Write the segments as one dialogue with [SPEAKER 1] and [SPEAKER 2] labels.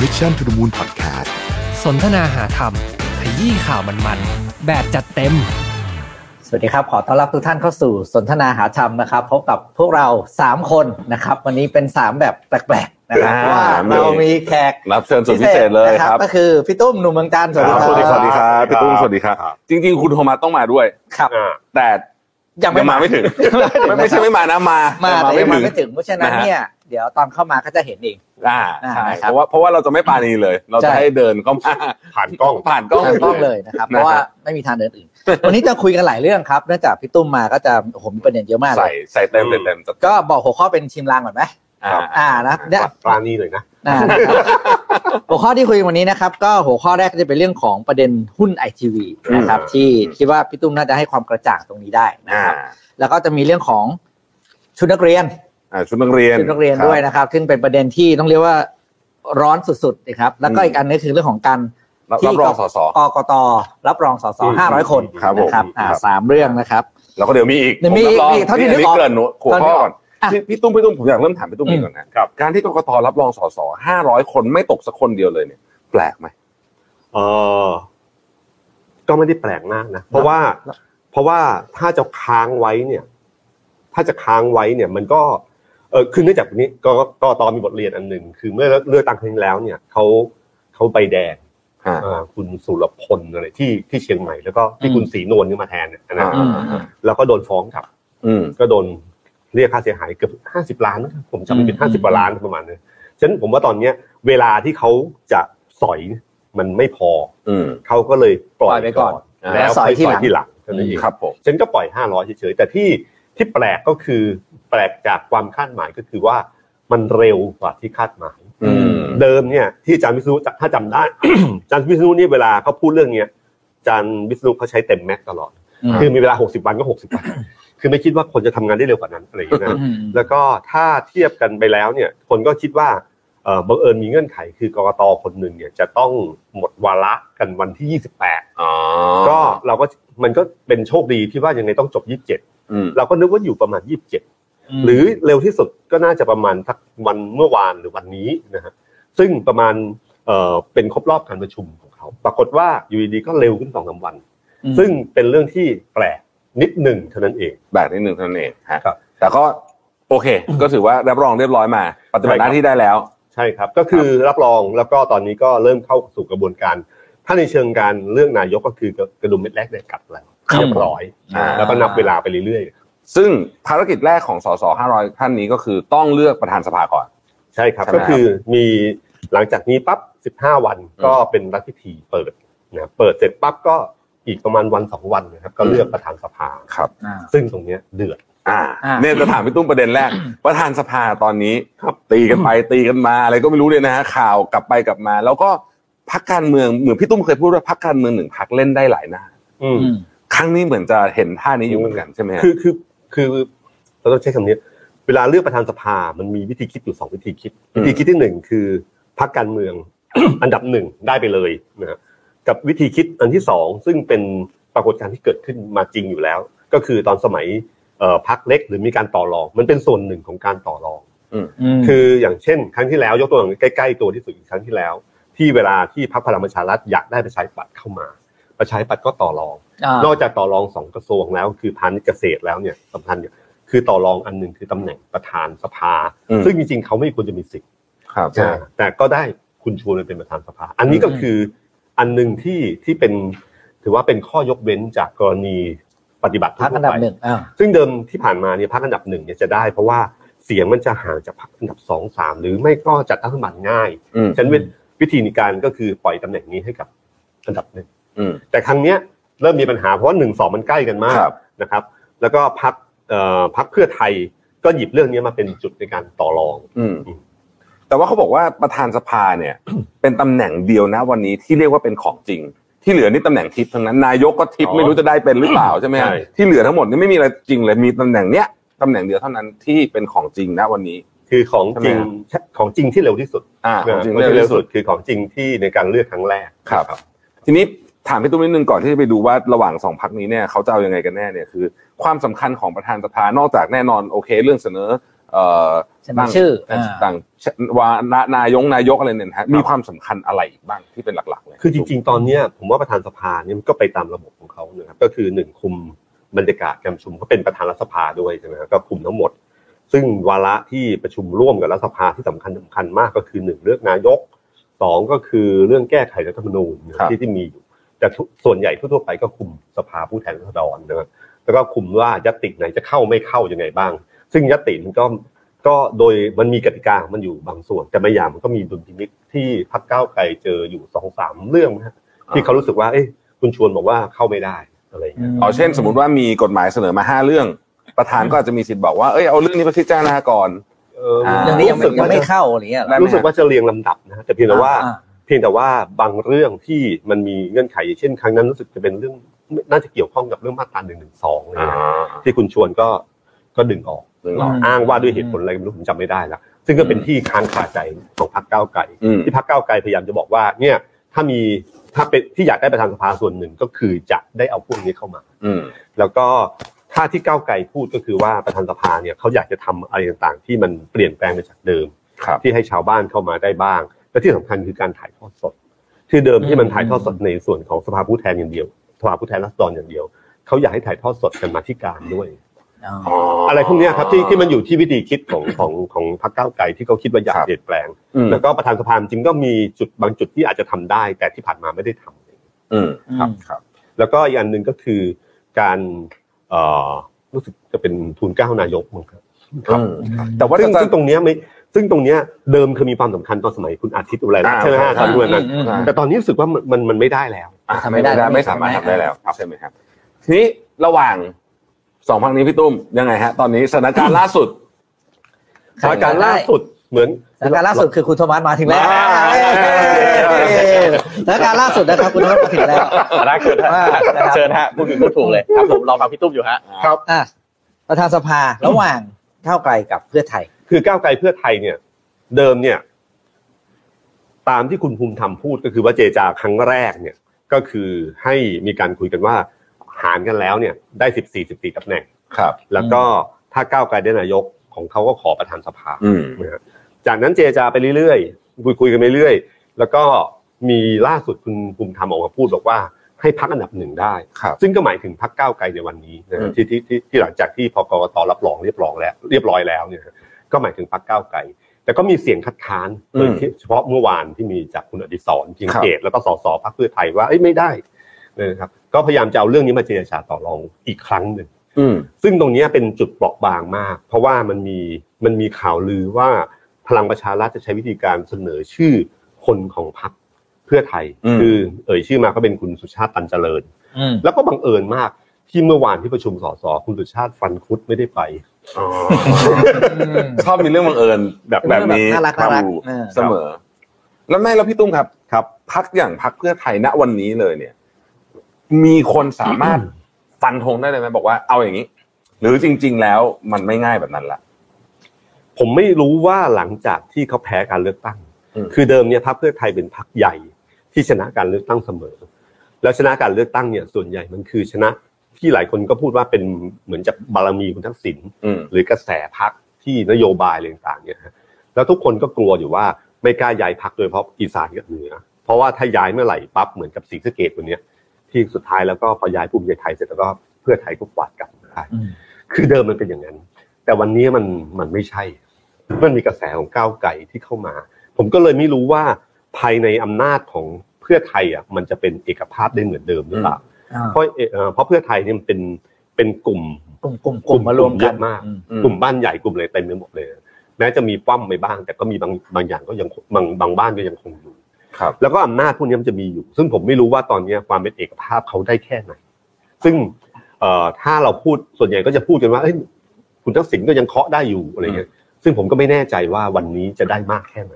[SPEAKER 1] Mission to the Moon Podcast
[SPEAKER 2] สนทนาหาธรรม ขยี้ข่าวมันๆ แบบจัดเต็ม
[SPEAKER 3] สวัสดีครับ ขอต้อนรับทุกท่านเข้าสู่สนทนาหาธรรมนะครับพบกับพวกเราสามคนนะครับ วันนี้เป็นสามแบบแปลกๆนะครับเพราะว่า
[SPEAKER 4] อ่า
[SPEAKER 3] เรามีแขก
[SPEAKER 4] รับเชิญสุดพิเศษเลย
[SPEAKER 3] นะครับ ก็คือพี่ตุ้มหนุ่มเมืองจันทร์
[SPEAKER 4] ครับสวัสดีครับสวัสดีครับ
[SPEAKER 5] ครับ
[SPEAKER 4] พี่ตุ้มสวัสดีครับ
[SPEAKER 5] ครับ
[SPEAKER 4] จริง ๆ คุณโทมัสต้องมาด้วย
[SPEAKER 3] ครับ
[SPEAKER 5] อ่า
[SPEAKER 4] แต่
[SPEAKER 3] ยัง
[SPEAKER 4] ยังมา
[SPEAKER 3] มา
[SPEAKER 4] ไม่ถึงไม่ไม่ใช่ไม่มานะมา
[SPEAKER 3] มาแต่
[SPEAKER 4] แต่
[SPEAKER 3] ยังมา
[SPEAKER 4] ไม่
[SPEAKER 3] ไม่
[SPEAKER 4] ถึง
[SPEAKER 3] ถึงเพราะฉะนั้น
[SPEAKER 4] นะฮะ
[SPEAKER 3] เนี่ยเดี๋ยวตอนเข้ามาก็จะเห็นเอง
[SPEAKER 4] อ่าใช่
[SPEAKER 3] นะค
[SPEAKER 4] เพ
[SPEAKER 3] รับ
[SPEAKER 4] ราะว่าเพราะว่าเราจะไม่ปานีเลย เรา
[SPEAKER 3] ใช่
[SPEAKER 4] จะให้เดินก็มา
[SPEAKER 5] ผ่านกล้อง
[SPEAKER 4] ผ่านกล้อง
[SPEAKER 3] ถูกต้องเลยนะครับ เพราะว่าไม่มีทางเดินอื่น วันนี้จะคุยกันหลายเรื่องครับเนื่องจากพี่ตุ้มมาก็จะโอ้โหมีประเด็นเยอะมากเล
[SPEAKER 4] ใส่
[SPEAKER 3] ย
[SPEAKER 4] ใส่เต็ม
[SPEAKER 5] อืม
[SPEAKER 4] เต็มเต็ม
[SPEAKER 3] ก็บอกหัวข้อเป็นชิมลางก่อนไหม
[SPEAKER 4] อ่า
[SPEAKER 3] อ่านะเนี่ย
[SPEAKER 5] ปลานี่เลยนะ
[SPEAKER 3] อ่า นะครับหัวข้อที่คุยกันวันนี้นะครับ ก็หัวข้อแรกก็จะเป็นเรื่องของประเด็นหุ้นไอทีวีนะครับ
[SPEAKER 5] อืม
[SPEAKER 3] ที่คิดว่าพี่ตุ้มน่าจะให้ความกระจ่างตรงนี้ได้นะ
[SPEAKER 4] อ่า
[SPEAKER 3] ครับแล้วก็จะมีเรื่องของชุดนักเรียน
[SPEAKER 4] อ่าชุดนักเรียน
[SPEAKER 3] ชุดนักเรียน
[SPEAKER 4] คบ
[SPEAKER 3] ด้วยนะครับ ซึ่งเป็นประเด็นที่ต้องเรียกว่าร้อนสุดๆนะครับ แล้วก็
[SPEAKER 4] อืม
[SPEAKER 3] อีกอันนึงคือเรื่องของการ
[SPEAKER 4] รับ
[SPEAKER 3] ที่
[SPEAKER 4] รับรองสส
[SPEAKER 3] กกตรับรองสสห้าร้อยคน
[SPEAKER 4] ครับผม
[SPEAKER 3] นะครับอ่า
[SPEAKER 4] ครับ
[SPEAKER 3] สามเรื่องนะครับ
[SPEAKER 4] แล้วก็เดี๋ยวมีอีก
[SPEAKER 3] เดี๋ยวมีอีก
[SPEAKER 4] ผรับร
[SPEAKER 3] มีอีกเท่าที่
[SPEAKER 4] นี่
[SPEAKER 3] นึกออก
[SPEAKER 4] เกินหนูหัวข้อก่อน
[SPEAKER 3] อ่ะ
[SPEAKER 4] พี่พี่ตุ้มพี่ตุ้มผมอยากเริ่มถามพี่ตุ้ม
[SPEAKER 3] อืม
[SPEAKER 4] อีกก่อนนะครับการที่กกตรับรองสสห้าร้อยคนไม่ตกสักคนเดียวเลยเนี่ยแปลกไหม
[SPEAKER 5] เออก็ไม่ได้แปลกมากนะ เพราะว่า เพราะว่าถ้าจะค้างไว้เนี่ย ถ้าจะค้างไว้เนี่ย มันก็ เออคือเนื่องจากนี้ก็ก็ตอนมีบทเรียนอันหนึ่งคือเมื่อเลือกตั้งครั้งที่แล้วเนี่ยเขาเขาใบแดง
[SPEAKER 4] อ่า
[SPEAKER 5] อ่าคุณสุรพลอะไรที่ที่เชียงใหม่แล้วก็ที่คุณศรีนวลนี่มาแทนเนี่ยนะ
[SPEAKER 3] อืม
[SPEAKER 5] แล้วก็โดนฟ้องกลับ
[SPEAKER 4] อืม
[SPEAKER 5] ก็โดนเรียกค่าเสียหายเกือบห้าสิบ50 ล้านมั้งผมจำไม่ผิด
[SPEAKER 3] อื
[SPEAKER 5] ห้าม สิบกว่าล้านประมาณนี้ฉะนั้นผมว่าตอนเนี้ย เวลาที่เขาจะสอยมันไม่พอ
[SPEAKER 4] อืม
[SPEAKER 5] เขาก็เลยปล่อย
[SPEAKER 3] ปล่อยไปก่อน
[SPEAKER 5] แล้ว
[SPEAKER 3] แล้วสอย
[SPEAKER 5] ค่
[SPEAKER 3] ที่หลัง
[SPEAKER 5] ที่หลังเท่านั้นเอง
[SPEAKER 4] ครับผม
[SPEAKER 5] ฉะนันก็ปล่อยห้าร้อยเฉยๆแต่ที่ที่แปลกก็คือแปลกจากความคาดหมายก็คือว่ามันเร็วกว่าที่คาดหมาย
[SPEAKER 4] อืม
[SPEAKER 5] เดิมเนี่ยที่อาจารย์วิษณุจะถ้าจำได้ อาจารย์วิษณุนี่เวลาเขาพูดเรื่องเนี้ยอาจารย์วิษณุเขาใช้เต็มแม็กซ์ตลอด
[SPEAKER 3] อืม
[SPEAKER 5] คือมีเวลา 60 วันก็ 60 วัน คือไม่คิดว่าคนจะทำงานได้เร็วกว่านั้นอะไรอย่างเงี้ยนะ
[SPEAKER 3] อืม
[SPEAKER 5] แล้วก็ถ้าเทียบกันไปแล้วเนี่ย คนก็คิดว่าเอ่อบังเอิญมีเงื่อนไข คือกกตคนหนึ่งเนี่ยจะต้องหมดวาระกันวันที่
[SPEAKER 4] อ๋อ
[SPEAKER 5] 28 ก็เราก็มันก็เป็นโชคดีที่ว่ายังไงต้องจบ 27
[SPEAKER 4] อืม
[SPEAKER 5] เราก็นึกว่าอยู่ประมาณ 27 หรือเร็วที่สุดก็น่าจะประมาณสักวันเมื่อวานหรือวันนี้นะฮะ ซึ่งประมาณเอ่อเป็นครบรอบการประชุมของเขา ปรากฏว่าอยู่ดีๆก็เร็วขึ้นสองสามวัน ซึ่งเป็นเรื่องที่แปลกนิดหนึ่งเท่านั้นเอง
[SPEAKER 4] แบบนิดนึงเท่านั้นเองฮะ
[SPEAKER 5] ครับ
[SPEAKER 4] แต่ก็โอเค ก็ถือว่ารับรองเรียบร้อยมา ปฏิบัติหน้า
[SPEAKER 5] ใช่ครับ
[SPEAKER 4] ที่ได้แล้ว
[SPEAKER 5] ใช่ครับ ก็คือรับรองแล้วก็ตอนนี้ก็เริ่มเข้าสู่กระบวนการ ถ้าในเชิงการเรื่องนายกก็คือกระกระดุมเม็ดแรกได้กลับแล้ว
[SPEAKER 3] ครับ
[SPEAKER 5] เรียบร้อย
[SPEAKER 4] อ่า
[SPEAKER 5] แล้วก็นับเวลาไปเรื่อย
[SPEAKER 4] ซึ่งภารกิจแรกของสส500 ท่านนี้ก็คือต้องเลือกประธานสภาก่อน
[SPEAKER 5] ๆ ใช่ครับ
[SPEAKER 4] ใช่ไหม
[SPEAKER 5] ก็คือมีหลังจากนี้ปั๊บ 15 วันก็เป็นรัฐพิธีเปิดนะเปิดเสร็จปั๊บก็อีกประมาณวันสองวันนะครับก็เลือกประธานสภา
[SPEAKER 4] ครับ
[SPEAKER 3] อ่า
[SPEAKER 5] ซึ่งตรงเนี้ยเดือด
[SPEAKER 4] อ่า
[SPEAKER 3] อ่า
[SPEAKER 4] เนี่ยจะถามพี่ตุ้มประเด็นแรก ประธานสภาตอนนี้
[SPEAKER 5] ครับ
[SPEAKER 4] ตีกันไปตีกันมาอะไรก็ไม่รู้เลยนะฮะข่าวกลับไปกลับมา แล้วก็พักการเมืองเหมือนพี่ตุ้มเคยพูดว่าพักการเมืองหนึ่งพักเล่นได้หลายหน้า
[SPEAKER 5] อืม
[SPEAKER 3] อืม
[SPEAKER 4] ครั้งนี้เหมือนจะเห็นท่านี้อยู่เหมือนกันใช่ไหมฮะ
[SPEAKER 5] คือคือคือเราต้องใช้คำนี้เวลาเลือกประธานสภามันมีวิธีคิดอยู่สองวิธีคิด วิธีคิดที่หนึ่งคือพรรคการเมื อง อันดับหนึ่งได้ไปเลยนะฮะกับวิธีคิดอันที่สองซึ่งเป็นปรากฏการณ์ที่เกิดขึ้นมาจริงอยู่แล้ว ก็คือตอนสมัยเอ่อพรรคเล็กหรือมีการต่อรอง มันเป็นส่วนหนึ่งของการต่อรอง คืออย่างเช่น ครั้งที่แล้วยกตัวอย่างใกล้ๆตัวที่สุดอีกครั้งที่แล้ว ที่เวลาที่พรรคพลังประชารัฐอยากได้ประชาธิปัตย์เข้ามา ประชาธิปัตย์ก็ต่อรอง นอกจากต่อรองสองกระทรวงแล้วคือพาณิชย์เกษตรแล้วเนี่ยสำคัญเนี่ยคือต่อรองอันหนึ่งคือตำแหน่งประธานสภา
[SPEAKER 4] ม
[SPEAKER 5] ซึ่งจริงๆเขาไม่ควรจะมีสิทธิ์
[SPEAKER 4] ครับ
[SPEAKER 5] อ่าแต่ก็ได้คุณชวนเป็นประธานสภา อันนี้ก็คืออันหนึ่งที่ที่เป็นถือว่าเป็นข้อยกเว้นจากกรณีปฏิบัติ
[SPEAKER 3] พักอันดับหนึ่งอ่า
[SPEAKER 5] ซึ่งเดิมที่ผ่านมาเนี่ยพรรคอันดับหนึ่งเนี่ยจะได้ เพราะว่าเสียงมันจะห่างจากพรรคอันดับสองสามหรือไม่ก็จัดตั้งรัฐบาลง่าย
[SPEAKER 4] อืม
[SPEAKER 5] ฉะนันวิวิธีการก็คือปล่อยตำแหน่งนี้ให้กับอันดับหนึ่ง
[SPEAKER 4] อืม
[SPEAKER 5] แต่ครั้งเนี้ยเริ่มมีปัญหาเพราะว่าหนึ่งสองมันใกล้กันมาก
[SPEAKER 4] ครับ
[SPEAKER 5] นะครับ แล้วก็พักพักเพื่อไทยก็หยิบเรื่องนี้มาเป็นจุดในการต่อรอง
[SPEAKER 4] อืมแต่ว่าเขาบอกว่าประธานสภา เนี่ย เป็นตำแหน่งเดียวนะวันนี้ที่เรียกว่าเป็นของจริง ที่เหลือนี่ตำแหน่งทิพย์ทั้งนั้นนายกก็ทิพย์
[SPEAKER 5] อ๋อ
[SPEAKER 4] ไม่รู้จะได้เป็นหรือเปล่าใช่ไหมฮะ
[SPEAKER 5] ใช่
[SPEAKER 4] ที่เหลือทั้งหมดนี่ไม่มีอะไรจริงเลยมีตำแหน่งเนี้ยตำแหน่งเดียวเท่านั้นที่เป็นของจริงนะวันนี้
[SPEAKER 5] คือของจริง
[SPEAKER 4] ทำไม
[SPEAKER 5] ของจริงที่เร็วที่สุด
[SPEAKER 4] อ่าของจริง
[SPEAKER 5] นะ
[SPEAKER 4] เร็วที่สุด
[SPEAKER 5] คือของจริงที่ในการเลือกครั้งแรก
[SPEAKER 4] ครับ ทีนี้ถามพี่ตุ้มนิดนึงก่อนที่จะไปดูว่าระหว่างสองพักนี้เนี่ยเขาจะเอายังไงกันแน่เนี่ยคือ ความสำคัญของประธานสภานอกจากแน่นอนโอเค เรื่องเสนอ เอ่อ
[SPEAKER 3] เสนอชื่อ
[SPEAKER 4] ต่าง
[SPEAKER 3] อ่า
[SPEAKER 4] ต่างวานานายงนายกอะไรเนี่ยนะฮะมีความสำคัญอะไรอีกบ้างที่เป็นหลักๆเลย
[SPEAKER 5] คือจริงๆ ตอนเนี้ยผมว่าประธานสภาเนี่ยมันก็ไปตามระบบของเขานะครับ ก็คือหนึ่งคุมบรรยากาศการประชุมเขาเป็นประธานรัฐสภาด้วยใช่ไหมครับก็คุมทั้งหมด ซึ่งวาระที่ประชุมร่วมกับรัฐสภาที่สำคัญสำคัญมากก็คือหนึ่งเลือกนายกสองก็คือเรื่องแก้ไขรัฐธรรมนูญนะครับ ที่ที่มีอยู่แต่ทุกส่วนใหญ่ทั่วๆไปก็คุมสภาผู้แทนราษฎรนะครับแล้วก็คุมว่ายติไหนจะเข้าไม่เข้ายังไงบ้าง ซึ่งยติมันก็ก็โดยมันมีกติกา มันอยู่บางส่วน แต่บางอย่างมันก็มีดุลพินิจที่พักก้าวไกลเจออยู่สองสามเรื่องนะฮะที่เขารู้สึกว่า เอ้ยคุณชวนบอกว่าเข้าไม่ได้อะไรอย่างเงี้ย
[SPEAKER 4] อ๋อเช่น สมมติว่ามีกฎหมายเสนอมาห้าเรื่อง ประธานก็อาจจะมีสิทธิ์บอกว่าเอ้ยเอาเรื่องนี้ไปพิจารณาก่อน
[SPEAKER 5] เออ
[SPEAKER 4] อ่า
[SPEAKER 3] เรื่องนี้ยังไม่
[SPEAKER 5] สึก
[SPEAKER 3] ยั
[SPEAKER 5] ว่าง จะ
[SPEAKER 3] ไม่เข้าอะไรเงี้ยเหรอ
[SPEAKER 5] รู้สึกว่าจะเรียงลำดับนะฮะแต่เพียงแต่ว่า
[SPEAKER 3] อ่า
[SPEAKER 5] เพียงแต่ว่าบางเรื่องที่มันมีเงื่อนไขอย่างเช่น ครั้งนั้นรู้สึกจะเป็นเรื่องน่าจะเกี่ยวข้องกับเรื่องมาตราหนึ่งหนึ่งสองเลยนะฮะที่คุณชวนก็ก็ดึงออก
[SPEAKER 4] หนึ่งหรอ
[SPEAKER 5] อ้างว่าด้วยเหตุผลอะไรไม่รู้ผมจำไม่ได้ละซึ่งก็เป็นที่ค้างคาใจของพรรคก้าวไกล
[SPEAKER 4] อืม
[SPEAKER 5] ที่พรรคก้าวไกลพยายามจะบอกว่าเนี่ยถ้ามีถ้าเป็นที่อยากได้ประธานสภาส่วนหนึ่งก็คือจะได้เอาพวกนี้เข้ามา
[SPEAKER 4] อืม
[SPEAKER 5] แล้วก็ถ้าที่ก้าวไกลพูดก็คือว่าประธานสภาเนี่ยเขาอยากจะทำอะไรต่างๆ ที่มันเปลี่ยนแปลงไปจากเดิม
[SPEAKER 4] ครับ
[SPEAKER 5] ที่ให้ชาวบ้านเข้ามาได้บ้าง และที่สำคัญคือการถ่ายทอดสด ที่เดิมที่มันถ่ายทอดสดในส่วนของสภาผู้แทนอย่างเดียวสภาผู้แทนรัศดรอย่างเดียวเขาอยากให้ถ่ายทอดสดกันมาที่การด้วย
[SPEAKER 3] อ๋อ
[SPEAKER 5] อะไรพวกเนี้ยครับที่ที่มันอยู่ที่วิธีคิดของของของพรรคก้าวไกลที่เขาคิดว่าอยาก
[SPEAKER 4] ครับ
[SPEAKER 5] เปลี่ยนแปลง
[SPEAKER 4] อืม
[SPEAKER 5] แล้วก็ประธานสภาจริงๆก็มีจุดบางจุดที่อาจจะทำได้ แต่ที่ผ่านมาไม่ได้ทำ
[SPEAKER 4] อืม
[SPEAKER 3] อืม
[SPEAKER 4] ครับครับ
[SPEAKER 5] แล้วก็อีกอันหนึ่งก็คือการเอ่อรู้สึกจะเป็นทุนเกล้านายกมั้งครับ
[SPEAKER 4] อืมแต่ว่า
[SPEAKER 5] ซึ่ง
[SPEAKER 4] จะ
[SPEAKER 5] ซึ่งตรงเนี้ยไม่ซึ่งตรงเนี้ยเดิมเคยมีความสำคัญตอนสมัยคุณอาทิตย์อุไรรัตน์
[SPEAKER 4] อ่า
[SPEAKER 5] ใช่ไหมฮะ
[SPEAKER 4] ค
[SPEAKER 5] ต
[SPEAKER 4] รั
[SPEAKER 5] อบ นด้วยนั้น
[SPEAKER 3] อืมอืม
[SPEAKER 5] แต่ตอนนี้รู้สึกว่ามันมันมันไม่ได้แล้ว
[SPEAKER 4] อ่ะ
[SPEAKER 3] ทำไม่ได้แล้ว
[SPEAKER 4] ไม่สามารถทำ
[SPEAKER 3] ไม่สามารถ
[SPEAKER 4] ได้แล้วครับใช่ไหมครับ ทีนี้ระหว่างสองพักนี้พี่ตุ้มยังไงฮะ ตอนนี้สถานการณ์ล่าสุด
[SPEAKER 5] สถานการณ์ล่าสุดเหมือน
[SPEAKER 3] สถานการณ์ล่าสุดคือคุณโทมัสมาถึงแล้ว
[SPEAKER 4] อ่า
[SPEAKER 3] สถานการณ์ล่าสุดนะครับคุณโทมัสมาถึงแล้ว
[SPEAKER 1] ได้คือ
[SPEAKER 3] อ่านะครับ
[SPEAKER 1] เชิญฮะพูดถึงพูดถูกเลยครับผมรอฟังพี่ตุ้มอยู่ฮะ
[SPEAKER 3] อ่ะประธานสภาระหว่างก้าวไกลกับเพื่อไทย
[SPEAKER 5] คือก้าวไกลเพื่อไทยเนี่ย เดิมเนี่ย ตามที่คุณภูมิธรรมพูดก็คือว่าเจรจาครั้งแรกเนี่ย ก็คือให้มีการคุยกันว่าหารกันแล้วเนี่ย ได้สิบสี่สิบสี่ตำแหน่ง
[SPEAKER 4] ครับ
[SPEAKER 5] แล้วก็ถ้าก้าวไกลได้นายกของเขาก็ขอประธานสภา
[SPEAKER 4] อืม
[SPEAKER 5] นะฮะจากนั้นเจรจาไปเรื่อยๆคุยคุยกันไปเรื่อยแล้วก็มีล่าสุดคุณภูมิธรรมออกมาพูดบอกว่าให้พักอันดับหนึ่งได้
[SPEAKER 4] ครับ
[SPEAKER 5] ซึ่งก็หมายถึงพักก้าวไกลในวันนี้นะ
[SPEAKER 4] อืม
[SPEAKER 5] ฮะที่ที่ที่ที่หลังจากที่พกกตรับรองเรียบร้อยแล้ว เรียบร้อยแล้วเนี่ยฮะก็หมายถึงพักก้าวไกลแต่ก็มีเสียงคัดค้าน
[SPEAKER 4] อืม
[SPEAKER 5] โดยที่เฉพาะเมื่อวานที่มีจากคุณอดิศรกิง
[SPEAKER 4] ครับ
[SPEAKER 5] เกตแล้วก็สสพักเพื่อไทยว่าเอ้ยไม่ได้นะครับก็พยายามจะเอาเรื่องนี้มาเจรจาต่อรองอีกครั้งหนึ่ง
[SPEAKER 4] อืม
[SPEAKER 5] ซึ่งตรงเนี้ยเป็นจุดเปราะบางมาก เพราะว่ามันมีมันมีข่าวลือว่าพลังประชารัฐจะใช้วิธีการเสนอชื่อคนของพรรคเพื่อไทย
[SPEAKER 4] อืม
[SPEAKER 5] คือเอ่ยชื่อมาก็เป็นคุณสุชาติตันเจริญ
[SPEAKER 3] อืม
[SPEAKER 5] แล้วก็บังเอิญมากที่เมื่อวานที่ประชุมสสคุณสุชาติฟันคุดไม่ได้ไป
[SPEAKER 4] ชอบมีเรื่องบังเอิญแบบแบบนี้
[SPEAKER 3] เป็นเรื่องแบบน่ารักน่ารัก
[SPEAKER 4] อยู่
[SPEAKER 3] เออ
[SPEAKER 4] เสมอ แล้วแม่แล้วพี่ตุ้มครับครับพักอย่างพักเพื่อไทยณวันนี้เลยเนี่ย มีคนสา มารถ ฟันธงได้เลยไหมบอกว่าเอาอย่างนี้ หรือจริง ๆ แล้วมันไม่ง่ายแบบนั้นละ
[SPEAKER 5] ผมไม่รู้ว่าหลังจากที่เขาแพ้การเลือกตั้ง
[SPEAKER 4] อืม
[SPEAKER 5] คือเดิมเนี่ยพรรคเพื่อไทยเป็นพรรคใหญ่ที่ชนะการเลือกตั้งเสมอ แล้วชนะการเลือกตั้งเนี่ยส่วนใหญ่มันคือชนะที่หลายคนก็พูดว่าเป็นเหมือนจะบารมีคุณทักษิณ
[SPEAKER 4] อืม
[SPEAKER 5] หรือกระแสพักที่นโยบายอะไรต่างๆเนี่ยฮะแล้วทุกคนก็กลัวอยู่ว่าไม่กล้าย้ายพักโดยเฉพาะอีสานกับเหนือ เพราะว่าถ้าย้ายเมื่อไหร่ปั๊บเหมือนกับสีสะเกตวันเนี้ยที่สุดท้ายแล้วก็พอย้ายภูมิใจไทยเสร็จแล้วก็เพื่อไทยก็กวาดกลับมาได้
[SPEAKER 3] อืม
[SPEAKER 5] คือเดิมมันเป็นอย่างนั้น แต่วันนี้มันมันไม่ใช่ มันมีกระแสของก้าวไก่ที่เข้ามา ผมก็เลยไม่รู้ว่าภายในอำนาจของเพื่อไทยอ่ะมันจะเป็นเอกภาพได้เหมือนเดิมหรือเปล่า
[SPEAKER 3] อ่า
[SPEAKER 5] เพราะเอ่อเอ่อเพราะเพื่อไทยเนี่ยมันเป็นเป็นกลุ่ม
[SPEAKER 3] กลุ่มกลุ่มกลุ่มมารวม
[SPEAKER 5] เย
[SPEAKER 3] กัน
[SPEAKER 5] อะมาก
[SPEAKER 3] อืม
[SPEAKER 4] อืม
[SPEAKER 5] กลุ่มบ้านใหญ่กลุ่มอะไรเต็มไปหมดเลยแม้จะมีป้อมไปบ้าง แต่ก็มีบางบางอย่างก็ยังคงบางบางบ้านก็ยังคงอยู่
[SPEAKER 4] ครับ
[SPEAKER 5] แล้วก็อำนาจพวกนี้มันจะมีอยู่ ซึ่งผมไม่รู้ว่าตอนนี้ความเป็นเอกภาพเขาได้แค่ไหน ซึ่งเอ่อถ้าเราพูดส่วนใหญ่ก็จะพูดกันว่าเอ้ยคุณทักษิณก็ยังเคาะได้อยู่อะไรเงี้ยซึ่งผมก็ไม่แน่ใจว่าวันนี้จะได้มากแค่ไหน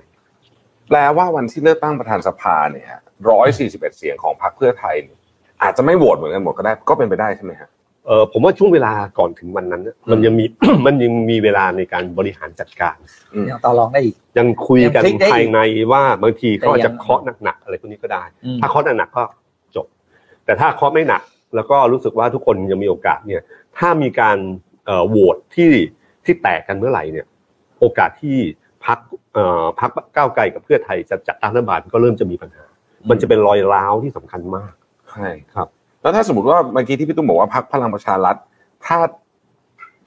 [SPEAKER 4] แปลว่าวันที่เลือกตั้งประธานสภาเนี่ยร้อยสี่สิบเอ็ดเสียงของพรรคเพื่อไทยเนี่ยอาจจะไม่โหวตเหมือนกันหมดก็ได้ก็เป็นไปได้ใช่ไหมฮะ
[SPEAKER 5] เออผมว่าช่วงเวลาก่อนถึงวันนั้นน่ะมันยังมี มันยังมีเวลาในการบริหารจัดการ
[SPEAKER 3] ยังต่อรองได้อีก
[SPEAKER 5] ยังคุยกัน
[SPEAKER 3] ยังพลิกได้อีก
[SPEAKER 5] ภายในว่าบางทีเขาอาจ
[SPEAKER 3] แต่ยั
[SPEAKER 5] จะ
[SPEAKER 3] ง
[SPEAKER 5] เคาะหนักๆอะไรพวกนี้ก็ได้
[SPEAKER 3] อืม
[SPEAKER 5] ถ้าเคาะหนักๆก็จบ แต่ถ้าเคาะไม่หนัก แล้วก็รู้สึกว่าทุกคนยังมีโอกาสเนี่ย ถ้ามีการเอ่อโหวตที่ที่แตกกันเมื่อไหร่เนี่ย โอกาสที่พักพักก้าวไกลกับเพื่อไทยจะจัดตั้งรัฐบาลก็เริ่มจะมีปัญหา มันจะเป็นรอยร้าวที่สำคัญมาก
[SPEAKER 4] ใช่
[SPEAKER 5] ครับ
[SPEAKER 4] แล้วถ้าสมมติว่าเมื่อกี้ที่พี่ตุ้มบอกว่าพักพลังประชารัฐถ้า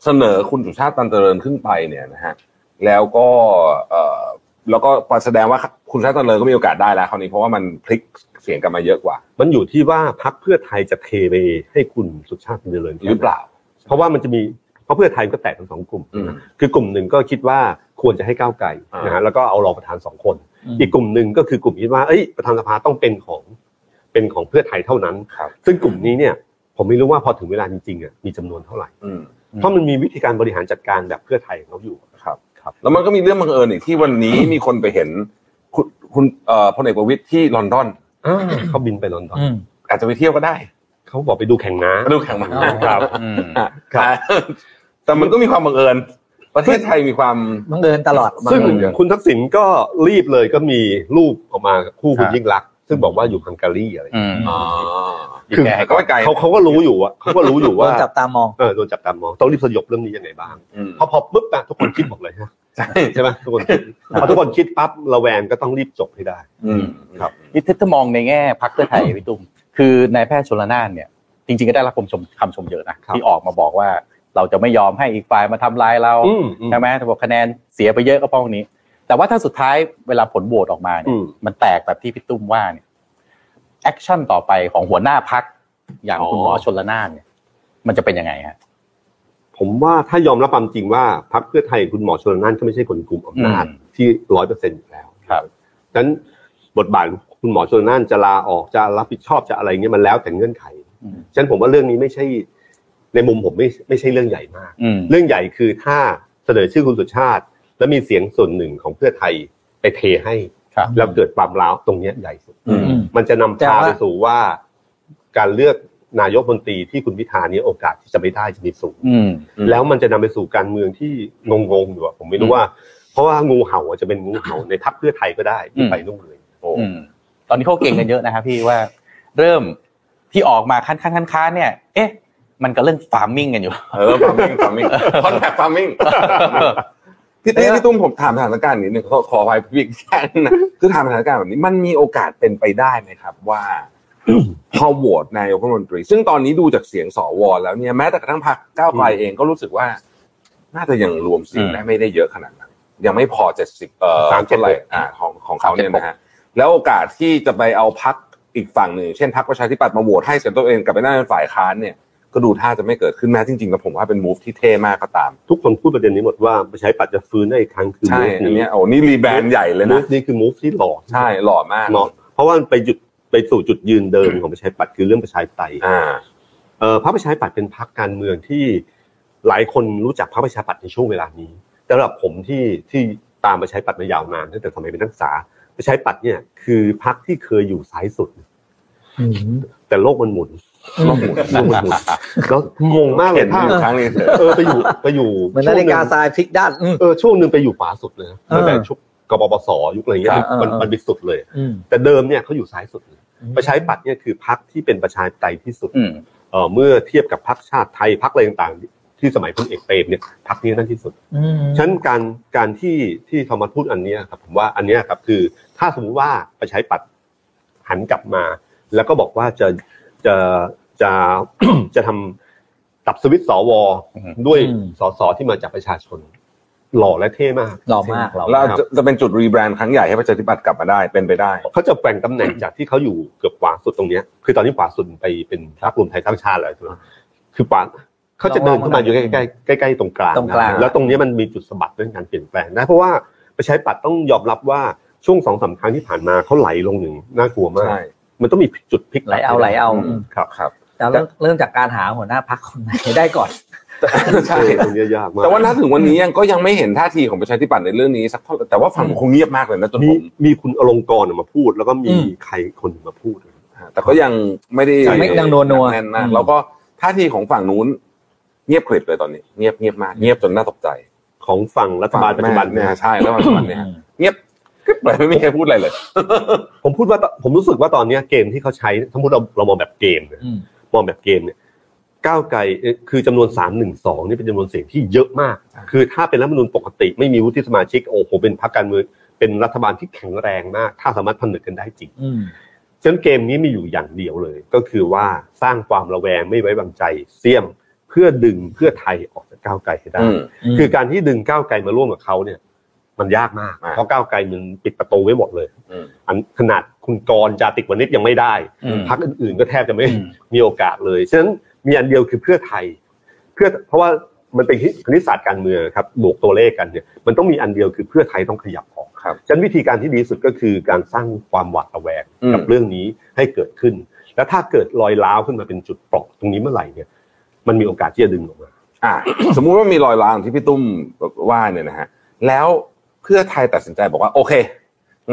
[SPEAKER 4] เสนอคุณสุชาติตันเจริญขึ้นไปเนี่ยนะฮะแล้วก็เอ่อแล้วก็แสดงว่าคุณสุชาติตันเจริญก็มีโอกาสได้แล้วคราวนี้เพราะว่ามันพลิกเสียงกลันมาเยอะกว่า
[SPEAKER 5] มันอยู่ที่ว่าพักเพื่อไทยจะเทไปให้คุณสุชาติเจริญแค่
[SPEAKER 4] หรือเปล่า
[SPEAKER 5] เพราะว่ามันจะมีเพราะเพื่อไทยก็แตกเป็นสองกลุ่ม
[SPEAKER 4] อืม
[SPEAKER 5] คือกลุ่มหนึ่งก็คิดว่าควรจะให้ก้าวไกล
[SPEAKER 4] อ่าน
[SPEAKER 5] นะฮะแล้วก็เอารองประธานสองคน
[SPEAKER 3] อืม
[SPEAKER 5] อีกกลุ่มหนึ่งก็คือกลุ่มที่ว่าเอ้ยประธานสภาต้องเป็นของเป็นของเพื่อไทยเท่านั้น
[SPEAKER 4] ครับ
[SPEAKER 5] ซึ่งกลุ่มนี้เนี่ยผมไม่รู้ว่าพอถึงเวลาจริงๆอ่ะมีจำนวนเท่าไหร่
[SPEAKER 4] อืม
[SPEAKER 5] เพราะมันมีวิธีการบริหารจัดการแบบเพื่อไทยของเขาอยู่
[SPEAKER 4] ครับ แล้วมันก็มีเรื่องบังเอิญอีกที่วันนี้ มีคนไปเห็น คุณคุณเอ่อพลเอกประวิตยที่ลอนดอน
[SPEAKER 5] เขาบินไปลอนดอน
[SPEAKER 3] อืม
[SPEAKER 4] อาจจะไปเที่ยวก็ได้
[SPEAKER 5] เขาบอกไปดูแข่งม้า
[SPEAKER 4] มาดูแข่งมา
[SPEAKER 5] ครับ
[SPEAKER 1] อืม
[SPEAKER 4] อ่ะ แต่มันก็มีความบังเอิญ ประเทศไทยมีความ
[SPEAKER 3] บังเอิญตลอด
[SPEAKER 5] ซึ่ง
[SPEAKER 4] มาเลย
[SPEAKER 5] คุณทักษิณก็รีบเลยก็มีรูปออกมาคู่คุณ
[SPEAKER 1] ครับ
[SPEAKER 5] ยิ่งรักษณ์ซึ่งบอกว่าอยู่ฮังการีอะไร
[SPEAKER 1] อืม
[SPEAKER 4] อ๋อ
[SPEAKER 1] คือ
[SPEAKER 4] ก็ไม่ไกล
[SPEAKER 5] เขาเขาก็รู้อยู่ว่าเขาก็รู้อยู่
[SPEAKER 3] โด
[SPEAKER 5] ว่าน
[SPEAKER 3] จับตามอง
[SPEAKER 5] เออโดนจับตามองต้องรีบสยบเรื่องนี้ยังไงบ้าง
[SPEAKER 4] อืม
[SPEAKER 5] พอพอปุ๊บอะทุกคนคิดหมดเลยฮะ
[SPEAKER 4] ใช่
[SPEAKER 5] ใช่ไหมทุกคนคิดพอทุกคนคิดปั๊บระแวงก็ต้องรีบจบให้ได้
[SPEAKER 4] อืม
[SPEAKER 5] ครับ
[SPEAKER 1] นี่ถ้ามองในแง่พักเพื่อไทยพี่ตุ้มคือนายแพทย์ชลนานเนี่ยจริงๆก็ได้รับคำชมคำชมเยอะนะครับ ที่ออกมาบอกว่าเราจะไม่ยอมให้อีกฝ่ายมาทำลายเรา
[SPEAKER 5] อืมอืม
[SPEAKER 1] ใช่ไหมแต่บอกคะแนนเสียไปเยอะก็เพราะพวกนี้ แต่ว่าถ้าสุดท้ายเวลาผลโหวตออกมาเนี่
[SPEAKER 5] อื
[SPEAKER 1] ย
[SPEAKER 5] ม
[SPEAKER 1] มันแตกแบบที่พี่ตุ้มว่าเนี่ยแอคชั่นต่อไปของหัวหน้าพักอย่างคุณหมอชนละนานเนี่ยมันจะเป็นยังไงฮะ
[SPEAKER 5] ผมว่าถ้ายอมรับความจริงว่าพรรคเพื่อไทยคุณหมอชนละนานก็ไม่ใช่คนกลุ่มอำนาจ
[SPEAKER 1] อืม
[SPEAKER 5] ที่ร้อยเปอร์เซ็นต์อยู่แล้ว
[SPEAKER 1] ครับ
[SPEAKER 5] ฉะนั้นบทบาทคุณหมอชนละนานจะลาออกจะรับผิดชอบจะอะไรเงี้ยมันแล้วแต่เงื่อนไขฉะนั้นผมว่าเรื่องนี้ไม่ใช่ ในมุมผมไม่ไม่ใช่เรื่องใหญ่มาก
[SPEAKER 1] อืม
[SPEAKER 5] เรื่องใหญ่คือถ้าเสนอชื่อคุณสุชาติ แล้วมีเสียงส่วนหนึ่งของเพื่อไทยไปเทให้
[SPEAKER 1] ครับ
[SPEAKER 5] แล้วเกิดความร้าวตรงเนี้ยใหญ่สุด
[SPEAKER 4] อืม
[SPEAKER 3] อืม
[SPEAKER 5] มันจะนำ
[SPEAKER 3] แต่
[SPEAKER 5] พา
[SPEAKER 3] ว่า
[SPEAKER 5] ไปสู่ว่า การเลือกนายกมนตรีที่คุณพิธาเนี้โอกาสที่จะไม่ได้จะมีสูง
[SPEAKER 1] อืม
[SPEAKER 4] อืม
[SPEAKER 5] แล้วมันจะนำไปสู่การเมืองที่งงๆอยู่อะผมไม่รู้ว่า เพราะว่างูเห่าอาจจะเป็นงูเห่าในทัพเพื่อไทยก็ได้ที่ไปนู่นเลยโอ้
[SPEAKER 1] อืมตอนนี้เขาเก่งกันเยอะนะครับ พี่ว่าเริ่มที่ออกมาคันคันคันคันเนี่ย เอ๊ะ มันก็เรื่องฟาร์มมิ่งกันอยู่
[SPEAKER 4] เออฟาร์มิงฟาร์มิงคอนแทคฟาร์มิงพี่เต้พี่ตุ้มผมถามสถานการณ์นิดนึงขอขออภัยพี่อีกแค่นะคือถามสถานการณ์แบบนี้มันมีโอกาสเป็นไปได้ไหมครับ ว่า พอโหวตนายกรัฐมนตรี ซึ่งตอนนี้ดูจากเสียงสวแล้วเนี่ยแม้แต่กระทั่งพรรคก้าวไกลเองก็รู้สึกว่า น่าจะยังรวมเสียงได้ไม่ได้เยอะขนาดนั้น ยังไม่พอเจ็ดสิบเอ่อ
[SPEAKER 5] สามเจ็
[SPEAKER 4] เท่า
[SPEAKER 5] ด
[SPEAKER 4] ไห
[SPEAKER 5] เล
[SPEAKER 4] ร่
[SPEAKER 5] ย
[SPEAKER 4] อ่าของของเขาเนี่ยนะฮะแล้วโอกาสที่จะไปเอาพักอีกฝั่งหนึ่งเช่นพักประชาธิปัตย์มาโหวตให้เสียงตัวเองกลับไปนั่งเป็นฝ่ายค้านเนี่ย ก็ดูท่าจะไม่เกิดขึ้นแม้จริงๆแล้วผมว่าเป็นมูฟที่เท่มากก็ตาม
[SPEAKER 5] ทุกคนพูดประเด็นนี้หมดว่าประชาธิปัตย์จะฟื้นได้อีกครั้งคือ
[SPEAKER 4] ใช่
[SPEAKER 5] มูฟ
[SPEAKER 4] อัน
[SPEAKER 5] นี้
[SPEAKER 4] เนี้ยโอ้นี่รีแบรนด์ใหญ่เลย
[SPEAKER 5] มู
[SPEAKER 4] นะ
[SPEAKER 5] ฟนี้คือมูฟที่หล่อ
[SPEAKER 4] ใช่หล่อมาก
[SPEAKER 5] เนาะเพราะว่ามันไปหยุดไปสู่จุดยืนเดิมของประชาธิปัตย์คือเรื่องประชาธิปไตย
[SPEAKER 4] อ่า
[SPEAKER 5] เอ่อพรรคประชาธิปัตย์เป็นพรรคการเมืองที่หลายคนรู้จักพรรคประชาธิปัตย์ในช่วงเวลานี้แต่สำหรับผมที่ที่ตามประชาธิปัตย์มายาวนานตั้งแต่สมัยเป็นนักศึกษาประชาธิปัตย์เนี่ยคือพรรคที่เคยอยู่ซ้ายสุด
[SPEAKER 3] อืม
[SPEAKER 5] แต่โลกมันหมุน
[SPEAKER 4] โลกหมุน
[SPEAKER 5] โลกมันหมุนแล้วงงมากเล
[SPEAKER 4] เห็
[SPEAKER 5] ย
[SPEAKER 4] น
[SPEAKER 5] ภาพ
[SPEAKER 4] อยู่ครั้งนี้เถอะ
[SPEAKER 5] เออไปอยู่ไปอยู่
[SPEAKER 3] เหมือนนาฬิกาทรายพลิกด้านอืม
[SPEAKER 5] เออช่วงหนึ่งไปอยู่ขวาสุดเลยนะตั้งแต่ชุบกบปสยุคอะไรเงี้ย
[SPEAKER 3] อ่ามั
[SPEAKER 5] มัน
[SPEAKER 3] อ่ามั
[SPEAKER 5] มันไปสุดเลย
[SPEAKER 3] อืม
[SPEAKER 5] แต่เดิมเนี่ยเขาอยู่ซ้ายสุดเลย
[SPEAKER 3] อืม
[SPEAKER 5] ประชาธิปัตย์เนี่ยคือพรรคที่เป็นประชาธิปไตยที่สุด
[SPEAKER 1] อืม
[SPEAKER 5] เออเมื่อเทียบกับพรรคชาติไทยพรรคอะไรต่างๆ ที่สมัยพลเอกเปรมเนี่ยพรรคนี้นั่นที่สุด
[SPEAKER 3] อืม
[SPEAKER 5] ฉะนั้นการการที่ที่เขามาพูดอันเนี้ยครับผมว่าอันเนี้ยครับคือถ้าสมมุติว่าประชาธิปัตย์หันกลับมา แล้วก็บอกว่าจะจะจะ จะทำตับสวิตช์สว
[SPEAKER 1] อืม
[SPEAKER 5] ด้วย
[SPEAKER 3] อืม
[SPEAKER 5] สสที่มาจากประชาชน หล่อและเท่มาก
[SPEAKER 3] หล่อมากหล่อ
[SPEAKER 4] แล้ว
[SPEAKER 3] มาก
[SPEAKER 5] ครับ
[SPEAKER 4] จะจะเป็นจุดรีแบรนด์ครั้งใหญ่ให้ประชาธิปัตย์กลับมาได้เป็นไปได้
[SPEAKER 5] เขาจะแบ่งตำแหน่งจากที่เขาอยู่เกือบขวาสุดตรงเนี้ยคือตอนนี้ขวาสุดไปเป็นพรรครวมไทยสร้างชาติแล้วใช่ไหมคือขวาเขาจะเดินเข้ามาอยู่ใกล้ๆใกล้ๆตรงกลาง
[SPEAKER 3] ตรงกลาง
[SPEAKER 5] นะแล้วตรงเนี้ยมันมีจุดสะบัดเรื่องการเปลี่ยนแปลงนะเพราะว่าประชาธิปัตย์ต้องยอมรับว่าช่วงสองสามครั้งที่ผ่านมาเขาไหลลงหนึ่งน่ากลัวมาก
[SPEAKER 4] ใช่
[SPEAKER 5] มันต้องมีจุดพลิก
[SPEAKER 3] ไหลเอาไหลเอาอืม
[SPEAKER 5] ครับ
[SPEAKER 4] ครับ
[SPEAKER 3] แล้วเริ่มจากการหาหัวหน้าพักคนไหนได้ก่อน
[SPEAKER 4] ใช่
[SPEAKER 5] เออตรงเนี้ยยากมาก
[SPEAKER 4] แต่ว่าณถึงวันนี้ยังก็ยังไม่เห็นท่าทีของประชาธิปัตย์ในเรื่องนี้สักเท่าไหร่แต่ว่าฝั่งคงเงียบมากเลยนะจน
[SPEAKER 5] มี
[SPEAKER 4] ผม
[SPEAKER 5] มีคุณอลงกรณ์ออกมาพูด แล้วก็มี
[SPEAKER 3] อืม
[SPEAKER 5] ใครคนหนึ่งมาพูด
[SPEAKER 4] แต่ก็ยังไม่ได้
[SPEAKER 3] ยังไม่ยังนัวๆ
[SPEAKER 4] แน่นมาก
[SPEAKER 3] อืม
[SPEAKER 4] แล้วก็ท่าทีของฝั่งนู้น เงียบกริบเลยตอนนี้ เงียบเงียบมากเงียบจนน่าตกใจ
[SPEAKER 5] ของฝั่งรัฐบาลปัจจุบัน
[SPEAKER 4] เนี่
[SPEAKER 5] เนี่ยย
[SPEAKER 4] ใช่แล้วปัจจุบันเนี่ยเงียบกริบเลยไม่มีใครพูดอะไรเลย
[SPEAKER 5] ผมพูดว่าตผมรู้สึกว่าตอนเนี้ยเกมที่เขาใช้สมมติเราเรามองแบบเกมเนี่ย
[SPEAKER 3] อืม
[SPEAKER 5] มองแบบเกมเนี่ย ก้าวไกลเอ่อคือจำนวน 312 นี่เป็นจำนวนเสียงที่เยอะมาก คือถ้าเป็นรัฐธรรมนูญปกติ ไม่มีวุฒิสมาชิกโอ้โหเป็นพรรคการเมืองเป็นรัฐบาลที่แข็งแรงมาก ถ้าสามารถผนึกกันได้จริง
[SPEAKER 3] อืม
[SPEAKER 5] ฉะนั้นเกมนี้มีอยู่อย่างเดียวเลย ก็คือว่าสร้างความระแวงไม่ไว้วางใจเสี่ยมเพื่อดึงเพื่อไทยออกจากก้าวไกลให้ได้
[SPEAKER 4] อืม
[SPEAKER 5] คือการที่ดึงก้าวไกลมาร่วมกับเขาเนี่ย มันยากมาก
[SPEAKER 4] อ่า
[SPEAKER 5] เพราะก้าวไกลมันปิดประตูไว้หมดเลย
[SPEAKER 4] อืม
[SPEAKER 5] อันขนาดคุณกรณ์จาติกวณิชยังไม่ได้
[SPEAKER 1] อืม
[SPEAKER 5] พรรคอื่นๆ ก็แทบจะไม่
[SPEAKER 1] อืม
[SPEAKER 5] มีโอกาสเลยฉะนั้นมีอันเดียวคือเพื่อไทย เพื่อเพราะว่ามันเป็นคณิตศาสตร์การเมืองครับบวกตัวเลขกันเนี่ยมันต้องมีอันเดียวคือเพื่อไทยต้องขยับออก
[SPEAKER 4] ครับ
[SPEAKER 5] ฉะนันวิธีการที่ดีที่สุดก็คือการสร้างความหวาดระแวง
[SPEAKER 4] อืม
[SPEAKER 5] กับเรื่องนี้ให้เกิดขึ้น แล้วถ้าเกิดรอยร้าวขึ้นมาเป็นจุดเปราะตรงนี้เมื่อไหร่เนี่ย มันมีโอกาสที่จะดึงออกมา
[SPEAKER 4] อ่ะ สมมุติว่ามีรอยร้าวอย่างที่พี่ตุ้มว่าเนี่ยนะฮะแล้วเพื่อไทยตัดสินใจบอกว่า โอเค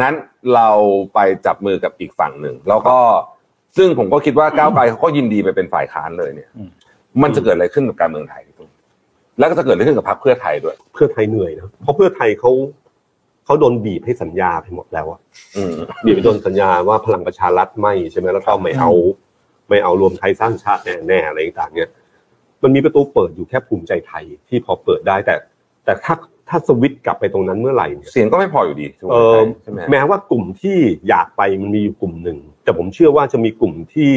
[SPEAKER 4] งั้นเราไปจับมือกับอีกฝั่งหนึ่ง แล้วก็ซึ่งผมก็คิดว่าก้าวไกลเขาก็ยินดีไปเป็นฝ่ายค้านเลยเนี่ย
[SPEAKER 1] อืม
[SPEAKER 4] มันจะเกิดอะไรขึ้นกับการเมืองไทยพี่ตุ้มแล้วก็จะเกิดอะไรขึ้นกับพรรคเพื่อไทยด้วย
[SPEAKER 5] เพื่อไทยเหนื่อยนะเพราะเพื่อไทยเขาเขาโดนบีบให้สัญญาไปหมดแล้วอะ
[SPEAKER 4] อืม
[SPEAKER 5] บีบไปโดนสัญญาว่าพลังประชารัฐไม่ใช่ไหมแล้วก็ไม่เอา ไม่เอารวมไทยสร้างชาติแน่ๆอะไรต่างๆเนี่ยมันมีประตูเปิดอยู่แค่ภูมิใจไทยที่พอเปิดได้แต่ แต่ถ้าถ้าสวิตช์กลับไปตรงนั้นเมื่อไหร่เนี่ย
[SPEAKER 4] เสียงก็ไม่พออยู่ดีถูกไหม
[SPEAKER 5] เออ
[SPEAKER 4] ใช่ไหม
[SPEAKER 5] แม้ว่ากลุ่มที่อยากไปมันมีอยู่กลุ่มหนึ่ง แต่ผมเชื่อว่าจะมีกลุ่มที่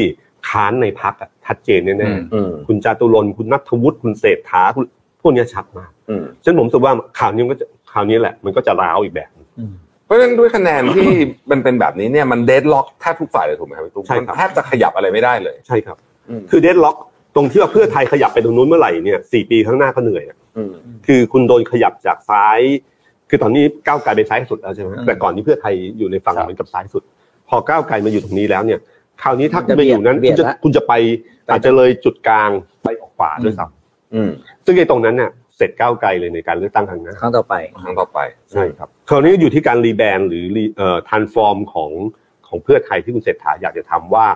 [SPEAKER 5] ค้านในพักชัดเจน
[SPEAKER 1] อื
[SPEAKER 5] แน่
[SPEAKER 1] ม
[SPEAKER 4] อืม
[SPEAKER 5] ๆคุณจาตุรนต์คุณนัทวุฒิคุณเศรษฐาคุณพวกเนี้ยชัดมาก
[SPEAKER 4] อืม
[SPEAKER 5] ฉะนันผมรู้สึกว่าข่าวนี้มันก็จะข่าวนี้แหละ มันก็จะร้าวอีกแบบ
[SPEAKER 4] เพราะฉะนั้นด้วยคะแนนที่ มันเป็นแบบนี้เนี่ยมันเดดล็อกแทบทุกฝ่ายเลยถูกไหมครับพี่ตุ้ม
[SPEAKER 5] ใช่ครับ
[SPEAKER 4] มันแทบจะขยับอะไรไม่ได้เลย
[SPEAKER 5] ใช่ครับ
[SPEAKER 4] อืม
[SPEAKER 5] คือเดดล็อกตรงที่ว่าเพื่อไทยขยับไปตรงนู้นเมื่อไหร่เนี่ยสี่ปีข้างหน้าก็เหนื่อยอะ
[SPEAKER 4] อืม
[SPEAKER 5] คือคุณโดนขยับจากซ้าย คือตอนนี้ก้าวไกลไปซ้ายสุดแล้วใช่ไหม
[SPEAKER 3] อืม
[SPEAKER 5] แต่ก่อนนี้เพื่อไทยอยู่ในฝั่งเหมือนกับซ้ายสุด พอก้าวไกลมาอยู่ตรงนี้แล้วเนี่ย คราวนี้ถ้าคุณไปอยู่นั้น
[SPEAKER 3] เบีย
[SPEAKER 5] คุณ
[SPEAKER 3] ด
[SPEAKER 5] จะ
[SPEAKER 3] ละ
[SPEAKER 5] คุณจะไปอาจจะเลยจุดกลางไปออกขวาด้วยซ้
[SPEAKER 4] อืม
[SPEAKER 5] ำซึ่งไอ้ตรงนั้นเนี่ยเสร็จก้าวไกลเลยในการเลือกตั้งครั้งหน้า
[SPEAKER 3] ครั้งต่อไป
[SPEAKER 4] ครั้งต่อไป
[SPEAKER 5] ใช่ครับคราวนี้อยู่ที่การรีแบรนด์หรือรีเอ่อทันฟอร์มของของเพื่อไทยที่คุณเศรษฐาอยากจะทำว่า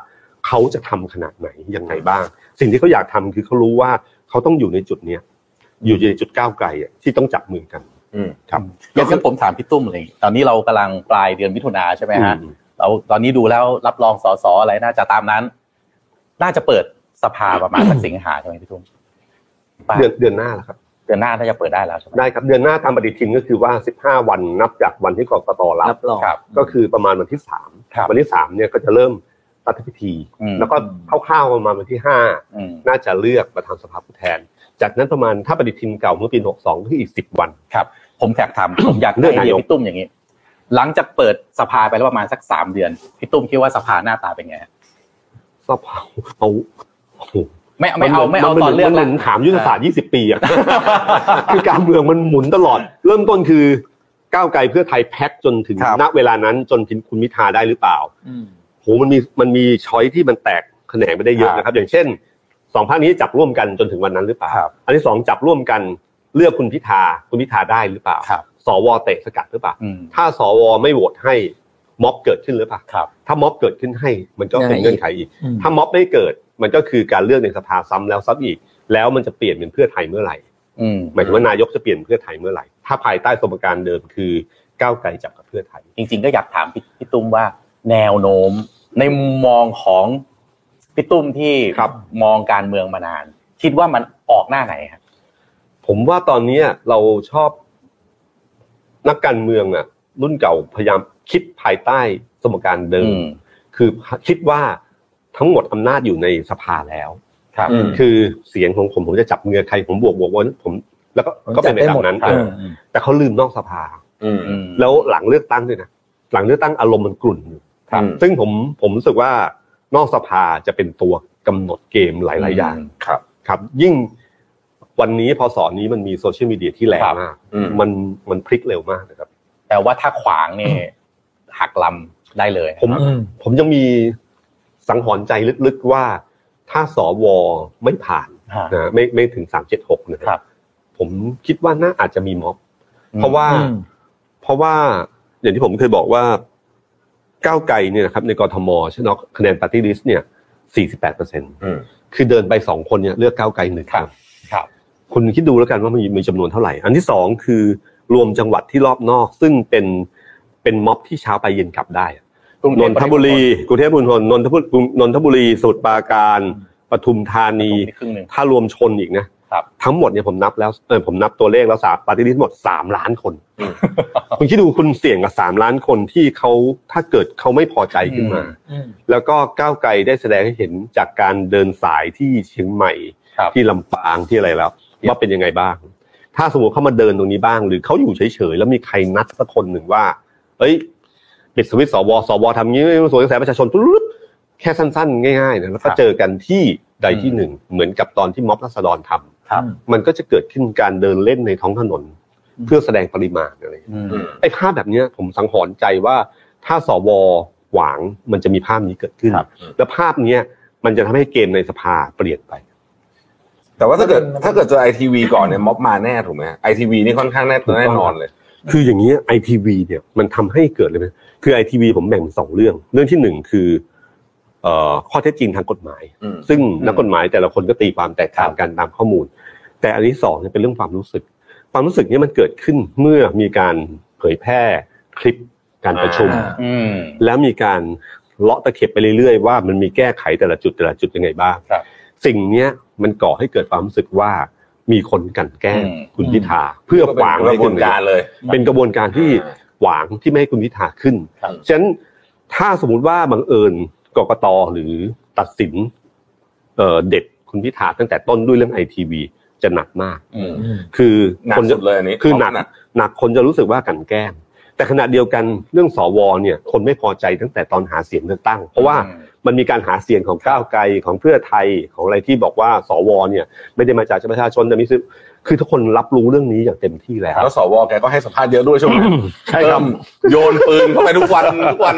[SPEAKER 5] เขาจะทำขนาดไหนยังไงบ้าง สิ่งที่เขาอยากทำคือเขารู้ว่าเขาต้องอยู่ในจุดเนี้ยอยู่ในจุดก้าวไกลอะที่ต้องจับมือกัน
[SPEAKER 4] อืม
[SPEAKER 5] ครับ
[SPEAKER 1] อย่างที่ผมถามพี่ตุ้มเลยตอนนี้เรากำลังปลายเดือนมิถุนาใช่ไหมฮะ
[SPEAKER 5] อืม
[SPEAKER 1] เราตอนนี้ดูแล้วรับรองสสอะไรน่าจะตามนั้น น่าจะเปิดสภาประมา ณสักสิงหาใช่ไหมพี่ตุ้มป่ะ
[SPEAKER 5] เดือนเดือนหน้าละครับ
[SPEAKER 1] เดือนหน้าน่าจะเปิดได้แล้วใช่ไหม
[SPEAKER 5] ได้ครับ เดือนหน้าตามปฏิทินก็คือว่า 15 วันนับจากวันที่กรกตรับ
[SPEAKER 3] รับรอง
[SPEAKER 1] ครับ
[SPEAKER 5] ก็คือประมาณวันที่สาม
[SPEAKER 1] ครับ
[SPEAKER 5] วันที่สามเนี่ยก็จะเริ่มรัฐพิธี
[SPEAKER 1] อืม
[SPEAKER 5] แล้วก็คร่าวๆประมาณวันที่ห้า
[SPEAKER 1] อืม
[SPEAKER 5] น่าจะเลือกประธานสภาผู้แทน จากนั้นประมาณถ้าปฏิทินเก่าเมื่อปี62ก็คืออีก 10 วัน
[SPEAKER 1] ครับ ผมอยากถาม ผมอยาก
[SPEAKER 5] เลื
[SPEAKER 1] ได้
[SPEAKER 5] อ
[SPEAKER 1] ไอน
[SPEAKER 5] กายก
[SPEAKER 1] เดียพี่ตุ้มอย่างนี้ หลังจากเปิดสภาไปแล้วประมาณสักสามเดือนพี่ตุ้มคิดว่าสภาหน้าตาเป็นไงฮะ
[SPEAKER 5] สภาเอาโอ้โห
[SPEAKER 1] ไม่ไม่เอาไม่เอา
[SPEAKER 5] นห
[SPEAKER 1] ตอน
[SPEAKER 5] น
[SPEAKER 1] เลือก
[SPEAKER 5] มันห
[SPEAKER 1] แล้ว
[SPEAKER 5] มืนถามยุทธศาสตร์ 20 ปีอะ คือการเมืองมันหมุนตลอด เริ่มต้นคือก้าวไกลเพื่อไทยแพ็คจนถึง
[SPEAKER 1] ครับ
[SPEAKER 5] ณเวลานั้นจนถึงคุณมิธาได้หรือเปล่า โหมันมีมันมีช้อยที่มันแตกแขนงไปได้เยอะนะครับ อย่างเช่นสองภาคนี้จับร่วมกันจนถึงวันนั้นหรือเปล่า
[SPEAKER 1] ครับ
[SPEAKER 5] อันที่สองจับร่วมกันเลือกคุณพิธาคุณพิธาได้หรือเปล่า
[SPEAKER 1] ครับ
[SPEAKER 5] สวเตะสกัดหรือเปล่า
[SPEAKER 1] อืม
[SPEAKER 5] ถ้าสวไม่โหวตให้ม็อบเกิดขึ้นหรือเปล่า
[SPEAKER 1] ครับ
[SPEAKER 5] ถ้าม็อบเกิดขึ้นให้มันก็เป็น
[SPEAKER 3] ยังไง
[SPEAKER 5] เงื่อนไขอีก
[SPEAKER 3] อืม
[SPEAKER 5] ถ้าม็อบไม่เกิดมันก็คือการเลือกในสภาซ้ำแล้วซ้ำอีก แล้วมันจะเปลี่ยนเป็นเพื่อไทยเมื่อไหร่
[SPEAKER 1] อืม
[SPEAKER 5] หมายถึงว่านายกจะเปลี่ยนเพื่อไทยเมื่อไหร่ ถ้าภายใต้สมการเดิมคือก้าวไกลจับกับเพื่อไทย
[SPEAKER 1] จริง ๆ ก็อยากถามพี่พี่ตุ้มว่า แนวโน้มในมุมมองของพี่ตุ้มที่
[SPEAKER 5] ครับ
[SPEAKER 1] มองการเมืองมานาน คิดว่ามันออกหน้าไหนครับ
[SPEAKER 5] ผมว่าตอนเนี้ยเราชอบนักการเมืองอ่ะ รุ่นเก่าพยายามคิดภายใต้สมการเดิม คือคิดว่าทั้งหมดอำนาจอยู่ในสภาแล้ว
[SPEAKER 1] ครับ
[SPEAKER 4] อืม
[SPEAKER 5] คือเสียงของผมผมจะจับเงือใครผมบวกบวกวนผม แล้วก็ก็เป็นไปตามนั้น
[SPEAKER 1] จับได้หมด
[SPEAKER 5] เออแต่เขาลืมนอกสภา
[SPEAKER 4] อืม
[SPEAKER 1] อืม
[SPEAKER 5] แล้วหลังเลือกตั้งด้วยนะหลังเลือกตั้งอารมณ์มันกลุ่นอยู่
[SPEAKER 4] ครับ
[SPEAKER 5] ซึ่งผมผมรู้สึกว่านอกสภาจะเป็นตัวกำหนดเกมหลาย ๆ อย่าง
[SPEAKER 4] ครับ
[SPEAKER 5] ครับยิ่งวันนี้พอสอนนี้มันมีโซเชียลมีเดียที่แรงมาก
[SPEAKER 4] อืม
[SPEAKER 5] มันมันพลิกเร็วมากนะครับ
[SPEAKER 1] แต่ว่าถ้าขวางเนี่ยหักลำได้เลย
[SPEAKER 5] ผม
[SPEAKER 3] อืม
[SPEAKER 5] ผมยังมีสังหรณ์ใจลึกๆว่าถ้าสวไม่ผ่านนะไม่ไม่ถึงสามเจ็ดหกนะค
[SPEAKER 1] ครั
[SPEAKER 5] รับ บ ผมคิดว่าน่าอาจจะมีม็อบ เพราะว่า
[SPEAKER 3] อืม
[SPEAKER 5] เพราะว่าอย่างที่ผมเคยบอกว่าก้าวไกลเนี่ยนะครับในกรทมใช่ไหมคะแนนปาร์ตี้ลิสต์เนี่ยสี่สิบแปดเปอร์เซ็นต์
[SPEAKER 4] อืม
[SPEAKER 5] คือเดินไปสองคนเนี่ยเลือกก้าวไกลหนึ่ง
[SPEAKER 1] ครับครับ
[SPEAKER 5] คุณคิดดูแล้วกันว่ามันมีจำนวนเท่าไหร่ อันที่สองคือรวมจังหวัดที่รอบนอก ซึ่งเป็นเป็นม็อบที่เช้าไปเย็นกลับได้อะ
[SPEAKER 1] กรุงเท
[SPEAKER 5] น
[SPEAKER 1] พ
[SPEAKER 5] นทบุรีกรุงเทพมณฑลนนทบุรีนนทบุรีสมุทรปราการ ปทุมธานี
[SPEAKER 1] นี่ครึ่งหนึ่ง
[SPEAKER 5] ถ้ารวมชนอีกนะครับ ทั้งหมดเนี่ยผมนับแล้วเออผมนับตัวเลขแล้วสามปฏิริษีทั้งหมดสามล้านคนคุณคิดดูคุณเสี่ยงกับสามล้านคนที่เขาถ้าเกิดเขาไม่พอใจขึ้นมา
[SPEAKER 3] อืม
[SPEAKER 5] แล้วก็ก้าวไกลได้แสดงให้เห็นจากการเดินสายที่เชียงใหม่
[SPEAKER 1] ครับ
[SPEAKER 5] ที่ลำปางที่อะไรแล้ว ว่าเป็นยังไงบ้าง ถ้าสมมติเขามาเดินตรงนี้บ้าง หรือเขาอยู่เฉยๆ แล้วมีใครนัดสักคนหนึ่งว่า เอ้ยปิดสวิตช์สวสวทำงี้ไม่สวนกระแสประชาชนปุ๊บแค่สั้นๆ ง่ายๆนะแล้วก็
[SPEAKER 1] ครับ
[SPEAKER 5] เจอกันที่ใดที่
[SPEAKER 1] อืม
[SPEAKER 5] หนึ่ง เหมือนกับตอนที่ม็อบรัษฎรท
[SPEAKER 3] ครับ
[SPEAKER 5] ำมันก็จะเกิดขึ้นการเดินเล่นในท้องถนน เพื่อแสดงปริมาณอะไรอย่างเงี้ย
[SPEAKER 1] อืม
[SPEAKER 4] อืม
[SPEAKER 5] ไอ้ภาพแบบเนี้ยผมสังหรณ์ใจว่าถ้าสวหวางมันจะมีภาพนี้เกิดขึ้น
[SPEAKER 1] ครับ
[SPEAKER 5] แล้วภาพเนี้ยมันจะทำให้เกมในสภาเปลี่ยนไป
[SPEAKER 4] แต่ว่าถ้าเกิดถ้าเกิดเจอไอทีวีก่อนเนี่ยม็อบมาแน่ถูกไหมไอทีวีนี่ค่อนข้างแน่แน่นอนเลย
[SPEAKER 5] คืออย่างนี้ยไอทีวีเนี่ยมันทำให้เกิดเลยไหมคือไอทีวีผมแบ่งเป็นสองเรื่อง เรื่องที่หนึ่งคือเอ่อข้อเท็จจริงทางกฎหมาย
[SPEAKER 4] อืม
[SPEAKER 5] ซึ่งนักกฎหมายแต่ละคนก็ตีความแตกต่างกันตามข้อมูล แต่อันที่สองเนี่ยเป็นเรื่องความรู้สึก ความรู้สึกเนี้มันเกิดขึ้นเมื่อมีการเผยแพร่คลิปการประชุม
[SPEAKER 3] อ่า
[SPEAKER 1] อืม
[SPEAKER 5] แล้วมีการเลาะตะเข็บไปเรื่อยๆว่ามันมีแก้ไขแต่ละจุดแต่ละจุดยังไงบ้าง
[SPEAKER 1] ครับ
[SPEAKER 5] สิ่งเนี้ยมันก่อให้เกิดความรู้สึกว่ามีคนกลันแกล้งคุณพิธาเพื่อหวาง
[SPEAKER 4] ก
[SPEAKER 5] ให้
[SPEAKER 4] ระบ
[SPEAKER 5] คุ
[SPEAKER 4] ว
[SPEAKER 5] ณ
[SPEAKER 4] นการเลย
[SPEAKER 5] เป็นกระบวนการที่หวางที่ไม่ให้คุณพิธาขึ้น
[SPEAKER 1] ครับ
[SPEAKER 5] ฉะนั้นถ้าสมมติว่าบังเอิญกกตหรือตัดสินเอ่อเด็ดคุณพิธาตั้งแต่ต้นด้วยเรื่องไอทีวีจะหนักมาก
[SPEAKER 1] อืม
[SPEAKER 5] คือ
[SPEAKER 4] หนัก
[SPEAKER 5] คนจะ
[SPEAKER 4] สุดเลยอันนี้
[SPEAKER 5] คือหนัก
[SPEAKER 4] เพราะว่า
[SPEAKER 5] หนักคนจะรู้สึกว่ากลันแกล้ง แต่ขณะเดียวกันเรื่องสวเนี่ย คนไม่พอใจตั้งแต่ตอนหาเสียงเลือกตั้ง เพราะว่ามันมีการหาเสียงของก้าวไกลของเพื่อไทยของอะไรที่บอกว่า สวเนี่ย ไม่ได้มาจากประชาชนแต่มีสิทธิ์คือทุกคนรับรู้เรื่องนี้อย่างเต็มที่แล้ว
[SPEAKER 4] แล้วสวแกก็ให้สัมภาษณ์เยอะด้วยช่วงนี้
[SPEAKER 5] ใช่ครับ
[SPEAKER 4] เอิ่มโยนปืนเข้าไปทุกวัน ทุกวัน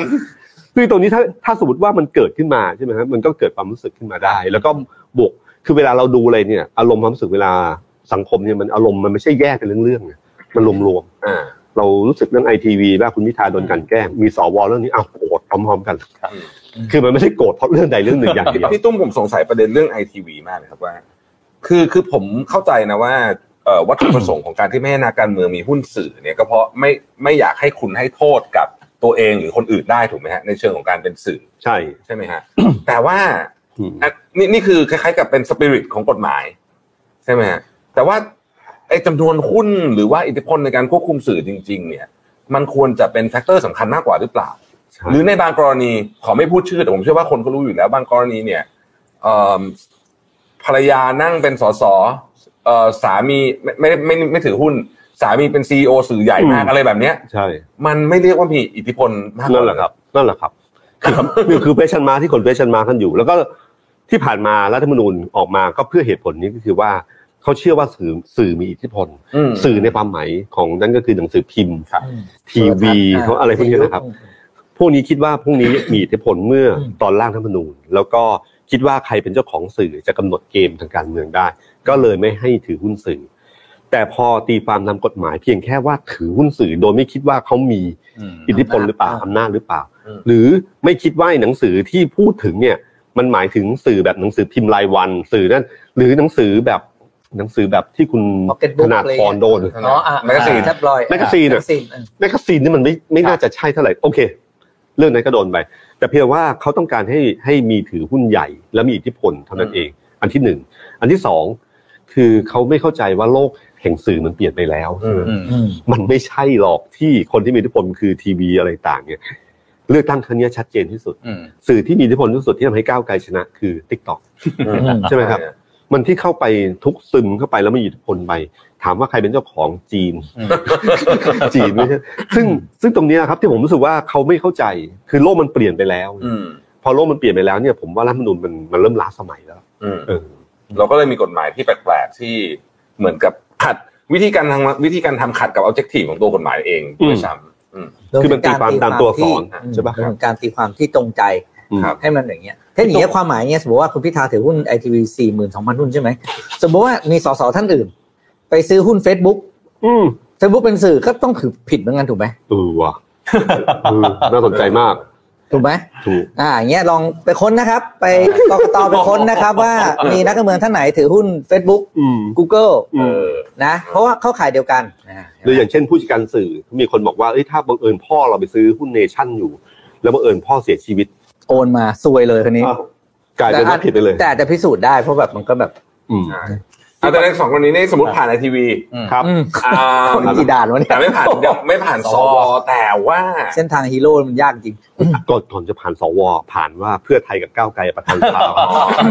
[SPEAKER 5] คือตรงนี้ถ้าถ้าสมมติว่ามันเกิดขึ้นมาใช่ไหมครับมันก็เกิดความรู้สึกขึ้นมาได้ แล้วก็บวกคือเวลาเราดูอะไรเนี่ย อารมณ์ความรู้สึกเวลาสังคมเนี่ยมันอารมณ์มันไม่ใช่แยกเป็นเรื่องๆนะมันรวมๆ
[SPEAKER 4] อ่า
[SPEAKER 5] เรารู้สึกเรื่องไอทีวีว่าคุณพิธาโดนกลันแกล้ง มีสวเรื่องนี้อ้าวโกรธพร้อมๆกัน
[SPEAKER 4] ครับ
[SPEAKER 5] คือมันไม่ใช่โกรธเพราะเรื่องใดเรื่องหนึ่งอย่างเดียว
[SPEAKER 4] พี่ตุ้มผมสงสัยประเด็นเรื่องไอทีวีมากเลยครับว่า คือคือผมเข้าใจนะว่าเอ่อวัตถุประสงค์ของการที่ไม่ให้นักการเมืองมีหุ้นสื่อเนี่ยก็เพราะไม่ไม่อยากให้คุณให้โทษกับตัวเองหรือคนอื่นได้ถูกไหมฮะในเชิงของการเป็นสื่อ
[SPEAKER 5] ใช่
[SPEAKER 4] ใช่ไหมฮะ แต่ว่า
[SPEAKER 5] อืม
[SPEAKER 4] อ่ะนี่นี่คือคล้ายๆกับเป็นสปิริตของกฎหมาย ใช่ไหมฮะแต่ว่าไอ้จำนวนหุ้นหรือว่าอิทธิพลในการควบคุมสื่อจริง ๆ เนี่ย มันควรจะเป็นแฟกเตอร์สำคัญมากกว่าหรือเปล่า
[SPEAKER 5] ใช่
[SPEAKER 4] หรือในบางกรณีขอไม่พูดชื่อแต่ผมเชื่อว่าคนก็รู้อยู่แล้วบางกรณีเนี่ยเอิ่มภรรยานั่งเป็นสสเอ่อสามีไม่ไม่ไม่ไม่ไม่ถือหุ้น สามีเป็นซีอสื่อใหญ่มากอะไรแบบเนี้ย
[SPEAKER 5] ใช่
[SPEAKER 4] มันไม่เรียกว่ามีอิทธิพลมากกว่า
[SPEAKER 5] นั่นแหละครับ นั่นแหละครับคือ คือคือเพชันมาที่คนเพชันมากันอยู่ แล้วก็ที่ผ่านมารัฐธรรมนูญออกมาก็เพื่อเหตุผลนี้ก็คือว่าเขาเชื่อว่าสื่อสื่อมีอิทธิพล
[SPEAKER 4] อืม
[SPEAKER 5] สื่อในความหมายของนั่นก็คือหนังสือพิมพ์ ทีวีเขาอะไรพวกนี้นะครับ พวกนี้คิดว่าพวกนี้มีอิทธิพลเมื่อตอนร่างรัฐธรรมนูญ แล้วก็คิดว่าใครเป็นเจ้าของสื่อจะกำหนดเกมทางการเมืองได้ ก็เลยไม่ให้ถือหุ้นสื่อ แต่พอตีความตามกฎหมายเพียงแค่ว่าถือหุ้นสื่อ โดยไม่คิดว่าเขามี
[SPEAKER 1] อืม
[SPEAKER 5] อิทธิพลหรือเปล่า
[SPEAKER 3] อำนาจ
[SPEAKER 5] อำนาจหรือเปล่า
[SPEAKER 4] อืม
[SPEAKER 5] หรือไม่คิดว่าไอ้หนังสือที่พูดถึงเนี่ยมันหมายถึงสื่อแบบหนังสือพิมพ์รายวัน สื่อนั่นหรือหนังสือแบบหนังสือแบบที่คุณ
[SPEAKER 3] Pocketbook
[SPEAKER 5] ธนาธรโดน
[SPEAKER 3] อ๋ออ่ะ
[SPEAKER 4] แมกกาซีน
[SPEAKER 3] แท็บลอยด์
[SPEAKER 5] แมกกาซีน
[SPEAKER 3] แมก
[SPEAKER 5] อะ
[SPEAKER 3] กาซีนอ่ะ
[SPEAKER 5] แมกกาซีนนี่มันไม่ไม่น่าจะใช่เท่าไหร่โอเค เรื่องนั้นก็โดนไป แต่เพียงว่าเขาต้องการให้ให้มีถือหุ้นใหญ่ และมีอิทธิพลเท่านั้นเอง อันที่หนึ่งอันที่สองคือเขาไม่เข้าใจว่าโลกแห่งสื่อมันเปลี่ยนไปแล้ว
[SPEAKER 4] อืม
[SPEAKER 1] อืม
[SPEAKER 3] อืม
[SPEAKER 5] มันไม่ใช่หรอกที่คนที่มีอิทธิพลคือทีวีอะไรต่างเนี่ยเลือกตั้งครั้งเนี้ยชัดเจนที่สุด
[SPEAKER 1] อืม
[SPEAKER 5] สื่อที่มีอิทธิพลที่สุดที่ทำให้ก้าวไกลชนะคือ t ิ k t o k ใช่ไหมครับ มันที่เข้าไปทุกซึมเข้าไปแล้วมีอิทธิพลไปถามว่าใครเป็นเจ้าของจี น
[SPEAKER 1] อืม
[SPEAKER 5] จีนไม่ใช่ซึ่งซึ่งตรงเนี้ยครับที่ผมรู้สึกว่าเขาไม่เข้าใจ คือโลกมันเปลี่ยนไปแล้ว
[SPEAKER 4] อืม
[SPEAKER 5] พอโลกมันเปลี่ยนไปแล้วเนี่ยผมว่ารัฐธรรมนูญมันมันเริ่มล้าสมัยแล้ว
[SPEAKER 4] อืม
[SPEAKER 5] เออ
[SPEAKER 4] เราก็เลยมีกฎหมายที่แปลกๆที่เหมือนกับขัดวิธีการทางวิธีการทำขัดกับ objective ของตัวกฎหมายเอง
[SPEAKER 5] อืม
[SPEAKER 4] ด้วยซ้ำอืม
[SPEAKER 5] คือมันตีความตามตัวอักษรใช่ปะ
[SPEAKER 3] รวมถึงการตีความที่ตรงใจ
[SPEAKER 5] อืม
[SPEAKER 4] ครับ
[SPEAKER 3] ให้มันอย่างเงี้ยถ้าอย่างเงี้ยความหมายเงี้ยสมมติว่าคุณพิธาถือหุ้นไอทีวีสี่หมื่นสองพันหุ้นใช่ไหมสมมติว่ามีสสท่านอื่น ไปซื้อหุ้น Facebook
[SPEAKER 5] อืม
[SPEAKER 3] Facebook เป็นสื่อก็ต้องถือผิดเหมือนกันถูกไหม
[SPEAKER 5] เออว่ะเออน่าสนใจมาก
[SPEAKER 3] ถูกไหม
[SPEAKER 5] ถูก
[SPEAKER 3] อ่าอย่างเงี้ยลองไปค้นนะครับ ไปกกตไปค้นนะครับ ว่ามีนักการเมืองท่านไหนถือหุ้น Facebook
[SPEAKER 5] อืม
[SPEAKER 3] Google
[SPEAKER 5] อืม
[SPEAKER 4] เออ
[SPEAKER 3] นะเพราะว่าเข้าข่ายเดียวกัน
[SPEAKER 5] หรืออย่างเช่นผู้จัดการสื่อมีคนบอกว่าเอ้ยถ้าบังเอิญพ่อเราไปซื้อหุ้นเนชั่นอยู่ แล้วบังเอิญพ่อเสียชีวิต
[SPEAKER 3] โอนมาซวยเลยคนนี้
[SPEAKER 5] อ้าว กลายเป็นว่าผิดไปเลย
[SPEAKER 3] แต่อาจจะพิสูจน์ได้เพราะแบบมันก็แบบ
[SPEAKER 5] อืม
[SPEAKER 4] ใช่เอาแต่ในสองคนนี้นี่สมมติผ่านในทีวี
[SPEAKER 1] อืม
[SPEAKER 5] ครับ
[SPEAKER 3] อืม
[SPEAKER 4] อ่า
[SPEAKER 3] คนกี่ด่านวะเนี่ย
[SPEAKER 4] แต่ไม่ผ่านเดี๋ยวไม่ผ่านสวแต่ว่า
[SPEAKER 3] เส้นทางฮีโร่มันยากจริง
[SPEAKER 5] ก่อนก่อนจะผ่านสวผ่านว่าเพื่อไทยกับก้าวไกลประธานสภา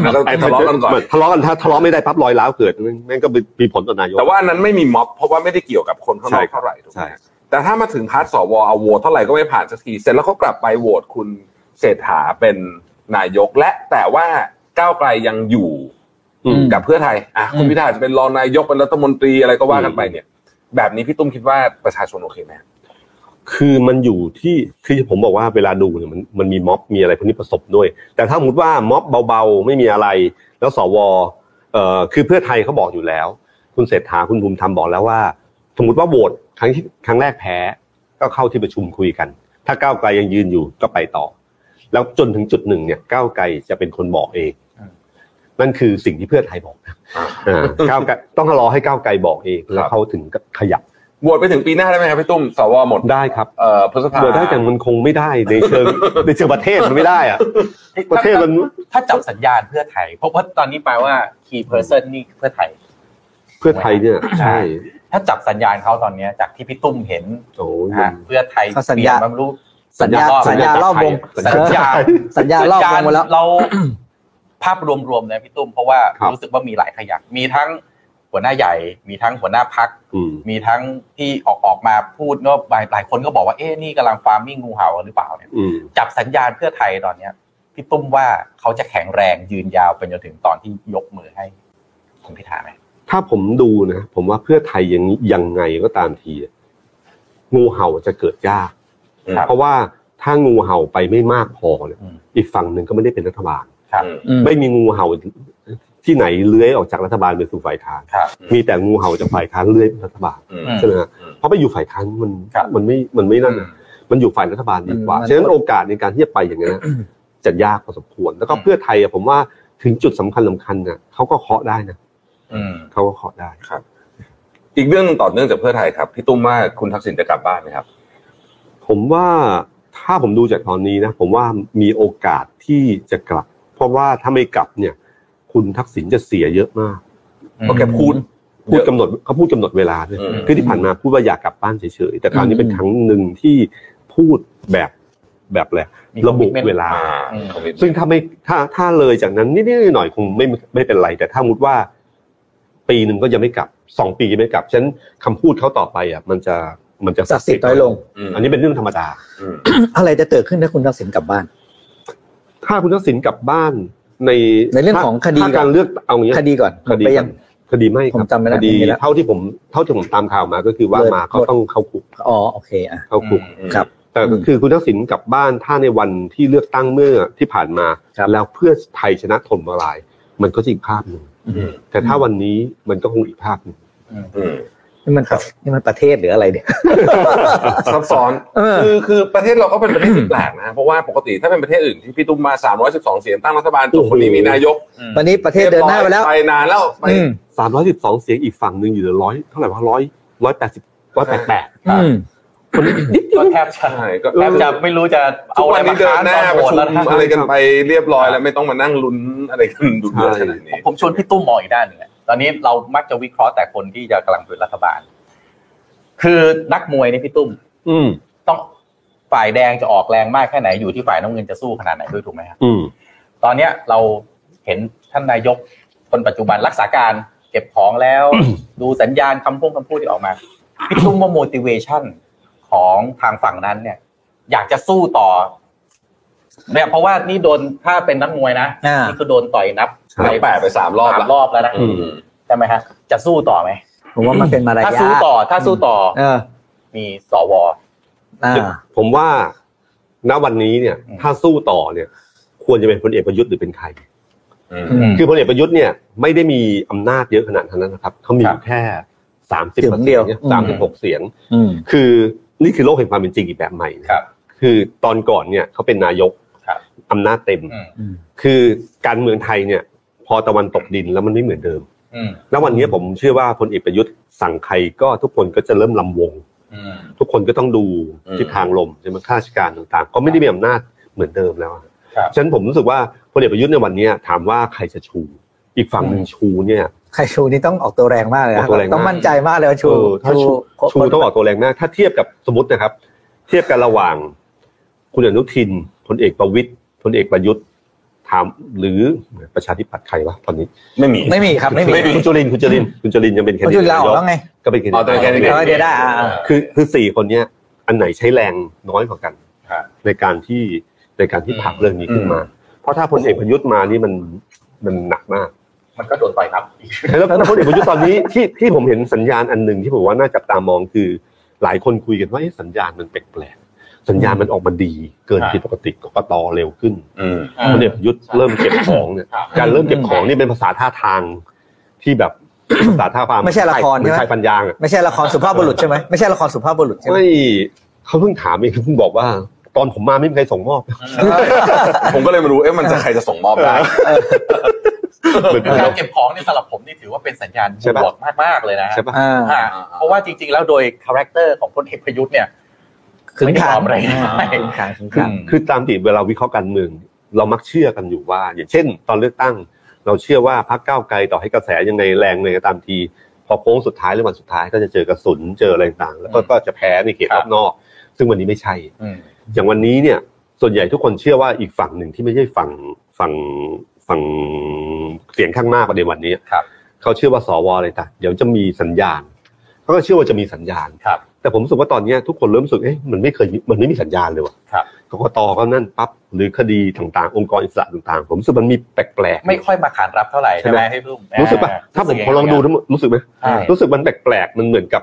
[SPEAKER 4] แล้วก็ทะเลาะกันก่อน
[SPEAKER 5] มัทะเลาะกันถ้าทะเลาะไม่ได้ปั๊บรอยร้าวเกิดแม่งก็มีผลต่อนายก
[SPEAKER 4] แต่ว่าอันนั้นไม่มีม็อบเพราะว่าไม่ได้เกี่ยวกับคนข้างนอกเท่าไหร่ถูกไห
[SPEAKER 5] ใช่
[SPEAKER 4] มแต่ถ้ามาถึงพาร์ทสวเอาโหวตเท่าไหร่ก็ไม่ผ่านสักทีเสร็จแล้วเขากลับไปโหวตคุณเศรษฐาเป็นนายกและแต่ว่าก้าวไกลยังอยู่
[SPEAKER 5] อืม
[SPEAKER 4] กับเพื่อไทยอ่ะคุณ
[SPEAKER 3] อืม
[SPEAKER 4] พิธาอาจจะเป็นรองนายกเป็นรัฐมนตรีอะไรก็ว่ากันไปเนี่ย แบบนี้พี่ตุ้มคิดว่าประชาชนโอเคไหม
[SPEAKER 5] คือมันอยู่ที่คือผมบอกว่าเวลาดูเนี่ยมันมันมีม็อบมีอะไรพวกนี้ผสมด้วย แต่ถ้าสมมติว่าม็อบเบาๆ ไม่มีอะไร แล้วสวเอ่อคือเพื่อไทยเขาบอกอยู่แล้ว คุณเศรษฐาคุณภูมิธรรมบอกแล้วว่า สมมติว่าโหวตครั้งที่ครั้งแรกแพ้ ก็เข้าที่ประชุมคุยกัน ถ้าก้าวไกลยังยืนอยู่ก็ไปต่อ แล้วจนถึงจุดหนึ่งเนี่ยก้าวไกลจะเป็นคนบอกเองนั่นคือสิ่งที่เพื่อไทยบอกนะอ่าก้าวไกลต้องรอให้ก้าวไกลบอกเองแล้วเขาถึงก็ขยับ
[SPEAKER 4] โหวตไปถึงปีหน้าได้ไหมครับพี่ตุ้มสวหมด
[SPEAKER 5] ได้ครับ
[SPEAKER 4] เอ่อพฤษภา
[SPEAKER 5] เบื่อได้แต่มันคงไม่ได้ในเชิ ง ในเชิงประเทศมันไม่ได้อะประเทศมัน
[SPEAKER 1] ถ้าจับสัญญาณเพื่อไทย เพราะว่าตอนนี้แปลว่า key person นี่เพื่อไทย
[SPEAKER 5] เพื่อไทยเนี่ยใช่
[SPEAKER 1] ถ้าจับสัญญาณเขาตอนเนี้ยจากที่พี่ตุ้มเห็น
[SPEAKER 5] โอ้ยมั
[SPEAKER 1] นะ
[SPEAKER 5] น
[SPEAKER 1] เพื่อไทย
[SPEAKER 3] เขาสัญญา
[SPEAKER 1] เปลี่ยนบรรลุ
[SPEAKER 3] สัญญา
[SPEAKER 1] สั
[SPEAKER 3] สั
[SPEAKER 1] ญ
[SPEAKER 3] ญ
[SPEAKER 1] ญา
[SPEAKER 3] ญารร
[SPEAKER 1] อ
[SPEAKER 3] อ
[SPEAKER 1] บบ ว
[SPEAKER 3] ว
[SPEAKER 1] ง
[SPEAKER 3] ง
[SPEAKER 1] สัญญาณ
[SPEAKER 3] สัญญารอบวงหมดแล้ว
[SPEAKER 1] เรา ภาพรวมๆนะพี่ตุ้มเพราะว่า
[SPEAKER 5] ครับ
[SPEAKER 1] รู้สึกว่ามีหลายขยัก มีทั้งหัวหน้าใหญ่ มีทั้งหัวหน้าพัก
[SPEAKER 5] อืม
[SPEAKER 1] มีทั้งที่ออกออกมาพูดเนอะหลายหลายคนก็บอกว่าเอ๊ะนี่กำลังฟาร์มมิ่งงูเห่าหรือเปล่าเนี่ย
[SPEAKER 5] อืม
[SPEAKER 1] จับสัญญาณเพื่อไทยตอนเนี้ยพี่ตุ้มว่าเขาจะแข็งแรงยืนยาวไปจนถึงตอนที่ยกมือให้คุณพิธาไหม
[SPEAKER 5] ถ้าผมดูนะ ผมว่าเพื่อไทยยังยังไงก็ตามทีอะงูเห่าจะเกิดยาก
[SPEAKER 1] ครับ
[SPEAKER 5] เพราะว่าถ้างูเห่าไปไม่มากพอเนี่ย
[SPEAKER 1] อืม
[SPEAKER 5] อีกฝั่งหนึ่งก็ไม่ได้เป็นรัฐบาล
[SPEAKER 1] ครับ
[SPEAKER 3] อืม
[SPEAKER 5] ไม่มีงูเห่าที่ไหนเลื้อยออกจากรัฐบาลไปสู่ฝ่ายค้าน
[SPEAKER 1] ครับ
[SPEAKER 5] มีแต่งูเห่าจากฝ่ายค้านเลื้อยเป็นรัฐบาล
[SPEAKER 4] อืม
[SPEAKER 1] อืม
[SPEAKER 5] ใช่ไหมฮะ
[SPEAKER 4] อืม
[SPEAKER 5] เพราะไปอยู่ฝ่ายค้านมัน
[SPEAKER 1] ครับ
[SPEAKER 5] มันไม่มันไม่นั่นอะ มันอยู่ฝ่ายรัฐบาลดีกว่า
[SPEAKER 3] มัน
[SPEAKER 5] ฉะนั้นโอกาสในการที่จะไปอย่าง นั้นน่ะจะยากพอสมควร แล้วก็เพื่อไทยอะผมว่าถึงจุดสำคัญสำคัญน่ะเขาก็เคาะได้นะ
[SPEAKER 1] อืม
[SPEAKER 5] เขาก็เคาะได้
[SPEAKER 4] อีกเรื่องหนึ่งต่อเนื่องจากเพื่อไทยครับพี่ตุ้มว่าคุณทักษิณจะกลับบ้านไหมครับ
[SPEAKER 5] ผมว่าถ้าผมดูจากตอนนี้นะ ผมว่ามีโอกาสที่จะกลับ เพราะว่าถ้าไม่กลับเนี่ย คุณทักษิณจะเสียเยอะมาก
[SPEAKER 1] อืม
[SPEAKER 5] เพราะแกพูดพูดกำหนดเขาพูดกำหนดเวลาด้วย
[SPEAKER 4] อืม
[SPEAKER 5] คือที่ผ่านมาพูดว่าอยากกลับบ้านเฉยๆแต่คราวนี้เป็นครั้งหนึ่งที่พูดแบบแบบแหละ
[SPEAKER 1] มี
[SPEAKER 5] ระบุ
[SPEAKER 1] commitment
[SPEAKER 5] เวลา
[SPEAKER 4] อ่า
[SPEAKER 1] อืม
[SPEAKER 5] ซึ่งถ้าไม่ถ้าถ้าเลยจากนั้นนิดๆหน่อยๆคงไม่ไม่เป็นไร แต่ถ้ามุดว่า ปีหนึ่งก็ยังไม่กลับสองปียังไม่กลับฉะนันคำพูดเขาต่อไปอ่ะ มันจะมันจะ
[SPEAKER 3] ศักดิ์สิทธิ์น้อยลง
[SPEAKER 4] อืม
[SPEAKER 5] อันนี้เป็นเรื่องธรรมดา
[SPEAKER 4] อืม
[SPEAKER 3] อะไรจะเกิดขึ้นถ้าคุณทักษิณกลับบ้าน
[SPEAKER 5] ถ้าคุณทักษิณกลับบ้านใน
[SPEAKER 3] ในเรื่องของคดี
[SPEAKER 5] ถ้า
[SPEAKER 3] ก่อน
[SPEAKER 5] การเลือกเอาอย่างเงี้ย
[SPEAKER 3] คดีก่อนหม
[SPEAKER 5] ค
[SPEAKER 3] ด
[SPEAKER 5] ดี
[SPEAKER 3] ไปยัง
[SPEAKER 5] คดีไม่
[SPEAKER 3] ผ
[SPEAKER 5] ครับ
[SPEAKER 3] มจำไม่ได้
[SPEAKER 5] คดี
[SPEAKER 3] ผมมีแล้ว
[SPEAKER 5] เท่าที่ผมเท่าที่ผมตามข่าวมาก็คือว่า
[SPEAKER 3] เลย
[SPEAKER 5] มาเขา
[SPEAKER 3] หมด
[SPEAKER 5] ต้องเข้าคุก
[SPEAKER 3] อ๋อโอเคอ่ะ
[SPEAKER 5] เข้าคุก
[SPEAKER 3] ครับ
[SPEAKER 5] แต่
[SPEAKER 3] อืม
[SPEAKER 5] คือคุณทักษิณกลับบ้านถ้าในวันที่เลือกตั้งเมื่อที่ผ่านมา
[SPEAKER 3] ครับ
[SPEAKER 5] แล้วเพื่อไทยชนะทนมาลาย มันก็จะอีกภาพหนึ่ง
[SPEAKER 4] อืม
[SPEAKER 5] แต่ถ้าวันนี้มันก็คงอีกภาพหนึ่ง
[SPEAKER 4] อืม
[SPEAKER 3] นี่มันนี่มันประเทศหรืออะไรเนี่ย
[SPEAKER 4] ซับซ้อน
[SPEAKER 3] เออ
[SPEAKER 4] คือคือประเทศเราก็เป็นประเทศที่แปลกนะ เพราะว่าปกติถ้าเป็นประเทศอื่นที่พี่ตุ้มมา 312 เสียงตั้งรัฐบาลจบคนนี้มีนายก
[SPEAKER 3] วันนี้ประเทศเดินหน้าไปแล้ว
[SPEAKER 4] ไปนานแล้วไป
[SPEAKER 3] อืม
[SPEAKER 5] สามร้อยสิบสองเสียงอีกฝั่งหนึ่งอยู่เหลือร้อยเท่าไหร่วะร้อยร้อยแปดสิบร้อยแปดแปด
[SPEAKER 3] อืม
[SPEAKER 1] ก็แทบจะ
[SPEAKER 4] ใช่ก็
[SPEAKER 1] แทบจะไม่รู้จะ
[SPEAKER 4] ทุ
[SPEAKER 1] เอา
[SPEAKER 4] ก
[SPEAKER 1] อะ
[SPEAKER 4] วัน
[SPEAKER 1] ไรมา
[SPEAKER 4] นี้เดิน
[SPEAKER 1] ค้า
[SPEAKER 4] ห
[SPEAKER 1] นต
[SPEAKER 4] น้าป
[SPEAKER 1] อนโห
[SPEAKER 4] ระ
[SPEAKER 1] วต
[SPEAKER 4] ชุ
[SPEAKER 1] แล้ว
[SPEAKER 4] ม
[SPEAKER 1] นะ
[SPEAKER 4] อะไรกันไปเรียบร้อยแล้วไม่ต้องมานั่งลุ้นอะไรกันดูเดือดขนาดนี้
[SPEAKER 1] ผมชวนพี่ตุ้มมองอีกด้านหนึ่งอะตอนนี้เรามักจะวิเคราะห์แต่คนที่จะกำลังเป็นรัฐบาล คือนักมวยเนี่ยพี่ตุ้ม
[SPEAKER 5] อืม
[SPEAKER 1] ต้องฝ่ายแดงจะออกแรงมากแค่ไหนอยู่ที่ฝ่ายน้ำเงินจะสู้ขนาดไหนด้วยถูกไหมครับ
[SPEAKER 5] อืม
[SPEAKER 1] ตอนเนี้ยเราเห็นท่านนายกคนปัจจุบันรักษาการเก็บของแล้ว ดูสัญญาณคำพูดคำพูดที่ออกมาพี่ตุ้มว่า motivation ของทางฝั่งนั้นเนี่ย อยากจะสู้ต่อเนี่ยเพราะว่านี่โดนถ้าเป็นนักมวยนะ
[SPEAKER 3] อ่านี่
[SPEAKER 1] นี่คือโดนต่อยนับ
[SPEAKER 4] นับแปดไปสามรอบละ
[SPEAKER 1] สามรอบแล้วนะ
[SPEAKER 5] อืม
[SPEAKER 1] ใช่ไหมฮะจะสู้ต่อไหม
[SPEAKER 3] ผมว่ามันเป็นมารยา
[SPEAKER 1] ถ้า
[SPEAKER 3] ท
[SPEAKER 1] สู้ต่อถ้าสู้ต่อ
[SPEAKER 3] เออ
[SPEAKER 1] มีสว
[SPEAKER 3] อ่า
[SPEAKER 5] ผมว่าณวันนี้เนี่ย
[SPEAKER 1] อืม
[SPEAKER 5] ถ้าสู้ต่อเนี่ย ควรจะเป็นพลเอกประยุทธ์หรือเป็นใคร
[SPEAKER 4] อืม
[SPEAKER 1] อืม
[SPEAKER 5] คือพลเอกประยุทธ์เนี่ยไม่ได้มีอำนาจเยอะขนาดนั้นนะครับเขามีอ
[SPEAKER 1] ครั
[SPEAKER 5] ยู่
[SPEAKER 1] บ
[SPEAKER 5] แค่สามสิบ
[SPEAKER 3] ถึงเดียว
[SPEAKER 5] สามสิบหกเสียง
[SPEAKER 3] อืม
[SPEAKER 5] คือนี่คือโลกแห่งความเป็นจริงอีกแบบใหม่นะครับ คือตอนก่อนเนี่ยเขาเป็นนายก
[SPEAKER 1] ครับ
[SPEAKER 5] อำนาจเต็ม
[SPEAKER 1] อืม
[SPEAKER 5] คือการเมืองไทยเนี่ย พอตะวันตกดินแล้วมันไม่เหมือนเดิม
[SPEAKER 1] อืม
[SPEAKER 5] แล้ววันนี้ผมเชื่อว่าพลเอกประยุทธ์สั่งใครก็ทุกคนก็จะเริ่มลำวง
[SPEAKER 1] อืม
[SPEAKER 5] ทุกคนก็ต้องดู
[SPEAKER 4] อืม
[SPEAKER 5] ทิศทางลมใช่ไหมข้าราชการต่างๆ ก็ไม่ได้มีอำนาจเหมือนเดิมแล้วอะ
[SPEAKER 1] ครับ
[SPEAKER 5] ฉะนั้นผมรู้สึกว่าพลเอกประยุทธ์ในวันเนี้ยถามว่าใครจะชู อีกฝั่งหนึ่งชูเนี่ย
[SPEAKER 3] ใครชูนี่ต้องออกตัวแรงมากเลยนะ
[SPEAKER 5] ออกตัวแรงมาก
[SPEAKER 3] ต้องมั่นใจมากเลยว่าชู
[SPEAKER 5] เออถ้าชูชูต้องออกตัวแรงมากถ้าเทียบกับสมมตินะครับ เทียบกันระหว่างคุณอนุทินพลเอกประวิตยพลเอกประยุทธ์ถามหรือประชาธิปัตย์ใครวะตอนนี้
[SPEAKER 4] ไม่มี
[SPEAKER 3] ไม่มีครับไม่มี
[SPEAKER 5] คุณจุลินทร์คุณจุลินทร์คุณจุลินทร์ยังเป็นแคน
[SPEAKER 3] คุณ
[SPEAKER 5] ดิ
[SPEAKER 3] จุล
[SPEAKER 5] เดต
[SPEAKER 3] ลาออกแล้วไง
[SPEAKER 5] ก็เป็นแคนดิ
[SPEAKER 4] อ๋อ
[SPEAKER 5] เด
[SPEAKER 4] ตัว
[SPEAKER 5] ต
[SPEAKER 4] แคนดิเดต
[SPEAKER 5] นายก
[SPEAKER 3] เดี๋ยวได้อ่า
[SPEAKER 5] คือคือสี่คนเนี้ยอันไหนใช้แรงน้อยกว่ากัน
[SPEAKER 4] ครับ
[SPEAKER 5] ในการที่ในการที่ผลักเรื่องนี้ขึ้นมา เพราะถ้าพลเอกประยุทธ์มานี่มันมันหนักมาก
[SPEAKER 1] มันก็โดนต่อยนับอีก
[SPEAKER 5] แล้วแล้วพลเอกประยุทธ์ตอนนี้ ที่ที่ผมเห็นสัญญาณอันหนึ่งที่ผมว่าน่าจับตามองคือ หลายคนคุยกันว่าเอ๊ะสัญญาณมันแปลกๆสัญญาณมันออกมาดี เกิน
[SPEAKER 1] ครับ
[SPEAKER 5] ผิดปกติกกตเร็วขึ้น
[SPEAKER 4] อืม
[SPEAKER 5] พลเอกประยุทธ์เริ่มเก็บของเนี่ย
[SPEAKER 1] ครับ
[SPEAKER 5] การเริ่มเก็บของนี่เป็นภาษาท่าทางที่แบบ ภาษาท่าทาง
[SPEAKER 3] ไม่ใช่ละคร
[SPEAKER 5] เหมือน
[SPEAKER 3] ใช่ไหม
[SPEAKER 5] ชายปัญญางอะ
[SPEAKER 3] ไม่ใช่ละครสุภาพบุรุษใช่ไหมไม่ใช่ละครสุภาพบุรุษใช่ไหม
[SPEAKER 5] ไม่เขาเพิ่งถามเองเขาเพิ่งบอกว่า ตอนผมมาไม่มีใครส่งมอบ
[SPEAKER 4] ผมก็เลยมารู้เอ๊ะมันจะใครจะส่งมอบได้
[SPEAKER 5] เหมือนกัน
[SPEAKER 1] การเก็บของเนี่ยสำหรับผมนี่ถือว่าเป็นสัญญาณ
[SPEAKER 5] ใช่ปะ
[SPEAKER 1] บวกมากๆเลยนะ
[SPEAKER 5] ใช่ปะ
[SPEAKER 3] อ่า
[SPEAKER 1] อ่าเพราะว่าจริงๆแล้วโดยคาแรคเตอร์ของพลเอกประยุทธ์เนี่ย
[SPEAKER 3] ขึงขัง
[SPEAKER 1] ไม่ยอมอะไร
[SPEAKER 3] อ่าขึงขังขึง
[SPEAKER 5] คือ
[SPEAKER 3] ขัง
[SPEAKER 5] คือตามติเวลาวิเคราะห์การเมือง เรามักเชื่อกันอยู่ว่า อย่างเช่น ตอนเลือกตั้ง เราเชื่อว่าพรรคก้าวไกลต่อให้กระแสยังไงแรงเลยก็ตามที พอโค้งสุดท้ายหรือวันสุดท้ายก็จะเจอกระสุนเจออะไรต่างๆแล้วก็
[SPEAKER 1] อืม
[SPEAKER 5] ก็จะแพ้ในเขต
[SPEAKER 1] ค
[SPEAKER 5] ร
[SPEAKER 1] รับ
[SPEAKER 5] อบนอก ซึ่งวันนี้ไม่ใช่
[SPEAKER 1] อืม
[SPEAKER 5] อย่างวันนี้เนี่ย ส่วนใหญ่ทุกคนเชื่อว่าอีกฝั่งหนึ่งที่ไม่ใช่ฝั่งฝั่งฝั่งเสียงข้างมากประเด็นวันนี้
[SPEAKER 1] ครับ
[SPEAKER 5] เขาเชื่อว่าสวอะไรต่างเดี๋ยวจะมีสัญญาณเขาก็เชื่อว่าจะมีสัญญาณ
[SPEAKER 1] ครับ
[SPEAKER 5] แต่ผมรู้สึกว่าตอนเนี้ยทุกคนเริ่มรู้สึกเอ๊ะมันไม่เคยมีมันไม่มีสัญญาณเลยว่ะ
[SPEAKER 1] ครับ
[SPEAKER 5] กกตก็นั่นปั๊บหรือคดีต่างๆ องค์กรอิสระต่างๆ ผมรู้สึกมันมีแปลกๆ
[SPEAKER 1] ไม่ค่อยมาขานรับเท่าไหร่
[SPEAKER 5] ใช่
[SPEAKER 1] ใช่
[SPEAKER 5] ไหม
[SPEAKER 1] ไหมให้รุ่ม
[SPEAKER 5] รู้สึกป่ะ
[SPEAKER 1] อ่
[SPEAKER 5] ถ้าผมพอลองดูทั้งหมดรู้สึกไหม
[SPEAKER 1] ใช่
[SPEAKER 5] รู้สึกมันแปลกๆมันเหมือนกับ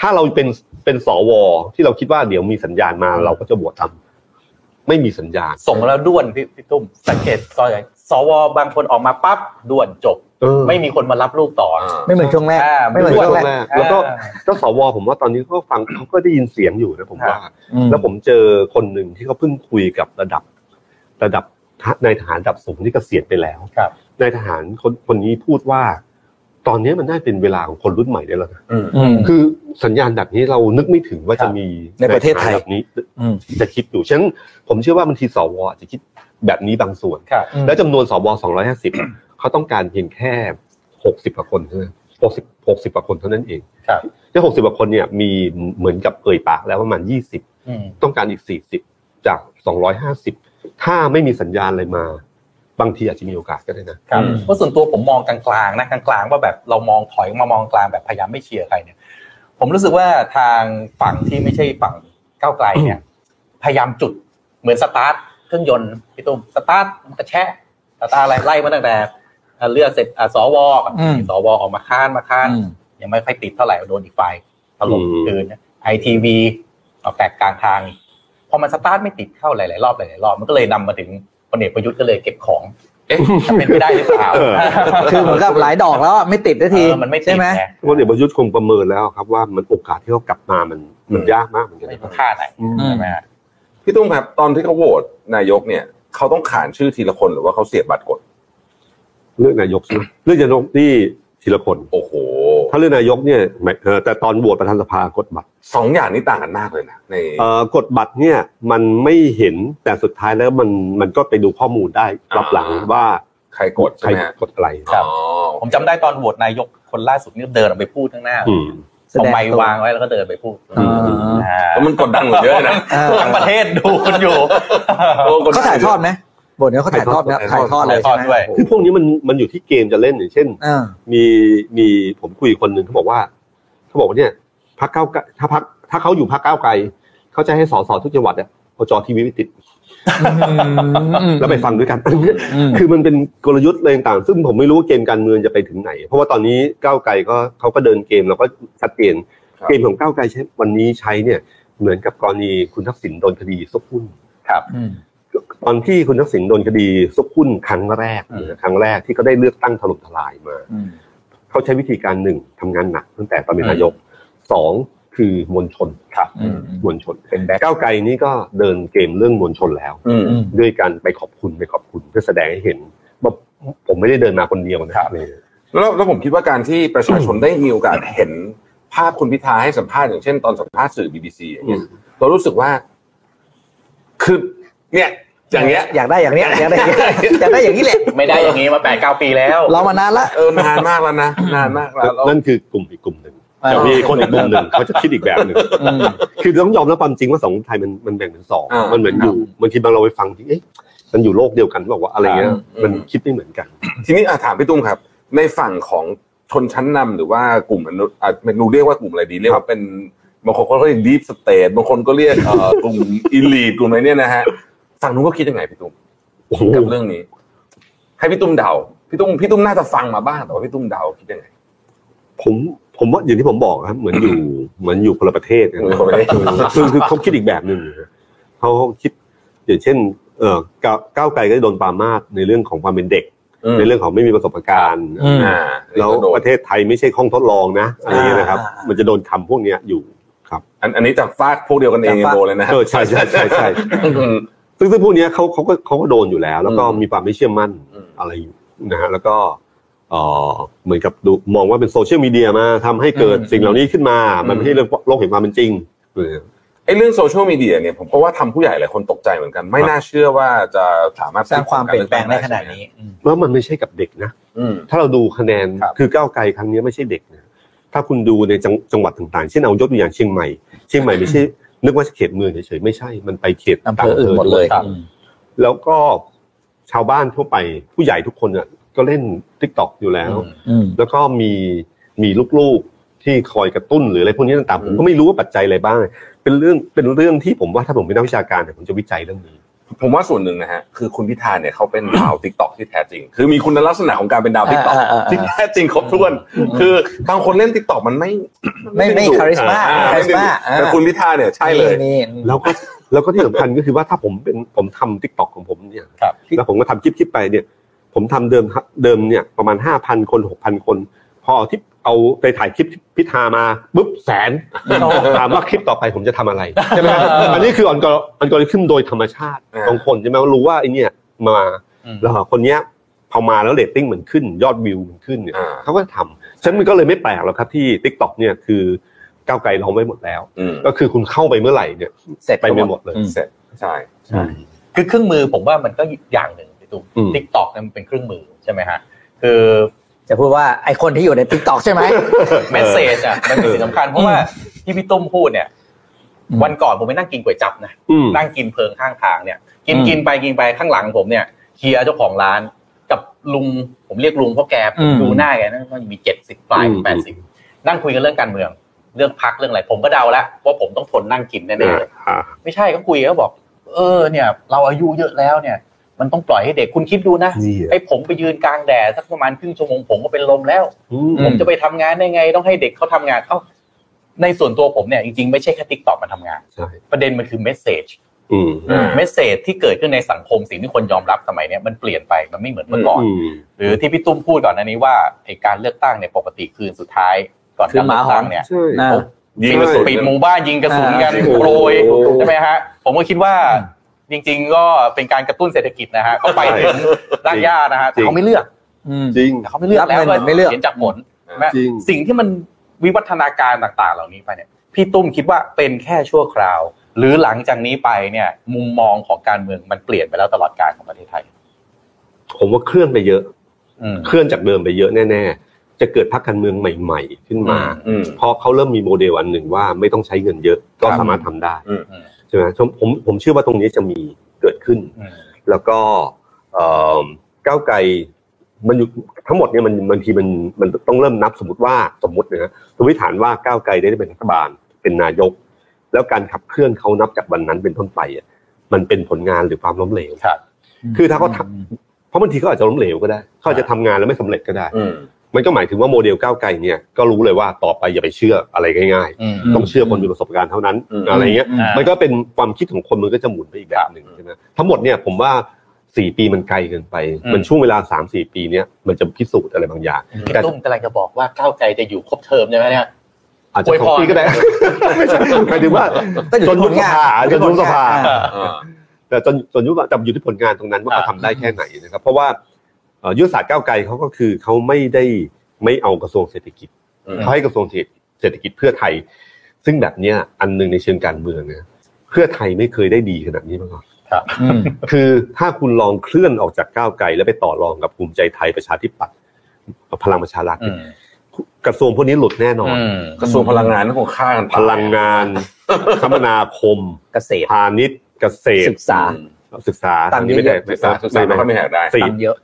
[SPEAKER 5] ถ้าเราเป็นเป็นสวที่เราคิดว่าเดี๋ยวมีสัญญาณมาเราก็จะบวชทำไม่มีสัญญาณ
[SPEAKER 1] ส่งแล้วด้วนพี่พี่ตุ้มสังเกตตอนไหนสวบางคนออกมาปั๊บด้วนจบ ไม่มีคนมารับลูกต่ออ่า
[SPEAKER 3] ไม่เหมือนช่วงแรก
[SPEAKER 1] อ่า
[SPEAKER 3] ไม่เหมือน
[SPEAKER 5] ช่ว
[SPEAKER 3] ช่ว
[SPEAKER 5] ง
[SPEAKER 3] งแรก
[SPEAKER 5] แรกแล้วก็เจ้าสวผมว่าตอนนี้ก็ฟังเขาก็ได้ยินเสียงอยู่นะผมว่า แล้วผมเจอคนหนึ่งที่เขาเพิ่งคุยกับระดับ ระดับนายทหารระดับสูงที่เกษียณไปแล้ว
[SPEAKER 1] ครับ
[SPEAKER 5] นายทหารคนคนนี้พูดว่า ตอนนี้มันได้เป็นเวลาของคนรุ่นใหม่ได้แล้วนะคือสัญญาณแบบนี้เรานึกไม่ถึงว่าจะมี
[SPEAKER 3] ในประเทศไทย
[SPEAKER 5] นาทหารแบบนี้
[SPEAKER 3] อืม
[SPEAKER 5] จะคิดอยู่ฉะนั้นผมเชื่อว่าบางทีสวอาจจะคิดแบบนี้บางส่วน
[SPEAKER 1] ครับ
[SPEAKER 5] แล้วจำนวนสวสองร้อยห้าสิบเขาต้องการเพียงแค่หกสิบกว่าคนเท่านั้นหกสิบหกสิบกว่าคนเท่านั้นเอง
[SPEAKER 1] ครับ
[SPEAKER 5] แล้วหกสิบกว่าคนเนี่ยมีเหมือนกับเอ่ยปากแล้วประมาณยี่สิบ
[SPEAKER 1] อืม
[SPEAKER 5] ต้องการอีกสี่สิบจากสองร้อยห้าสิบถ้าไม่มีสัญญาณอะไรมา บางทีอาจจะมีโอกาสก็ได้นะ
[SPEAKER 1] ครับ
[SPEAKER 4] อืม
[SPEAKER 1] เพราะส่วนตัวผมมองกลางๆนะกลางๆว่าแบบเรามองถอยมามองกลางแบบพยายามไม่เชียร์ใครเนี่ย ผมรู้สึกว่าทางฝั่งที่ไม่ใช่ฝั่งก้าวไกลเนี่ยพยายามจุดเหมือนสตาร์ทเครื่องยนต์พี่ตุ้มสตาร์ทมันกระแชะสตาร์ทอะไรไล่มาตั้งแต่อ่ะเลือกเสร็จอ่ะสวก่อน
[SPEAKER 3] อืม
[SPEAKER 1] สวออกมาค้านมาค้าน ยังไม่ค่อยติดเท่าไหร่โดนอีกฝ่ายถล่ม
[SPEAKER 5] อืม
[SPEAKER 1] คืนไอทีวีเอาแตกกลางทาง พอมันสตาร์ทไม่ติดเข้าหลายๆรอบหลายๆรอบมันก็เลยนำมาถึงพลเอกประยุทธ์ก็เลยเก็บของ เอ๊ะจะเป็นไปได้หรือเปล่า
[SPEAKER 3] คือเหมือนกับหลายดอกแล้วอะไม่ติดสักที
[SPEAKER 1] เออมันไม่ติ
[SPEAKER 3] ใช่
[SPEAKER 1] ด
[SPEAKER 3] ไหม
[SPEAKER 1] ไง
[SPEAKER 5] พลเอกประยุทธ์คงประเมินแล้วครับว่ามันโอกาสที่เขากลับมามันมันยากมากเหมือนกัน
[SPEAKER 1] ไม่
[SPEAKER 5] นะ
[SPEAKER 1] รู้ค่าไหน
[SPEAKER 3] อืม
[SPEAKER 1] ใช่ไหมฮะ
[SPEAKER 4] พี่ตุ้มครับ ตอนที่เขาโหวตนายกเนี่ย เขาต้องขานชื่อทีละคนหรือว่าเขาเสียบบัตรกด
[SPEAKER 5] เลือกนายกใช่ไหมเลือกนายกที่ทีละคน
[SPEAKER 4] โอ้โห
[SPEAKER 5] ถ้าเลือกนายกเนี่ยหมายเอ่อแต่ตอนโหวตประธานสภากดบัตร
[SPEAKER 4] สองอย่างนี้ต่างกันมากเลยนะใน
[SPEAKER 5] เอ่อกฎบัตรเนี่ยมันไม่เห็นแต่สุดท้ายแล้วมันมันก็ไปดูข้อมูลได้รับหลัง
[SPEAKER 4] อ่า
[SPEAKER 5] ว่า
[SPEAKER 4] ใครกด
[SPEAKER 5] ใค
[SPEAKER 4] ใช่
[SPEAKER 5] ร
[SPEAKER 4] ไหมฮะ
[SPEAKER 5] กดอะไร
[SPEAKER 4] อ๋อ
[SPEAKER 1] ผมจำได้ตอนโหวตนายกคนล่าสุดนี่เดินออกไปพูดข้างหน้า
[SPEAKER 5] อืม
[SPEAKER 3] แส
[SPEAKER 1] เอา
[SPEAKER 3] ดง
[SPEAKER 1] ไม
[SPEAKER 3] ตั
[SPEAKER 1] ค์วางไว้แล้วก็เดินไปพูด
[SPEAKER 3] อ่า
[SPEAKER 1] อ่า
[SPEAKER 4] แล้วมันกดดันกว่าเยอะนะ
[SPEAKER 3] เออ
[SPEAKER 1] ทั้งประเทศดูคุณอยู่
[SPEAKER 4] โอ้กด
[SPEAKER 3] เขาถ่ายทอดไหมบทเนี้ยเขาถ่ายทอดนะถ่ายทอดเล
[SPEAKER 1] ถ่ายยทอด
[SPEAKER 3] ใช่ไหม
[SPEAKER 1] ด้วย
[SPEAKER 5] คือพวกนี้มันมันอยู่ที่เกมจะเล่นอย่างเช่น
[SPEAKER 3] อ่า
[SPEAKER 5] มีมีผมคุยกับคนหนึ่งเขาบอกว่าเขาบอกว่าเนี่ยพักเก้าวไกลถ้าพักถ้าเขาอยู่พักเก้าวไกลเขาจะให้สสทุกจังหวัดเนี่ยเอาจอทีวีไปติดแล้วไปฟังด้วยกัน คือมันเป็นกลยุทธ์อะไรต่างๆซึ่งผมไม่รู้ว่าเกมการเมืองจะไปถึงไหน เพราะว่าตอนนี้ก้าวไกลก็เขาก็เดินเกมแล้วก็ชัดเจน
[SPEAKER 4] ครับ
[SPEAKER 5] เกมของก้าวไกลใช้วันนี้ใช้เนี่ยเหมือนกับกรณีคุณทักษิณโดนคดีซุกหุ้นตอนที่คุณทักษิณโดนคดีซุกหุ้นครั้งแรกนะครั้งแรกที่เขาได้เลือกตั้งถล่มทลายมา
[SPEAKER 3] อืม
[SPEAKER 5] เขาใช้วิธีการหนึ่งทำงานหนักตั้งแต่ตอนเป็น
[SPEAKER 1] อืม
[SPEAKER 5] นายกสองคือมวลชนครับมวลชน
[SPEAKER 1] เป็นแบ็ค
[SPEAKER 5] ก้าวไกลนี่ก็เดินเกมเรื่องมวลชนแล้ว
[SPEAKER 4] อืม
[SPEAKER 5] ด้วยการไปขอบคุณไปขอบคุณเพื่อแสดงให้เห็นว่าผมไม่ได้เดินมาคนเดียวนะครับ เนี่ย
[SPEAKER 4] แล้วแล้วผมคิดว่าการที่ประชาชนได้มีโอกาสเห็นภาพคุณพิธาให้สัมภาษณ์อย่างเช่นตอนสัมภาษณ์สื่อบีบีซีอย่างเงี้ยเรารู้สึกว่า คือ เนี่ย อย่างเงี้ย
[SPEAKER 3] อยากได้อย่างเนี้ยอยากได้อย่างเงี้ยอยากได้อย่างนี้แหละ
[SPEAKER 1] ไม่ได้อย่างนี้มาแปดเก้าปีแล้ว
[SPEAKER 3] รอมานานละ
[SPEAKER 4] เออนานมากแล้วนะ นานมากแล้วแล้ว
[SPEAKER 5] นั่นคือกลุ่มอีกกลุ่มหนึ่ง
[SPEAKER 3] อ่า
[SPEAKER 5] แต่มีคนอีกกลุ่มหนึ่งเขาจะคิดอีกแบบหนึ่ง
[SPEAKER 3] อืม
[SPEAKER 5] คือต้องยอมรับความจริงว่าสังคมไทยมันมันแบ่งเป็นสอง
[SPEAKER 4] อ่ามั
[SPEAKER 5] มันเหมือนอยู่บางทีบางเราไปฟังที่เอ๊ะมันอยู่โลกเดียวกันบอกว่าวะอะไรเงี้ย
[SPEAKER 4] อ่าอืม
[SPEAKER 5] มันคิดไม่เหมือนกัน
[SPEAKER 4] ทีนี้อ่ะถามพี่ตุ้มครับ ในฝั่งของชนชั้นนำหรือว่ากลุ่มมนุษย์อ่ะเมนูเรียกว่ากลุ่มอะไรดีเรียกว่าเป็นบางคนก็เรียกดีฟสเตทบางคนก็เรียกเอ่อกลุ่มอีลีทกลุ่มอะไรเนี่ยนะฮะฝั่งนู้นก็คิดยังไงพี่ตุ้ม
[SPEAKER 5] โอ้โห
[SPEAKER 4] กับเรื่องนี้ ให้พี่ตุ้มเดาพี่ตุ้มพี่ตุ้มน่าจะฟังมาบ้างแต่ว่าพี่ตุ้มเดาคิดยังไง
[SPEAKER 5] ผมผมว่าอย่างที่ผมบอกครับเหมือนอยู่ เหมือนอยู่คนละประเทศนะ
[SPEAKER 4] คนไม่ได้ดู
[SPEAKER 5] คือคือเขาคิดอีกแบบหนึ่งนะเขาเขาคิด อย่างเช่น เออก้าวก้าวไกลก็จะโดนปรามาสในเรื่องของความเป็นเด็ก ในเรื่องของไม่มีประสบการณ์
[SPEAKER 3] อืม
[SPEAKER 4] อ่า
[SPEAKER 5] แล้วประเทศไทยไม่ใช่ห้องทดลองนะอะไรอย่างเงี้ยนะครับ
[SPEAKER 3] อ่า
[SPEAKER 5] มันจะโดนคำพวกเนี้ยอยู่
[SPEAKER 4] อันอันนี้จากฟาดพวกเดียวกันเองโดนเลยนะฮะ
[SPEAKER 5] เออใช่ใช่ใช่ใช่
[SPEAKER 4] อืม
[SPEAKER 5] ซึ่งซึ่งพวกเนี้ยเขาเขาก็เขาก็โดนอยู่แล้ว แล้วก็
[SPEAKER 4] อืม
[SPEAKER 5] มีความไม่เชื่อมั่น
[SPEAKER 4] อืม
[SPEAKER 5] อะไรอยู่นะฮะแล้วก็เอ่อเหมือนกับดูมองว่าเป็นโซเชียลมีเดียมาทำให้เกิด
[SPEAKER 3] อืม
[SPEAKER 5] สิ่งเหล่านี้ขึ้นมา มันไม่ใช่เรื่องโลกแห่งความเป็นจริงเออ
[SPEAKER 4] ไอ้เรื่องโซเชียลมีเดียเนี่ยผมก็ว่าทำผู้ใหญ่หลายคนตกใจเหมือนกัน ไม่น่าเชื่อว่าจะสามารถ
[SPEAKER 3] สร้างความเปลี่ยนแปลงได้ขนาดนี้อืม
[SPEAKER 5] แล้วมันไม่ใช่กับเด็กนะ
[SPEAKER 4] อืม
[SPEAKER 5] ถ้าเราดูคะแนน
[SPEAKER 4] ครับ
[SPEAKER 5] คือก้าวไกลครั้งนี้ไม่ใช่เด็กนะถ้าคุณดูในจังจังหวัดต่างๆ เช่นเอายกตัวอย่างเชียงใหม่ เชียงใหม่ไม่ใช่ นึกว่าเขตเมืองเฉยๆไม่ใช่ มันไปเขต
[SPEAKER 3] อำเภออื่นหมดเลย
[SPEAKER 5] ต่างอำภอด้วแล้วก็ชาวบ้านทั่วไปผู้ใหญ่ทุกคนน่ะก็เล่นทิกตอกอยู่แล้ว
[SPEAKER 3] อืม
[SPEAKER 5] แล้วก็มีมีลูกๆที่คอยกระตุ้นหรืออะไรพวกนี้ต่างๆผม
[SPEAKER 4] อืม
[SPEAKER 5] ก็ไม่รู้ว่าปัจจัยอะไรบ้าง เป็นเรื่องเป็นเรื่องที่ผมว่าถ้าผมเป็นนักวิชาการเนี่ยผมจะวิจัยเรื่องนี้
[SPEAKER 4] ผมว่าส่วนหนึ่งนะฮะคือคุณพิธาเนี่ยเขาเป็น ดาวทิกตอกที่แท้จริง คือมีคุณลักษณะของการเป็นดาวทิกตอก
[SPEAKER 3] อ่าอ่าอ่า
[SPEAKER 4] ที่แท้จริงครบถ้วน คือบางคนเล่นทิกตอกมันไม่
[SPEAKER 3] ไม่ไม่
[SPEAKER 4] ดึงดูด
[SPEAKER 3] คาริสมา
[SPEAKER 4] อ่
[SPEAKER 3] คาริสมา
[SPEAKER 4] ไดึงดูดแต่คุณพิธาเนี่ยใช่เลย
[SPEAKER 3] นี่นี่
[SPEAKER 5] แล้วก็แล้วก็ที่สำคัญก็คือว่าถ้าผมเป็นผมทำทิกตอกของผมเนี่ย
[SPEAKER 1] ครับ
[SPEAKER 5] แล้วผมก็ทำคลิปคลิปไปเนี่ย ผมทำเดิมเดิมเนี่ยประมาณห้าพันคนหกพันคน พอเอาที่เอาไปถ่ายคลิปพิธามาปุ๊บแสนถามว่าคลิปต่อไปผมจะทำอะไรใช่ไหมครับอันนี้คืออันกออันกอริทึมโดยธรรมชาติ
[SPEAKER 4] อ่า
[SPEAKER 5] ของคนใช่ไหมว่ารู้ว่าไอเนี่ยมา
[SPEAKER 1] อืม
[SPEAKER 5] แล้วคนเนี้ยพอมาแล้วเรตติ้งมันขึ้น ยอดวิวมันขึ้นเนี่ย
[SPEAKER 4] อ่า
[SPEAKER 5] เขาก็ทำฉะนันมันก็เลยไม่แปลกหรอกครับที่ทิกตอกเนี่ยคือก้าวไกลล้อมไว้หมดแล้ว
[SPEAKER 4] อืม
[SPEAKER 5] ก็คือคุณเข้าไปเมื่อไหร่เนี่ย
[SPEAKER 3] เสร็จ
[SPEAKER 5] ไปไม่หมดเลย
[SPEAKER 3] อื
[SPEAKER 4] เสร็จใช่
[SPEAKER 1] คือเครื่องมือผมว่ามันก็อย่างหนึ่งพี่ตุ้ม
[SPEAKER 5] อืม
[SPEAKER 1] ทิกตอกเนี่ยมันเป็นเครื่องมือใช่ไหมฮะ คือ
[SPEAKER 3] จะพูดว่าไอคนที่อยู่ใน t ิ k กต k อกใช่ไหม
[SPEAKER 1] แมสเซจอ่ะมันเป็นสิ่งสำคัญเพราะว่าที่พี่ตุ้มพูดเนี่ย
[SPEAKER 3] อืม
[SPEAKER 1] วันก่อนผมไปนั่งกินก๋วยจั๊บนะ
[SPEAKER 5] อืม
[SPEAKER 1] นั่งกินเพลิงข้างทางเนี่ย กิน
[SPEAKER 3] อืม
[SPEAKER 1] กินไปกินไปข้างหลังผมเนี่ยเฮียเจ้าของร้าน กับลุงผมเรียกลุงเพราะแก
[SPEAKER 3] อืม
[SPEAKER 1] ดูหน้าแกนะมันมีเจ็ดสิบปลาย
[SPEAKER 5] อืม
[SPEAKER 1] แปดสิบนั่งคุยกันเรื่องการเมือง เรื่องพักเรื่องอะไร ผมก็เดาแล้วว่าผมต้องทนนั่งกินแน่ๆเลย
[SPEAKER 5] า
[SPEAKER 1] ไม่ใช่เขาคุยเขาบอก เออเนี่ย เราอายุเยอะแล้วเนี่ย มันต้องปล่อยให้เด็กคุณคิดดูนะ
[SPEAKER 5] นี่อะ
[SPEAKER 1] ไอ้ผมไปยืนกลางแดดสักประมาณครึ่งชั่วโมงผมก็เป็นลมแล้ว
[SPEAKER 5] อืม
[SPEAKER 1] ผมจะไปทำงานได้ไง ต้องให้เด็กเขาทำงานเอ้าในส่วนตัวผมเนี่ยจริงๆไม่ใช่แค่ทิกตอกมาทำงาน
[SPEAKER 5] ใช่
[SPEAKER 1] ประเด็นมันคือเมสเซจ
[SPEAKER 5] อืม
[SPEAKER 4] อืม
[SPEAKER 1] เมสเซจที่เกิดขึ้นในสังคมสิ่งที่คนยอมรับสมัยเนี้ยมันเปลี่ยนไปมันไม่เหมือนเมื่อก่อน
[SPEAKER 5] อืม
[SPEAKER 1] หรือที่พี่ตุ้มพูดก่อนหนันนี้ว่าไอการเลือกตั้งเนี่ยปกติคืนสุดท้าย ก่อน
[SPEAKER 3] คืน
[SPEAKER 1] การ
[SPEAKER 3] ห
[SPEAKER 1] เลื
[SPEAKER 3] มา
[SPEAKER 1] อก
[SPEAKER 3] หอ
[SPEAKER 1] ตั้
[SPEAKER 3] น
[SPEAKER 1] งเนี่ย
[SPEAKER 5] ใช่
[SPEAKER 3] นะ
[SPEAKER 4] ยิงกระสุน
[SPEAKER 1] ปิดหมู่บ้านยิงกระสุนกัน
[SPEAKER 5] อ่า
[SPEAKER 1] โปรยใช่ไหมฮะผมก็คิดว่าจริง ๆ ก็เป็นการกระตุ้นเศรษฐกิจนะฮะก็ไปถึงรากหญ้านะฮะแต่เขาไม่เลือก
[SPEAKER 3] อืม
[SPEAKER 5] จริง
[SPEAKER 1] แต่เขาไม่เลือก
[SPEAKER 3] รับ
[SPEAKER 1] แล้ว
[SPEAKER 3] เงินเหมือนไม่เลือก
[SPEAKER 1] เห็นจากผลใช่ไหม
[SPEAKER 5] จริง
[SPEAKER 1] สิ่งที่มันวิวัฒนาการต่าง ๆ เหล่านี้ไปเนี่ยพี่ตุ้มคิดว่าเป็นแค่ชั่วคราว หรือหลังจากนี้ไปเนี่ยมุมมองของการเมืองมันเปลี่ยนไปแล้วตลอดกาลของประเทศไทย
[SPEAKER 5] ผมว่าเคลื่อนไปเยอะ
[SPEAKER 1] อืม
[SPEAKER 5] เคลื่อนจากเดิมไปเยอะแน่ๆ จะเกิดพรรคการเมืองใหม่ ๆ ขึ้นมา
[SPEAKER 4] อืม
[SPEAKER 5] เพราะเขาเริ่มมีโมเดลอันหนึ่งว่าไม่ต้องใช้เงินเยอะ ก็สามารถทำได้
[SPEAKER 4] อืม
[SPEAKER 5] ใช่ไหมผมผมผมเชื่อว่าตรงนี้จะมีเกิดขึ้น
[SPEAKER 1] อืม
[SPEAKER 5] แล้วก็เอิ่มก้าวไกลมันอยู่ทั้งหมดเนี่ยมันบางทีมันมันต้องเริ่มนับสมมติว่าสมมตินะฮะสมมติฐานว่าก้าวไกลได้เป็นรัฐบาลเป็นนายก แล้วการขับเคลื่อนเขานับจากวันนั้นเป็นต้นไปอ่ะมันเป็นผลงานหรือความล้มเหลว
[SPEAKER 1] ครับ
[SPEAKER 5] คือถ้าเขาทำเพราะบางทีเขาอาจจะล้มเหลวก็ได้เขาอาจจะทำงานแล้วไม่สำเร็จก็ได้
[SPEAKER 4] อืม
[SPEAKER 5] มันก็หมายถึงว่าโมเดลก้าวไกลเนี่ยก็รู้เลยว่าต่อไปอย่าไปเชื่ออะไรง่าย
[SPEAKER 1] อืม
[SPEAKER 5] ๆ ต้องเชื่อคนมีประสบการณ์เท่านั้น
[SPEAKER 4] อืม
[SPEAKER 5] อะไรเงี้ย
[SPEAKER 1] อ่ามั
[SPEAKER 5] มันก็เป็นความคิดของคนมันก็จะหมุนไปอีกแบบหนึ่งใช่ไหมทั้งหมดเนี่ยผมว่าสี่ปีมันไกลเกินไป
[SPEAKER 1] อืม
[SPEAKER 5] มันช่วงเวลาสามสี่ปีเนี่ยมันจะพิสูจน์อะไรบางอย่าง
[SPEAKER 1] พี่ตุ้มกำลังจะบอกว่าก้าวไกลจะอยู่ครบเทอมใช่ไหมเนี่ย
[SPEAKER 5] อาจจะ
[SPEAKER 1] อวย
[SPEAKER 5] สอ
[SPEAKER 1] พ
[SPEAKER 5] ง
[SPEAKER 1] ร
[SPEAKER 5] ปีก็ได้ ไม่ใช่หมายถึงว่า
[SPEAKER 3] ต้องอยู่
[SPEAKER 5] จนยุบสภาจ
[SPEAKER 3] ที่
[SPEAKER 5] น
[SPEAKER 3] ผลงาน
[SPEAKER 5] ยุบสภา
[SPEAKER 3] อ่า
[SPEAKER 4] อ่า
[SPEAKER 5] แต่จนจนยุคแต่อยู่ที่ผลงานตรงนั้นว่าเขา
[SPEAKER 1] อ่า
[SPEAKER 5] ทำได้แค่ไหนนะครับ เพราะว่าเอ่อยุทธศาสตร์ก้าวไกลเขาก็คือเขาไม่ได้ไม่เอากระทรวงเศรษฐกิจ
[SPEAKER 4] อืม
[SPEAKER 5] เขาให้กระทรวงเศรษฐกิจเพื่อไทย ซึ่งแบบเนี้ยอันหนึ่งในเชิงการเมืองนะเพื่อไทยไม่เคยได้ดีขนาดนี้มาก่อน
[SPEAKER 1] ครับ
[SPEAKER 3] อืม
[SPEAKER 5] คือถ้าคุณลองเคลื่อนออกจากก้าวไกลแล้วไปต่อรองกับภูมิใจไทยประชาธิปัตย์กับพลังประชารัฐ
[SPEAKER 1] อืม
[SPEAKER 5] กระทรวงพวกนี้หลุดแน่นอน
[SPEAKER 1] อืม
[SPEAKER 4] กระทรวงพลังงานก็คงฆ่ากันตาย
[SPEAKER 5] พลังงาน คมนาคม
[SPEAKER 3] เกษตร
[SPEAKER 5] พาณิชย์เกษตร
[SPEAKER 3] ศึกษา
[SPEAKER 5] ศึกษา
[SPEAKER 3] ตัน
[SPEAKER 5] อัไม่ได้
[SPEAKER 4] ศึกษาศึกษาไม่ค่อยมีแหกได้
[SPEAKER 5] สี่
[SPEAKER 3] ทำเยอะ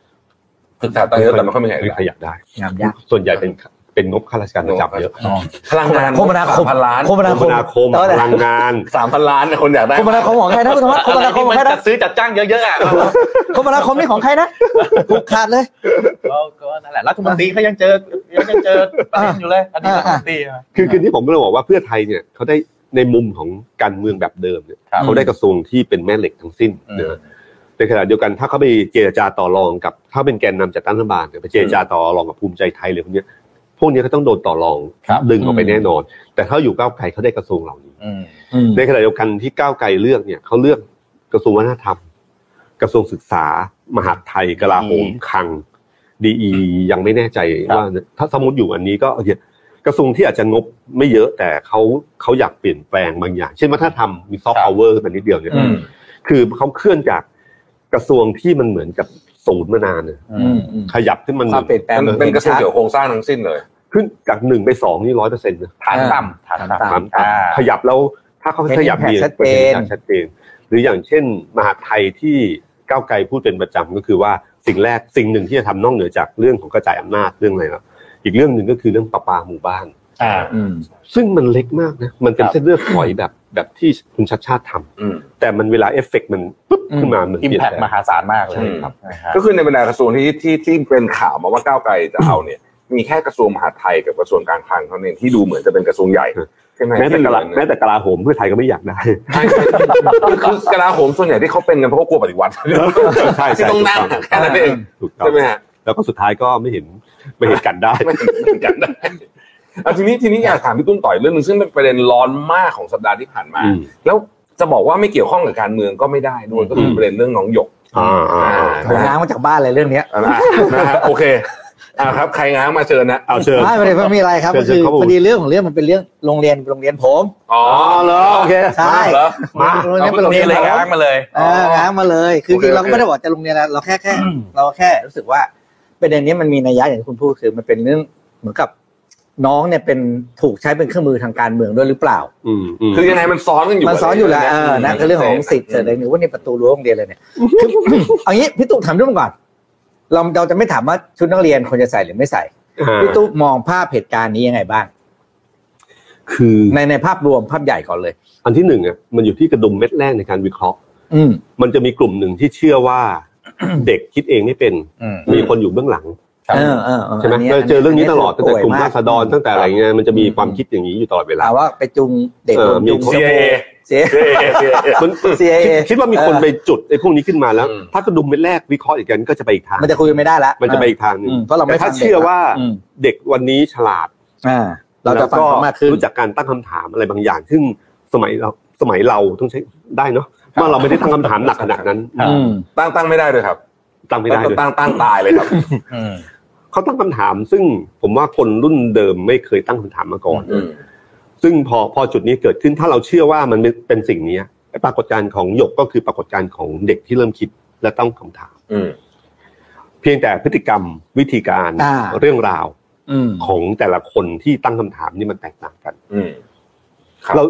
[SPEAKER 4] ศึกษาตั้งเยอะแต่ไม่ค่อยมีแหก
[SPEAKER 5] ไม่
[SPEAKER 4] ได้
[SPEAKER 5] ขยับได้
[SPEAKER 3] งามยาก
[SPEAKER 5] ส่วนใหญ่เป็นเป็นงบข้าราชการประจำเยอะ
[SPEAKER 3] อ๋อ
[SPEAKER 4] พลังงาน
[SPEAKER 3] คมนาคม
[SPEAKER 4] สพันล้าน
[SPEAKER 3] คมนาค
[SPEAKER 5] ค
[SPEAKER 3] ม
[SPEAKER 5] มนาคม
[SPEAKER 3] แต่ว่า
[SPEAKER 5] พลังงาน
[SPEAKER 4] สามพันล้านเนี่ยคนอยากได้
[SPEAKER 3] คมนาคมของใครนะคุณธรรมะคมนาคมของใคร
[SPEAKER 1] จั
[SPEAKER 3] นะ
[SPEAKER 1] ดซื้อจัดจ้างเยอะๆอ่ะ
[SPEAKER 3] คมนาคมนี่ของใครนะผูกขาดเลย
[SPEAKER 1] ก็ก็นั่นแหละรัฐมนตรีเขายังเจอยังเจอประเด็นอยู่เลยอดีตรัฐมนตรีอ่ะ
[SPEAKER 5] คือคือที่ผมก็เลยบอกว่าเพื่อไทยเนี่ยเขาได้ในมุมของการเมืองแบบเดิมเนี่ย
[SPEAKER 1] ครับ
[SPEAKER 5] เขาได้กระทรวงที่เป็นแม่เหล็กทั้งสิ้นนะฮะในขณะเดียวกันถ้าเขาไปเจรจาต่อรองกับถ้าเป็นแกนนำจัดตั้งรัฐบาลเนี่ยไปเจรจาต่อรองกับภูมิใจไทยเลยพวกเนี้ยพวกเนี้ยเขาต้องโดนต่อรอง
[SPEAKER 1] ครับ
[SPEAKER 5] ดึงออกไป
[SPEAKER 3] อืม
[SPEAKER 5] แน่นอน แต่ถ้าอยู่ก้าวไกลเขาได้กระทรวงเหล่านี้
[SPEAKER 1] อืม
[SPEAKER 3] อืม
[SPEAKER 5] ในขณะเดียวกันที่ก้าวไกลเลือกเนี่ยเขาเลือกกระทรวงวัฒนธรรม กระทรวงศึกษา มหาดไทยกลาโหม
[SPEAKER 1] อืม
[SPEAKER 5] คลังดีอียังไม่แน่ใจ
[SPEAKER 1] ครับ
[SPEAKER 5] ว่าถ้าสมมติอยู่อันนี้ก็เนี่ยกระทรวงที่อาจจะงบไม่เยอะแต่เขาเขาอยากเปลี่ยนแปลงบางอย่าง เช่นวัฒนธรรมมีซอฟต์พาวเวอร์มันนิดเดียวเนี่ย
[SPEAKER 3] อืม
[SPEAKER 5] คือเขาเคลื่อนจากกระทรวงที่มันเหมือนกับศูนย์มานานเนี่ย
[SPEAKER 3] อืมอืม
[SPEAKER 5] ขยับขึ้นมัน
[SPEAKER 3] ความเปลี่ยนแปลง
[SPEAKER 4] มัน
[SPEAKER 3] มัน
[SPEAKER 4] เป็นก
[SPEAKER 3] ห็
[SPEAKER 4] ระทรวง
[SPEAKER 3] ชัด
[SPEAKER 4] เกี่ยวกับโครงสร้างทั้งสิ้นเลย
[SPEAKER 5] ขึ้นจากหนึ่งไปสองนี่ร้อยเปอร์เซ็นต์นะ
[SPEAKER 1] ฐานต่ำฐานต่ำ
[SPEAKER 3] ครั
[SPEAKER 5] ถา
[SPEAKER 3] บ
[SPEAKER 5] ม
[SPEAKER 1] อ่า
[SPEAKER 5] ขยับแล้วถ้าเขา
[SPEAKER 3] เห็น
[SPEAKER 5] ขยับ
[SPEAKER 3] impact
[SPEAKER 5] มี
[SPEAKER 3] ชัดเจน
[SPEAKER 5] ห็ impact ชัดเจน หรืออย่างเช่น มหาดไทยที่ก้าวไกลพูดเป็นประจำก็คือว่าสิ่งแรกสิ่งหนึ่งที่จะทำนอกเหนือจากเรื่องของกระจายอำนาจเรื่องอะไรแล้วอีกเรื่องหนึ่งก็คือเรื่องประปาหมู่บ้าน
[SPEAKER 1] อ่า
[SPEAKER 3] อืม
[SPEAKER 5] ซึ่งมันเล็กมากนะมันเป็น
[SPEAKER 1] ครับ
[SPEAKER 5] เส้นเลือดฝอยแบบแบบที่คุณชัดชาติทำ
[SPEAKER 4] อืม
[SPEAKER 5] แต่มันเวลาเอฟเฟกมันปุ๊บ
[SPEAKER 3] อืม
[SPEAKER 5] ขึ้นมาเหมือน
[SPEAKER 1] อิม
[SPEAKER 5] เปลี่ยน
[SPEAKER 1] แพค
[SPEAKER 5] แปลง
[SPEAKER 1] มหาศาลมากเลย
[SPEAKER 4] ใช่ครับ
[SPEAKER 1] นะฮะ
[SPEAKER 4] ก็คือในบรรดากระทรวงที่ที่ที่เป็นข่าวมาว่าก้าวไกลจะเอาเนี่ย มีแค่กระทรวงมหาดไทยกับกระทรวงการคลังเท่านั้นที่ดูเหมือนจะเป็นกระทรวงใหญ่
[SPEAKER 5] อืม
[SPEAKER 4] ใช่ไหม
[SPEAKER 5] แม้แต่
[SPEAKER 4] ที่
[SPEAKER 5] กลา
[SPEAKER 4] เหลือเนี่ย
[SPEAKER 5] แม้แต่กลาโหมเพื่อไทยก็ไม่อยากได้
[SPEAKER 4] ใช่ใช่คือกลาโหมส่วนใหญ่ที่เขาเป็นกันเพราะเขากลัวปฏิวัติ
[SPEAKER 5] ใช่ใช่
[SPEAKER 4] ที่ต้องนั่งแค่นั้นเอง
[SPEAKER 5] ถูกต้อง
[SPEAKER 4] ใช่ไหมฮะ
[SPEAKER 5] แล้วก็สุดท้ายก็ไม่เห็นไม่เห็นกันได้
[SPEAKER 4] ไม่เหมือนกันได้เอาทีนี้ทีนี้อยากถามพี่ตุ้มต่อยเรื่องหนึงซึ่งเป็นประเด็นร้อนมากของสัปดาห์ที่ผ่านมา
[SPEAKER 5] อืม
[SPEAKER 4] แล้วจะบอกว่าไม่เกี่ยวข้องกับการเมืองก็ไม่ได้ด้วยก็คือประเด็นเรื่องน้องหยก
[SPEAKER 5] อ่าอ่าอ่า
[SPEAKER 4] ใช่
[SPEAKER 3] ล้างมาจากบ้านเลยเรื่องเนี้ย
[SPEAKER 4] อ่ะนะฮะโอเคอ่าครับ ใครง้างมาเชิญนะ
[SPEAKER 5] เอาเชิญ
[SPEAKER 3] ไม่ประเด็นมันมีอะไรครับ
[SPEAKER 5] เชิ
[SPEAKER 3] ก็
[SPEAKER 5] ญ
[SPEAKER 3] คือ
[SPEAKER 5] เชิญข้อมูล
[SPEAKER 3] พอดีเรื่องของเรื่องมันเป็นเรื่องโรงเรียนโรงเรียนผม
[SPEAKER 4] อ๋อเหรอโอเค
[SPEAKER 3] ใช่
[SPEAKER 4] เหรอ
[SPEAKER 5] มา
[SPEAKER 3] โรงเรียนเป็นโรง
[SPEAKER 1] นี่
[SPEAKER 3] เรียนผ
[SPEAKER 1] เลย
[SPEAKER 3] ม
[SPEAKER 1] ง้างมาเลย
[SPEAKER 3] เออง้างมาเลย คือ
[SPEAKER 4] โอเค
[SPEAKER 3] จริงๆเรา
[SPEAKER 4] โอ
[SPEAKER 3] ก็
[SPEAKER 4] เค
[SPEAKER 3] ไม่ได้บอกจะโรงเรียนอะไรเราแค่แค่ เราแค่รู้สึกว่าประเด็นนี้มันมีนัยยะอย่างที่คุณพูดคือมันเป็นเรื่องเหมือนกับน้องเนี่ยเป็นถูกใช้เป็นเครื่องมือทางการเมืองด้วยหรือเปล่า
[SPEAKER 5] อืมอืม
[SPEAKER 4] คือยังไงมันซ้อนกันอยู่
[SPEAKER 3] มันซ้อนอยู่แล้วเออนะคือเรื่องของสิทธิ์
[SPEAKER 4] เส
[SPEAKER 3] เสร็จเลยหนูว่าในประตูรั้วโรงเรียนเลยเนี่ยคือ เอางี้พี่ตุ๊กถามเรื่องก่อน เราเราจะไม่ถามว่าชุดนักเรียนควรจะใส่หรือไม่ใส่พี่ตุ๊กมองภาพเหตุการณ์นี้ยังไงบ้าง
[SPEAKER 5] คือ
[SPEAKER 3] ในในภาพรวมภาพใหญ่ก่อนเลย
[SPEAKER 5] อันที่หนึ่งอ่ะมันอยู่ที่กระดุมเม็ดแรกในการวิเคราะห์
[SPEAKER 3] อืม
[SPEAKER 5] มันจะมีกลุ่มหนึ่งที่เชื่อ ว่า เด็กคิดเองไม่เป็น
[SPEAKER 1] อืม
[SPEAKER 5] มีคนอยู่เบื้องหลัง
[SPEAKER 3] เออเออเออ
[SPEAKER 5] ใช่ไหม
[SPEAKER 3] นนี้
[SPEAKER 5] เราเจอเรื่องนี้ตลอด
[SPEAKER 3] น
[SPEAKER 5] ตั้ง
[SPEAKER 3] นี้
[SPEAKER 5] แต่กลุ่ม
[SPEAKER 3] ป่วย
[SPEAKER 5] ราษฎรตั้งแต่อะไรเงี้ยมันจะมีความคิดอย่างนี้อยู่ตลอดเวลา
[SPEAKER 3] ถามว่าไปจุงเด็ก
[SPEAKER 5] เออ
[SPEAKER 3] โดนจุง
[SPEAKER 5] มีคน
[SPEAKER 4] ีย
[SPEAKER 3] เสีย
[SPEAKER 5] มันคิด
[SPEAKER 3] CIA
[SPEAKER 5] คิดว่ามีคนไปจุดไอ้พวกนี้ขึ้นมาแล้ว
[SPEAKER 4] อืม
[SPEAKER 5] ถ้ากระดุมเม็ดแรกวิเคราะห์อีกกันก็จะไปอีกทาง
[SPEAKER 3] มันจะคุยกันไม่ได้ละ
[SPEAKER 5] มันจะไปอีกทางหนึง
[SPEAKER 3] อืมเพราะเรา
[SPEAKER 5] แต่
[SPEAKER 3] ไม่
[SPEAKER 5] ถ้า
[SPEAKER 3] ฟังด็ก
[SPEAKER 5] เชื่อว่า
[SPEAKER 3] ละม
[SPEAKER 5] เด็กวันนี้ฉลาด
[SPEAKER 3] อ่า เราจะฟังเขามากขึ้น
[SPEAKER 5] รู้จักการตั้งคำถามอะไรบางอย่าง ซึ่งสมัยเราสมัยเราต้องใช้ได้เนาะว่าเราไม่ได้ตั้งคำถามหนักขนาดนั้น
[SPEAKER 1] ครับ
[SPEAKER 3] อืม
[SPEAKER 4] ตั้งตั้งไม่ได้ด้วยครับ
[SPEAKER 5] ตั้งไม่ได้เลย
[SPEAKER 4] ตั้งตั้งตายเลยครับ
[SPEAKER 1] อืม
[SPEAKER 5] เขาตั้งคำถาม ซึ่งผมว่าคนรุ่นเดิมไม่เคยตั้งคำถามมาก่อน ซึ่งพอพอจุดนี้เกิดขึ้นถ้าเราเชื่อว่ามันเป็นสิ่งเนี้ยไอ้ปรากฏการณ์ของหยกก็คือปรากฏการณ์ของเด็กที่เริ่มคิดและตั้งคำถาม
[SPEAKER 4] อืม
[SPEAKER 5] เพียงแต่พฤติกรรมวิธีการ
[SPEAKER 3] อ่า
[SPEAKER 5] เรื่องราว
[SPEAKER 3] อืม
[SPEAKER 5] ของแต่ละคนที่ตั้งคำถามนี่มันแตกต่างกัน
[SPEAKER 4] อืม ครับ
[SPEAKER 5] เรา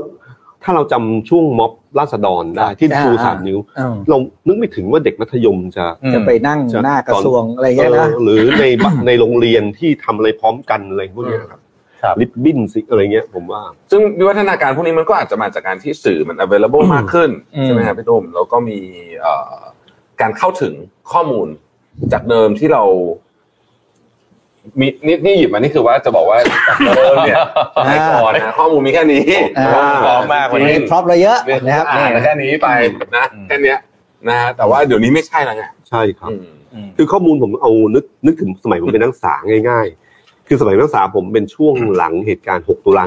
[SPEAKER 5] ถ้าเราจำช่วงม็อบราษฎรได้ที่
[SPEAKER 3] อ่า
[SPEAKER 5] ชู
[SPEAKER 3] อ่า
[SPEAKER 5] สามนิ้ว
[SPEAKER 3] อืม
[SPEAKER 5] เรานึกไม่ถึงว่าเด็กมัธยมจะ
[SPEAKER 1] อืม
[SPEAKER 3] จะไปนั่ง
[SPEAKER 5] จะ
[SPEAKER 3] หน้ากระทรวงอะไรอย่างเงี้ยนะ
[SPEAKER 5] เออหรือในบ้านในโรงเรียนที่ทำอะไรพร้อมกันอะไรพวกเนี้ยครับ
[SPEAKER 1] ครับ
[SPEAKER 5] ลิบบิ้นสิอะไรเงี้ยผมว่า
[SPEAKER 4] ซึ่งวิวัฒนาการพวกนี้มันก็อาจจะมาจากการที่สื่อมัน available มากขึ้น
[SPEAKER 3] อืม
[SPEAKER 4] ใช่ไหมครับพี่ตุ้มแล้วก็มีเอ่อการเข้าถึงข้อมูลจากเดิมที่เรา มีนี่นี่หยิบมานี่คือว่าจะบอกว่าเดิมเนี่ยให้ก่อนนะข้อมูลมีแค่นี้
[SPEAKER 3] อ่า
[SPEAKER 1] พร้อมมากวันนี้
[SPEAKER 4] จริง
[SPEAKER 3] พร็อพเราเยอะ
[SPEAKER 4] เนี่ย
[SPEAKER 3] นะครับ
[SPEAKER 4] อ่านแค่นี้ไปนะ
[SPEAKER 1] อืม
[SPEAKER 4] แค่เนี้ยนะฮะแต่ว่าเดี๋ยวนี้ไม่ใช่แล้วไง
[SPEAKER 5] ใช่ครับ
[SPEAKER 4] อืม
[SPEAKER 1] อืม
[SPEAKER 5] คือข้อมูลผมเอานึกนึกถึงสมัยผมเป็นนักศึกษาง่าย ๆ คือสมัยนักศึกษาผมเป็นช่วงหลังเหตุการณ์ 6 ตุลา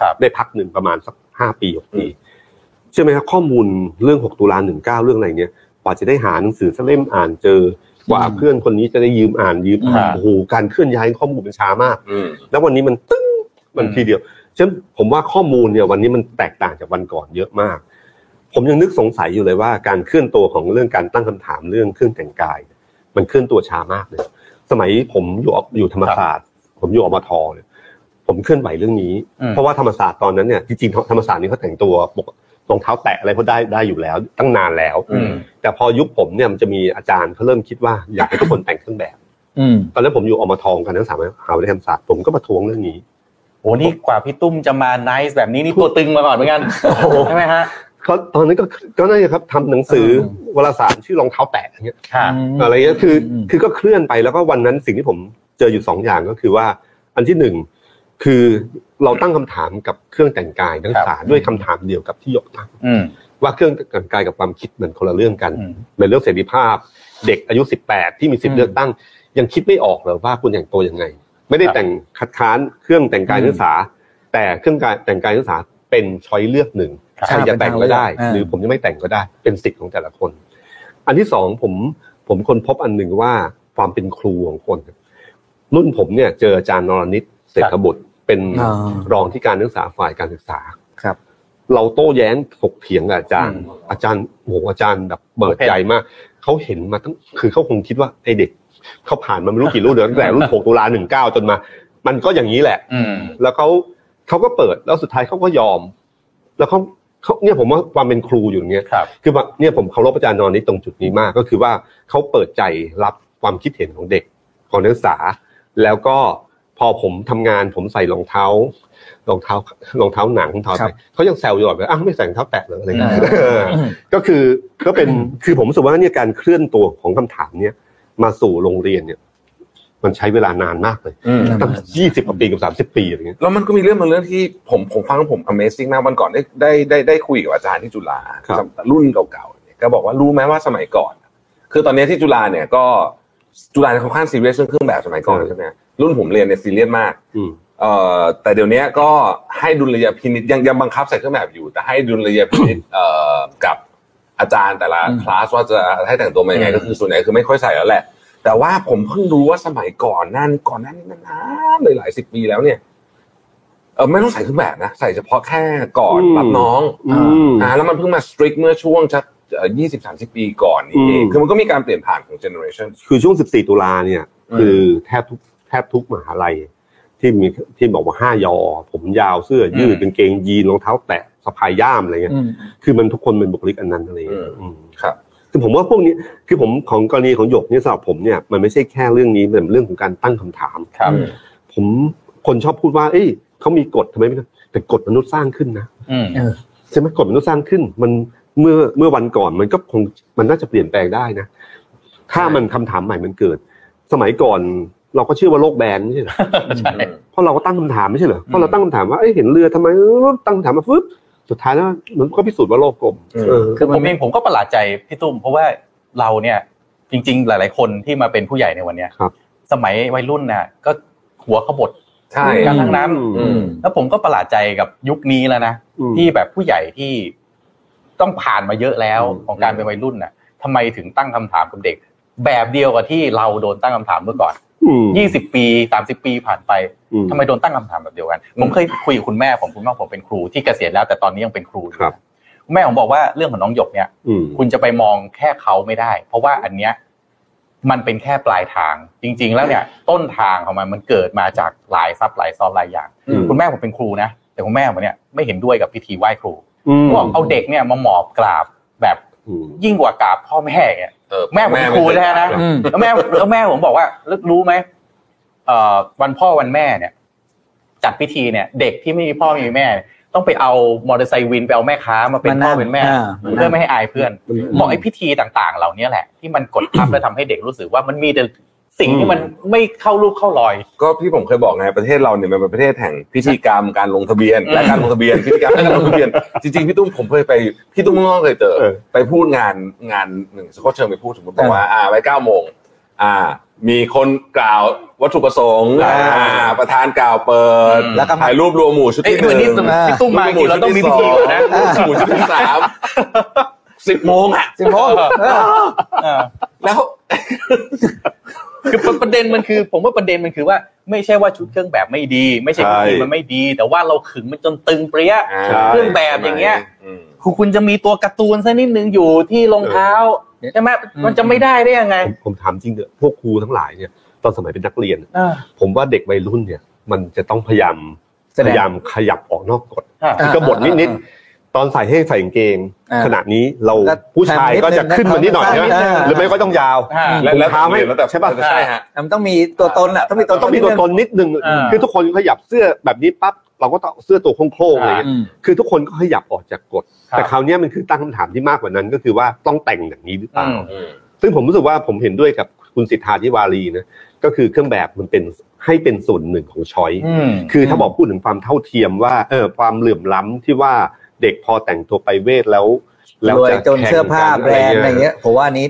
[SPEAKER 1] ครับ
[SPEAKER 5] 19 ได้พักหนึ่งประมาณสัก 5 ปี 6 ปีใช่ไหมครับข้อมูลเรื่อง 6 ตุลา 19 เรื่องอะไรเนี้ยกว่าจะได้หาหนังสือสักเล่มอ่านเจอ กว่าเพื่อนคนนี้จะได้ยืมอ่านยืมอ่าน
[SPEAKER 1] ครับ
[SPEAKER 5] โอ้โหการเคลื่อนย้ายข้อมูลมันช้ามาก
[SPEAKER 4] อืม
[SPEAKER 5] แล้ววันนี้มันตึ้งมันทีเดียวฉะนั้นผมว่าข้อมูลเนี่ยวันนี้มันแตกต่างจากวันก่อนเยอะมาก ผมยังนึกสงสัยอยู่เลยว่าการเคลื่อนตัวของเรื่องการตั้งคำถามเรื่องเครื่องแต่งกาย มันเคลื่อนตัวช้ามากเลย สมัยผมอยู่อยู่ธรรมศาสตร์ ผมอยู่อมทเนี่ยผมเคลื่อนไหวเรื่องนี้
[SPEAKER 1] อืม
[SPEAKER 5] เพราะว่าธรรมศาสตร์ตอนนั้นเนี่ยจริงๆธรรมศาสตร์นี่เขาแต่งตัวปกรองเท้าแตะอะไรเขาได้ได้อยู่แล้ว ตั้งนานแล้ว
[SPEAKER 1] อืม
[SPEAKER 5] แต่พอยุคผมเนี่ยมันจะมีอาจารย์เขาเริ่มคิดว่าอยากให้ทุกคนแต่งเครื่องแบบ
[SPEAKER 3] อืม
[SPEAKER 5] ตอนนั้นผมอยู่อมทองกันทั้งสามหาวิทยาลัยธรรมศาสตร์ผมก็ประท้วงเรื่องนี้
[SPEAKER 1] โอ้นี่กว่าพี่ตุ้มจะมาไนซ์แบบนี้นี่ตัวตึงมาก่อนเหมือนกันใช่ไหมฮะ
[SPEAKER 5] เขาตอนนั้นก็ก็นั่นแหละครับทำหนังสือวารสารชื่อรองเท้าแตะอย่างเงี้ย
[SPEAKER 1] ค่ะ
[SPEAKER 5] อะไรเงี้ยคืออ
[SPEAKER 3] ม
[SPEAKER 5] คือก็เคลื่อนไปแล้วก็วันนั้นสิ่งที่ผมเจออยู่สองอย่างก็คือว่า อันที่หนึ่งคือเราตั้งคำถามกับเครื่องแต่งกายนักศึกษาด้วยคำถามเดียวกับที่ยกตั้ง
[SPEAKER 1] อืม
[SPEAKER 5] ว่าเครื่องแต่งกายกับความคิดมันคนละเรื่องกัน
[SPEAKER 1] อืม
[SPEAKER 5] เป็นเรื่องเสรีภาพ เด็กอายุ 18 ที่มีสิทธิ์เลือกตั้ง ยังคิดไม่ออกเลยว่าคุณแต่งตัวยังไง ไม่ได้แต่งคัดค้านเครื่องแต่งกายนักศึกษา แต่เครื่องการแต่งกายนักศึกษาเป็นช้อยเลือกหนึ่ง ใครจะแต่งก็ได้
[SPEAKER 3] อ่า
[SPEAKER 5] หรือผมจะไม่แต่งก็ได้ เป็นสิทธิ์ของแต่ละคน อันที่สองผมผมคนพบอันหนึ่งว่าความเป็นครูของคน รุ่นผมเนี่ยเจออาจารย์นรนิตเศรษฐบุตรเป็น
[SPEAKER 3] อ่าร
[SPEAKER 5] องที่การศึกษาฝ่ายการศึกษา
[SPEAKER 3] ครับ
[SPEAKER 5] เราโต้แย้งถกเถียงกับอาจารย์ อาจารย์โอ้โหอาจารย์แบบเปิดใจมากเขาเห็นมาตั้งคือเขาคงคิดว่าไอเด็กเขาผ่านมาไม่รู้กี่รุ่นเดือนตั้งแต่รุ่นหกตุลาหนึ่งเก้าจนมา มันก็อย่างนี้แหละ
[SPEAKER 1] อืม
[SPEAKER 5] แล้วเขาเขาก็เปิดแล้วสุดท้ายเขาก็ยอม แล้วเขาเขาเนี่ยผมว่าความเป็นครูอยู่อย่างเงี้ย
[SPEAKER 1] ครับ
[SPEAKER 5] คือแบบเนี่ยผมเคารพอาจารย์นอนนี้ตรงจุดนี้มาก ก็คือว่าเขาเปิดใจรับความคิดเห็นของเด็กของนักศึกษา แล้วก็พอผมทำงานผมใส่รองเท้ารองเท้ารองเท้าหนังรองเท้า
[SPEAKER 3] ครับ
[SPEAKER 5] อะไรเขายังแซวอยู่แบบอ้าวไม่ใส่รองเท้าแตะเหรออะไรเงี้ย
[SPEAKER 1] อืม
[SPEAKER 5] เออก็คือก็เป็นคือผมรู้สึกว่าเนี่ยการเคลื่อนตัวของคำถามเนี่ยมาสู่โรงเรียนเนี่ย มันใช้เวลานานมากเลย
[SPEAKER 4] อืม
[SPEAKER 5] ตั้งยี่สิบกว่าปีกับสามสิบ30 ปีอะไรเงี้ย
[SPEAKER 4] แล้วมันก็มีเรื่องบางเรื่องที่ผมผมฟังแล้วผม Amazing มากวันก่อนได้ได้ได้ได้คุยกับอาจารย์ที่จุฬา
[SPEAKER 5] ครับ
[SPEAKER 4] รุ่นเก่าๆเนี่ยก็บอกว่ารู้ไหมว่าสมัยก่อน คือตอนนี้ที่จุฬาเนี่ยก็จุฬาเนี่ยค่อนข้างซีเรียสเรื่องเครื่องแบบสมัยก่อนใช่ไหมรุ่นผมเรียนเนี่ยซีเรียสมาก
[SPEAKER 5] อืม
[SPEAKER 4] เอ่อแต่เดี๋ยวนี้ก็ให้ดุลยพินิจยังยังบังคับใส่เครื่องแบบอยู่ แต่ให้ดุลยพิ นิจ เอ่อกับอาจารย์แต่ละคลาสว่าจะให้แต่งตัวมายังไงก็คือส่วนใหญ่คือไม่ค่อยใส่แล้วแหละ แต่ว่าผมเพิ่งรู้ว่าสมัยก่อนนั่นก่อนหนั้นนานๆเลยหลายสิบปีแล้วเนี่ย เออไม่ต้องใส่เครื่องแบบนะ ใส่เฉพาะแค่ก่อน
[SPEAKER 5] อืม
[SPEAKER 4] รับน้อง
[SPEAKER 5] อืม
[SPEAKER 4] อ่าแล้วมันเพิ่งมาสตริกเมื่อช่วงชักยี่สิบสามสิบปีก่อนนี่เอง
[SPEAKER 5] อืม
[SPEAKER 4] คือมันก็มีการเปลี่ยนผ่านของเจเนอเรชัน
[SPEAKER 5] คือช่วง 14 ตุลาเนี่ย
[SPEAKER 4] อืม
[SPEAKER 5] คือแทบทุกแทบทุกมหาลัย ที่มีที่บอกว่าห้ายอ ผมยาวเสื้อยืดเป็นเกงยีนรองเท้าแตะสะพายย่ามอะไรเงี้ย
[SPEAKER 3] อืม
[SPEAKER 5] คือมันทุกคนเป็นบุคลิกอันนั้นอะไรเงี้ยอืม
[SPEAKER 4] ครับ
[SPEAKER 5] คือผมว่าพวกนี้คือผมของกรณีของหยกเนี่ยสำหรับผมเนี่ยมันไม่ใช่แค่เรื่องนี้มันเป็นเรื่องของการตั้งคำถาม
[SPEAKER 1] ครับ
[SPEAKER 5] ผมคนชอบพูดว่า เอ้ยเขามีกฎทำไมไม่ทำแต่กฎมนุษย์สร้างขึ้นนะ
[SPEAKER 1] อืม
[SPEAKER 5] ใช่ไหมกฎมันต้องสร้างขึ้นมันเมื่อเมื่อวันก่อนมันก็คงมันน่าจะเปลี่ยนแปลงได้นะ ถ้ามันคำถามใหม่มันเกิด สมัยก่อนเราก็เชื่อว่าโลกแบนไม่ใช่เหรอ
[SPEAKER 1] ใช่
[SPEAKER 5] เพราะเราก็ตั้งคำถามไม่ใช่เหรอเพ
[SPEAKER 1] อื
[SPEAKER 5] ราะ
[SPEAKER 1] ม
[SPEAKER 5] เราตั้งคำถามว่าเอ้ยเห็นเรือทำไมเออตั้งคำถามมาฟึบสุดท้ายแล้วมันก็พิสูจน์ว่าโลกกลม
[SPEAKER 4] อืม
[SPEAKER 5] เออ
[SPEAKER 3] คือมั
[SPEAKER 1] ผ
[SPEAKER 3] น
[SPEAKER 1] มเองผมก็ประหลาดใจพี่ตุ้ม เพราะว่าเราเนี่ย จริง ๆ หลาย ๆ คนที่มาเป็นผู้ใหญ่ในวันเนี้ย
[SPEAKER 5] ครับ
[SPEAKER 1] สมัยวัยรุ่นน่ะ ก็หัวขบถ
[SPEAKER 4] ใช่
[SPEAKER 1] กันทั้งนั้น
[SPEAKER 5] อืม
[SPEAKER 4] อืม
[SPEAKER 1] แล้วผมก็ประหลาดใจกับยุคนี้แล้วนะ
[SPEAKER 5] อืม
[SPEAKER 1] ที่แบบผู้ใหญ่ที่ต้องผ่านมาเยอะแล้ว
[SPEAKER 5] อืม
[SPEAKER 1] ของการเป็นวัยรุ่นน่ะทำไมถึงตั้งคำถามกับเด็ก แบบเดียวกับที่เราโดนตั้งคำถามเมื่อก่อน
[SPEAKER 5] อืม
[SPEAKER 1] 20 ปี 30 ปีผ่านไป
[SPEAKER 5] อื
[SPEAKER 1] ทำไมโดนตั้งคำถามแบบเดียวกัน ผมเคยคุยกับคุณแม่ผมคุณแม่ผมเป็นครูที่เกษียณแล้วแต่ตอนนี้ยังเป็นครูอยู่
[SPEAKER 5] ครับ
[SPEAKER 1] คุณแม่ผมบอกว่าเรื่องของน้องหยกเนี่ย
[SPEAKER 5] อืม
[SPEAKER 1] คุณจะไปมองแค่เขาไม่ได้ เพราะว่าอันเนี้ยมันเป็นแค่ปลายทาง จริง ๆ แล้วเนี่ย ต้นทางของมันมันเกิดมาจากหลายซับหลายซ้อนหลายอย่าง
[SPEAKER 5] อืม
[SPEAKER 1] คุณแม่ผมเป็นครูนะ แต่คุณแม่ผมเนี่ยไม่เห็นด้วยกับพิธีไหว้ครู
[SPEAKER 5] อืม
[SPEAKER 1] บอกเอาเด็กเนี่ยมาหมอบกราบแบบ
[SPEAKER 5] อืม
[SPEAKER 1] ยิ่งกว่ากราบพ่อแม่เนี่ย
[SPEAKER 4] เออ
[SPEAKER 1] แม่ผมเป็นครูแท้นะ
[SPEAKER 4] เออ
[SPEAKER 3] อืม
[SPEAKER 1] แล้วแม่แล้วแม่ผมบอกว่าแล้วรู้ไหมเอ่อวันพ่อวันแม่เนี่ย จัดพิธีเนี่ย เด็กที่ไม่มีพ่อไม่มีแม่ ต้องไปเอามอเตอร์ไซค์วินไปเอาแม่ค้ามาเป็น
[SPEAKER 3] มานั่
[SPEAKER 1] พ่อง เป็นแม่
[SPEAKER 3] อ่า
[SPEAKER 1] เพื่อไม่ให้อายเพื่อน
[SPEAKER 5] อืม
[SPEAKER 1] บอกไอ้พิธีต่างๆ เหล่านี้แหละ ที่มันกดทับ และทำให้เด็กรู้สึกว่ามันมีแต่สิ่งที่มันไม่เข้ารูปเข้ารอย
[SPEAKER 4] ก็พี่ผมเคยบอกไงประเทศเราเนี่ยมันเป็นประเทศแห่งพิธีกรรมการลงทะเบียน และการลงทะเบียนพิธีกรรมและการลงทะเบียน จริงๆพี่ตุ้มผมเคยไปพี่ตุ้มง้องเคยเจอ
[SPEAKER 5] เออ
[SPEAKER 4] ไปพูดงานงานหนึ่งสกอตเชิญไปพูดสมมติบอกว่าอ่าไว้เก้าโมงอ่า มีคนกล่าววัตถุประสงค์
[SPEAKER 3] อ่า
[SPEAKER 4] อ่าประธานกล่าวเปิด
[SPEAKER 1] อืม
[SPEAKER 3] แล้วก็มา
[SPEAKER 4] ถ่ายรูปรวมหมู่ชุด
[SPEAKER 1] เอ้ย
[SPEAKER 4] ที่ห
[SPEAKER 1] เหมือน
[SPEAKER 4] นึ่
[SPEAKER 1] ที่
[SPEAKER 4] ง
[SPEAKER 3] อ่า
[SPEAKER 1] พี่ตุ้มมาจริงๆเราต้องมีพิธีก่อนนะ
[SPEAKER 4] หมู่ชุดที่สามสิบโมงอะ
[SPEAKER 3] สิบโมงเออ
[SPEAKER 4] แล้ว
[SPEAKER 1] คือประประเด็นมันคือ ผมว่าประเด็นมันคือว่าไม่ใช่ว่าชุดเครื่องแบบไม่ดี ไม่ใช่พิธี
[SPEAKER 4] ใช่
[SPEAKER 1] มันไม่ดี แต่ว่าเราขึงมันจนตึงเปรี้ย
[SPEAKER 5] ใช่
[SPEAKER 1] เครื่องแบบอย่างเงี้ย
[SPEAKER 4] อืม
[SPEAKER 1] คุณคุณจะมีตัวการ์ตูนสักนิดนึงอยู่ที่รองเท้าใช่ไหมมันจะไม่ได้ได้ยังไง
[SPEAKER 5] ผมผมถามจริงเถอะพวกครูทั้งหลายเนี่ยตอนสมัยเป็นนักเรียน
[SPEAKER 1] อ่า
[SPEAKER 5] ผมว่าเด็กวัยรุ่นเนี่ย มันจะต้องพยายาม
[SPEAKER 3] แสดง
[SPEAKER 5] พยายามขยับออกนอกกฎ
[SPEAKER 1] อ่า
[SPEAKER 5] คือกระบทนิดๆตอนใส่ให้ใส่กางเกง
[SPEAKER 3] อ่า
[SPEAKER 5] ขณะนี้เรา
[SPEAKER 3] ก็
[SPEAKER 5] ผู้ชายก็จะขึ้นมานิดหน่อยใช่ไหม
[SPEAKER 3] อ่า
[SPEAKER 5] หรือไม่ก็ต้องยาว
[SPEAKER 1] อ่า
[SPEAKER 4] และแล้ว
[SPEAKER 5] เท้าไม่
[SPEAKER 4] แล้วแต่
[SPEAKER 5] ใช่ป่ะ
[SPEAKER 4] ใช่ฮะ
[SPEAKER 3] มันต้องมีตัวตนอ่ะต้องมีตัวต
[SPEAKER 5] ต้อน งมีตัวตนนิดนึง
[SPEAKER 1] อ่า
[SPEAKER 5] คือทุกคนขยับเสื้อแบบนี้ปั๊บเราก็ต้องเสื้อตัวโค้งๆอะไรอย่างเงี้ย
[SPEAKER 3] อืม
[SPEAKER 5] คือทุกคนก็ขยับออกจากกฎ
[SPEAKER 1] ครับ
[SPEAKER 5] แต่คราวเนี้ยมันคือตั้งคำถามที่มากกว่านั้นก็คือว่าต้องแต่งอย่างนี้หรือเปล่า
[SPEAKER 1] อืม
[SPEAKER 5] ซึ่งผมรู้สึกว่าผมเห็นด้วยกับคุณสิทธาธิวารีนะ ก็คือเครื่องแบบมันเป็นให้เป็นส่วนหนึ่งของช้อย
[SPEAKER 1] อืม
[SPEAKER 5] คือถ้าบอกพูดถึงความเท่าเทียมว่าเออความเหลื่อมล้ำที่ว่าเด็กพอแต่งตัวไปเวทแล้ว แล้ว
[SPEAKER 3] รวย
[SPEAKER 5] จะ
[SPEAKER 3] จนเสื้อผ้าแบรนด์อะไร
[SPEAKER 5] เงี้ย
[SPEAKER 3] เงี้ยผมว่าอันนี้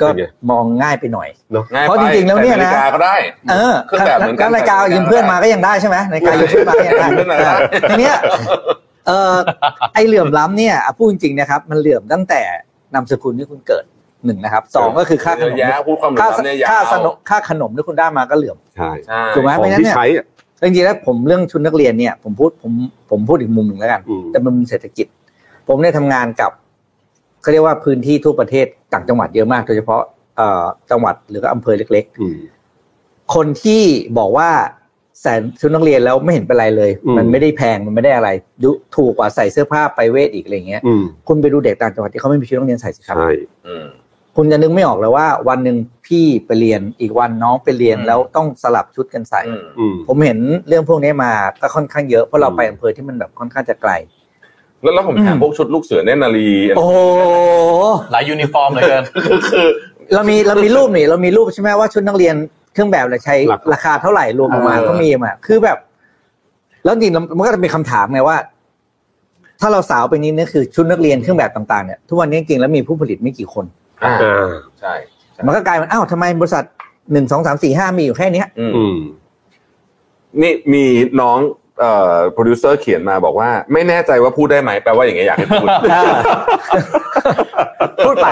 [SPEAKER 3] ก็
[SPEAKER 5] เป็นไง
[SPEAKER 3] มองง่ายไปหน่อย
[SPEAKER 4] ง่ายไป
[SPEAKER 3] เพราะจริงๆแล้วเนี่ยนะ
[SPEAKER 4] ใส่าฬิกาก็ได้
[SPEAKER 3] เออ
[SPEAKER 4] เครื่องแบบเหมือนกัน
[SPEAKER 3] แล้วนาฬิกายืมเพื่อนมาก็ยังได้ใช่ไหมนาฬิกายืมเพื่อนมาก็ยังได้
[SPEAKER 4] ยืมเพื่อนมาได้
[SPEAKER 3] ทีเนี้ยเออไอเหลื่อมล้ำเนี่ยอ่ะพูดจริงๆนะครับ มันเหลื่อมตั้งแต่นามสกุลที่คุณเกิดหนึ่งนะครับสองก็คือค่าข
[SPEAKER 4] เย
[SPEAKER 3] น
[SPEAKER 4] อะ
[SPEAKER 3] ม
[SPEAKER 4] แยะพูดความเหลื่อ
[SPEAKER 3] ค่าม
[SPEAKER 4] ล้ำเนี่ยยาว
[SPEAKER 3] ค่าสนมค่าขนมที่คุณได้มาก็เหลื่อม
[SPEAKER 5] ใช่
[SPEAKER 4] ใช่
[SPEAKER 3] ถูกไหม
[SPEAKER 5] ของที่ใช้อะ
[SPEAKER 3] จริงๆแล้วผมเรื่องชุดนักเรียนเนี่ยผมพูดผมผมพูดอีกมุมหนึ่งแล้วกัน
[SPEAKER 5] อืม
[SPEAKER 3] แต่มันเป็นเศรษฐกิจ ผมได้ทำงานกับเขาเรียกว่าพื้นที่ทั่วประเทศต่างจังหวัดเยอะมากโดยเฉพาะเอ่อจังหวัดหรือก็อำเภอเล็ก ๆ
[SPEAKER 5] อืม
[SPEAKER 3] คนที่บอกว่าใส่ชุดนักเรียนแล้วไม่เห็นเป็นไรเลย
[SPEAKER 5] อืม
[SPEAKER 3] มันไม่ได้แพงมันไม่ได้อะไรดูถูกกว่าใส่เสื้อผ้าไปเวทอีกอะไรเงี้ย
[SPEAKER 5] อืม
[SPEAKER 3] คุณไปดูเด็กต่างจังหวัดที่เขาไม่มีชุดนักเรียนใส่สิครับ
[SPEAKER 5] ใช่
[SPEAKER 4] อืม
[SPEAKER 3] คุณจะนึกไม่ออกเลยว่าวันหนึ่งพี่ไปเรียนอีกวันน้องไปเรียน
[SPEAKER 4] อืม
[SPEAKER 3] แล้วต้องสลับชุดกันใส่
[SPEAKER 4] อืม
[SPEAKER 5] อืม
[SPEAKER 3] ผมเห็นเรื่องพวกนี้มาก็ค่อนข้างเยอะเพราะเรา
[SPEAKER 5] อืม
[SPEAKER 3] ไปอำเภอที่มันแบบค่อนข้างจะไกล
[SPEAKER 4] แล้วแล้วผมถามพวกชุดลูกเสือเนตรนารี
[SPEAKER 3] โอ้โห
[SPEAKER 1] หลายยูนิฟอร์มเหลยเกิน
[SPEAKER 4] คือ
[SPEAKER 3] เรามีเรามีรูปนี่เรามีรูปใช่ไหมว่าชุดนักเรียนเครื่องแบบเราใช้
[SPEAKER 5] หลัก
[SPEAKER 3] ราคาเท่าไหร่รวมประมาณก็มีมาคือแบบ แล้วจริงๆมันก็จะมีคำถามไงว่า ถ้าเราสาวไปนี้นี่คือชุดนักเรียนเครื่องแบบต่างๆเนี่ยทุกวันนี้จริงๆแล้วมีผู้ผลิตไม่กี่คน
[SPEAKER 4] อ่า
[SPEAKER 5] อ่า
[SPEAKER 4] ใช่
[SPEAKER 3] มันก็กลายเป็นอ้าวทำไมบริษัทหนึ่งสองสามสี่ห้ามีอยู่แค่เนี้ย
[SPEAKER 4] อืม
[SPEAKER 5] อืม
[SPEAKER 4] นี่มีน้องเอ่อโปรดิวเซอร์เขียนมาบอกว่า ไม่แน่ใจว่าพูดได้ไหมแปลว่าอย่างเงี้ยอยากให้พูด
[SPEAKER 3] พูดไป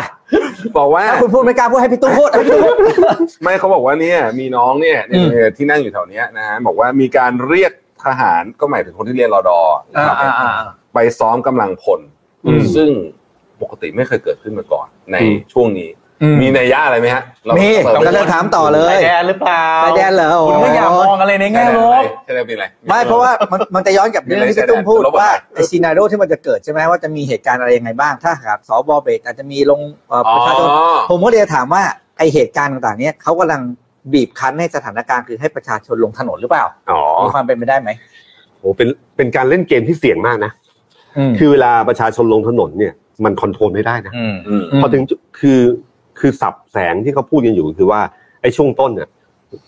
[SPEAKER 4] บอกว่า
[SPEAKER 3] ถ้าคุณพูดไม่กล้าพูดให้พี่ตุ้มพูดให้พี่ตุ้มพูด
[SPEAKER 4] ไม่เขาบอกว่าเนี่ยมีน้องเนี่ยเนี่ย
[SPEAKER 3] อืม
[SPEAKER 4] เนี่ยที่นั่งอยู่แถวเนี้ยนะฮะบอกว่ามีการเรียกทหารก็หมายถึงคนที่เรียนรอดอนะครับ
[SPEAKER 3] อ่าอ่าอ่า
[SPEAKER 4] ไปซ้อมกำลังพล
[SPEAKER 5] อืม
[SPEAKER 4] ซึ่งปกติไม่เคยเกิดขึ้นมาก่อน ในช่วงนี้
[SPEAKER 3] อืม
[SPEAKER 4] มีนัยยะอะไรไหมฮะเรา
[SPEAKER 3] มี
[SPEAKER 4] เปิด
[SPEAKER 3] ก็เลยถามต่อเล
[SPEAKER 1] ไป
[SPEAKER 3] ย
[SPEAKER 1] แดนหรือเปล่า
[SPEAKER 3] ไปแดนเหรอโ
[SPEAKER 1] คุณไม่อยากมองอะไรใน
[SPEAKER 4] ใช่
[SPEAKER 1] แง่
[SPEAKER 4] ไห
[SPEAKER 1] ล
[SPEAKER 4] ม
[SPEAKER 1] บ
[SPEAKER 4] ใช่ไหมเป็นไร
[SPEAKER 3] ไม่เพราะว่ามันมันจะย้อนกลับเรื่องที่พี่ตุ้มพูดว่าไอซีนาโดที่มันจะเกิดใช่ไหมว่าจะมีเหตุการณ์อะไรยังไงบ้าง ถ้าหากสบเบรกอาจจะมีลงเอ่อประชาชน
[SPEAKER 4] อ๋อ
[SPEAKER 3] ผมก็เลยจะถามว่าไอเหตุการณ์ต่างๆ เนี้ยเขากำลังบีบคั้นให้สถานการณ์คือให้ประชาชนลงถนนหรือเปล่า
[SPEAKER 5] อ๋อ
[SPEAKER 3] มีความเป็นไปได้ไหม
[SPEAKER 5] โหเป็นเป็นการเล่นเกมที่เสี่ยงมากนะ คือเวลาประชาชนลงถนนเนี่ยมันคอนโทรลไม่ได้นะ
[SPEAKER 1] อืม
[SPEAKER 4] อืม
[SPEAKER 5] พอถึงจุดคือคือสับแสงที่เขาพูดกันอยู่คือว่าไอ้ช่วงต้นเนี่ย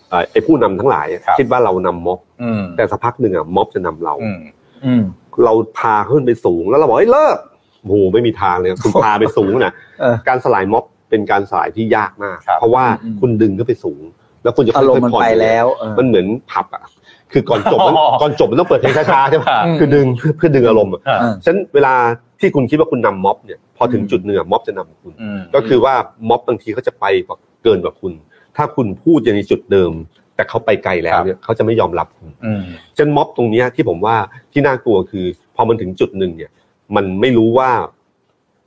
[SPEAKER 5] เอ่อไอ้ผู้นำทั้งหลายอะ
[SPEAKER 4] ครับ
[SPEAKER 5] คิดว่าเรานำม็อบ
[SPEAKER 1] อืม
[SPEAKER 5] แต่สักพักหนึ่งอ่ะม็อบจะนำเรา
[SPEAKER 1] อืม
[SPEAKER 3] อืม
[SPEAKER 5] เราพาขึ้นไปสูงแล้วเราบอกเฮ้ยเลิกโอ้โหไม่มีทางเลยคุณพาไปสูงนะ
[SPEAKER 3] เออ
[SPEAKER 5] การสลายม็อบเป็นการสลายที่ยากมาก
[SPEAKER 1] ครับ
[SPEAKER 5] เพราะว่า
[SPEAKER 3] อืม
[SPEAKER 5] คุณดึงก็ไปสูง แล้วคุณจะ
[SPEAKER 3] อารมณ์
[SPEAKER 5] ค่
[SPEAKER 3] มัน
[SPEAKER 5] อยๆผ่อน
[SPEAKER 3] ไปแล้วเออ
[SPEAKER 5] มันเหมือนผับอ่ะคือก่อนจบมัน
[SPEAKER 1] อ๋อ
[SPEAKER 5] ก่อนจบมันต้องเปิดเพลงช้าๆใช่ไหม
[SPEAKER 3] อืม
[SPEAKER 5] คือดึงเพื่อดึงอารมณ์อะ
[SPEAKER 1] อ่า
[SPEAKER 5] ฉะนันเวลาที่คุณคิดว่าคุณนำม็อบเนี่ยพอถึงจุดหนึ่งอะม็อบจะนำคุณ
[SPEAKER 1] อืม
[SPEAKER 5] ก็คือว่าม็อบบางทีเขาจะไปกว่าเกินกว่าคุณ ถ้าคุณพูดอย่างในจุดเดิม แต่เขาไปไกลแล้วเนี่ยเขาจะไม่ยอมรับคุณ
[SPEAKER 1] อืม
[SPEAKER 5] ฉะนันม็อบตรงเนี้ยที่ผมว่าที่น่ากลัวคือ พอมันถึงจุดหนึ่งเนี่ย มันไม่รู้ว่า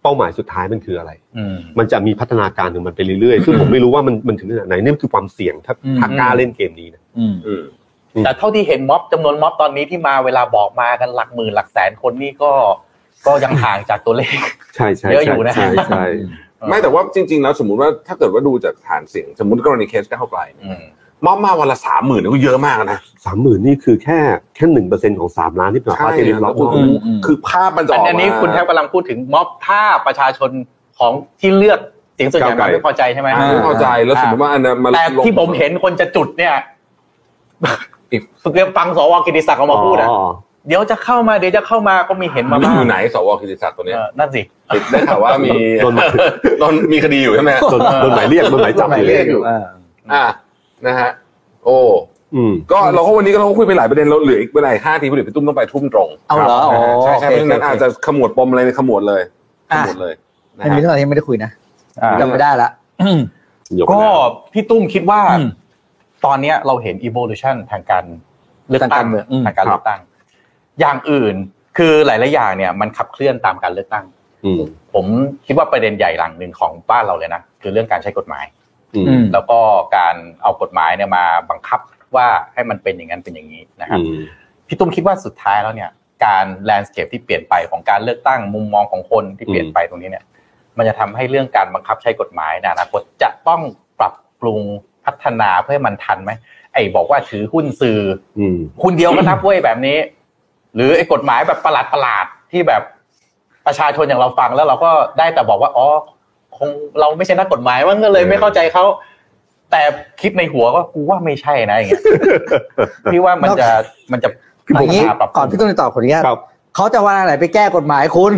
[SPEAKER 5] เป้าหมายสุดท้ายมันคืออะไร
[SPEAKER 1] อืม
[SPEAKER 5] มันจะมีพัฒนาการของมันไปเรื่อยๆซึ่งผมไม่รู้ว่ามันมันถึงขนาดไหนเนี่ยมันคือความเสี่ยงถ้า
[SPEAKER 3] อืม
[SPEAKER 5] หากกล้าเล่นเกมนี้นะ
[SPEAKER 3] อืม
[SPEAKER 4] อืม
[SPEAKER 1] แต่เท่าที่เห็นม็อบจำนวนม็อบตอนนี้ที่มาเวลาบอกมากันหลักหมื่นหลักแสนคนนี่ก็ ก็ยังห่างจากตัวเลข
[SPEAKER 5] ใช่ใช่
[SPEAKER 1] เยอะอยู่นะ
[SPEAKER 5] ใช่ใช่
[SPEAKER 4] ไม่แต่ว่าจริงๆแล้วสมมติว่าถ้าเกิดว่าดูจากฐานเสียง สมมติกรณีเคสก้าวไกลเนี่ย
[SPEAKER 1] อืม
[SPEAKER 4] มอบมาวันละสามหมื่นก็เยอะมากนะ
[SPEAKER 5] สามหมื่นนี่คือแค่แค่หนึ่งเปอร์เซ็นต์ของสามล้านที่ผ่านมาที่เรียนรับ
[SPEAKER 4] คุณ
[SPEAKER 5] มา
[SPEAKER 3] อืมอืม
[SPEAKER 4] คือภาพมันจะอ
[SPEAKER 1] อั
[SPEAKER 4] อก
[SPEAKER 1] น
[SPEAKER 4] มา
[SPEAKER 1] อันนี้คุณแทบกำลังพูดถึงม็อบถ้าประชาชนของที่เลือกเสียงส่วนใหญ่
[SPEAKER 4] ก้าวไกล
[SPEAKER 1] ไม่พอใจใช่ไหม
[SPEAKER 4] ไม่เข้าใจแล้ว
[SPEAKER 1] อ่า
[SPEAKER 4] สมมติว่าอันนั้นมา
[SPEAKER 1] แต่
[SPEAKER 4] ลง
[SPEAKER 1] ที่ผมเห็นคนจะจุดเนี่ย
[SPEAKER 4] อีก
[SPEAKER 1] สุเกฟังสวกิติศักดิ์ออกมาพูดอ่ะเดี๋ยวจะเข้ามาเดี๋ยวจะเข้ามาก็มีเห็นมา
[SPEAKER 4] มัน
[SPEAKER 1] บ้าง
[SPEAKER 4] อยู่ไหนสวกิติศักดิ์ตัวเนี้ย
[SPEAKER 1] เออนั่นสิ
[SPEAKER 4] ติดได้ข่าวว่ามี
[SPEAKER 5] โดนหมาย
[SPEAKER 4] โดนมีคดีอยู่ใช่ไหม
[SPEAKER 5] โดนโดนหมายเรียกโดนหมายจับ
[SPEAKER 4] โดนหมายเรียก
[SPEAKER 5] อยู่
[SPEAKER 4] อ อ่ะนะฮะ โอ้
[SPEAKER 5] อืม
[SPEAKER 4] ก็เราก็วันนี้ก็เราก็คุยไปหลายประเด็นเราเหลืออีกเวลาอีกห้าทีพอดีพี่ตุ้มต้องไปทุ่มตรง
[SPEAKER 3] เอาเหรอ
[SPEAKER 4] คบ
[SPEAKER 3] อ๋อ
[SPEAKER 4] ใช่ใช่เพ
[SPEAKER 3] โอเค
[SPEAKER 4] ราะฉะนั้นอาจจะขมวดปมอะไรในขมวดเลยข
[SPEAKER 3] อ่ะ
[SPEAKER 4] มวดเลยนะ
[SPEAKER 3] ไม่มี
[SPEAKER 4] ฮะ
[SPEAKER 3] เรื่องอะไรที่ไม่ได้คุยนะ
[SPEAKER 1] อ่า
[SPEAKER 3] จำไม่ได้ละ
[SPEAKER 5] ย
[SPEAKER 1] ก็
[SPEAKER 5] ก็
[SPEAKER 1] พี่ตุ้มคิดว่า
[SPEAKER 3] อืม
[SPEAKER 1] ตอนเนี้ยเราเห็น evolution ทางการเลือก
[SPEAKER 3] ทาง
[SPEAKER 1] ตั้
[SPEAKER 3] กาง รเมืองอืม
[SPEAKER 1] ทางการเลือกตั้ง อย่างอื่น คือหลายๆอย่างเนี่ยมันขับเคลื่อนตามการเลือกตั้ง
[SPEAKER 5] อืม
[SPEAKER 1] ผมคิดว่าประเด็นใหญ่หลังหนึ่งของบ้านเราเลยนะคือเรื่องการใช้กฎหมาย
[SPEAKER 5] อืม
[SPEAKER 3] อืม
[SPEAKER 1] แล้วก็การเอากฎหมายเนี่ยมาบังคับว่าให้มันเป็นอย่างนั้นเป็นอย่างนี้นะครับ
[SPEAKER 5] อืม
[SPEAKER 1] พี่ตุ้มคิดว่าสุดท้ายแล้วเนี่ย การแลนด์สเคปที่เปลี่ยนไปของการเลือกตั้งมุมมองของคนที่เปลี่ยนไปตรงนี้เนี่ย มันจะทำให้เรื่องการบังคับใช้กฎหมายในอนาคตจะต้องปรับปรุงพัฒนาเพื่อให้มันทันไหมไอ้บอกว่าถือหุ้นสื่อ
[SPEAKER 5] อืม
[SPEAKER 1] หุ้นเดียวก็นับเว้ยแบบนี้ หรือไอ้กฎหมายแบบประหลาดประหลาดๆที่แบบประชาชนอย่างเราฟังแล้วเราก็ได้แต่บอกว่าอ๋อคงเราไม่ใช่นักกฎหมายมันก็เลยไม่เข้าใจเขาแต่คิดในหัวก็กูว่าไม่ใช่นะอย่างเงี้ย พี่ว่ามันจะมันจะ
[SPEAKER 3] เอาอย่างนี้
[SPEAKER 1] ปรับปรุง
[SPEAKER 3] ก่อนพี่ต้นจะตอบขออนุญาต
[SPEAKER 5] ครับ
[SPEAKER 3] เขาจะวันอะไรไปแก้กฎหมายคุณ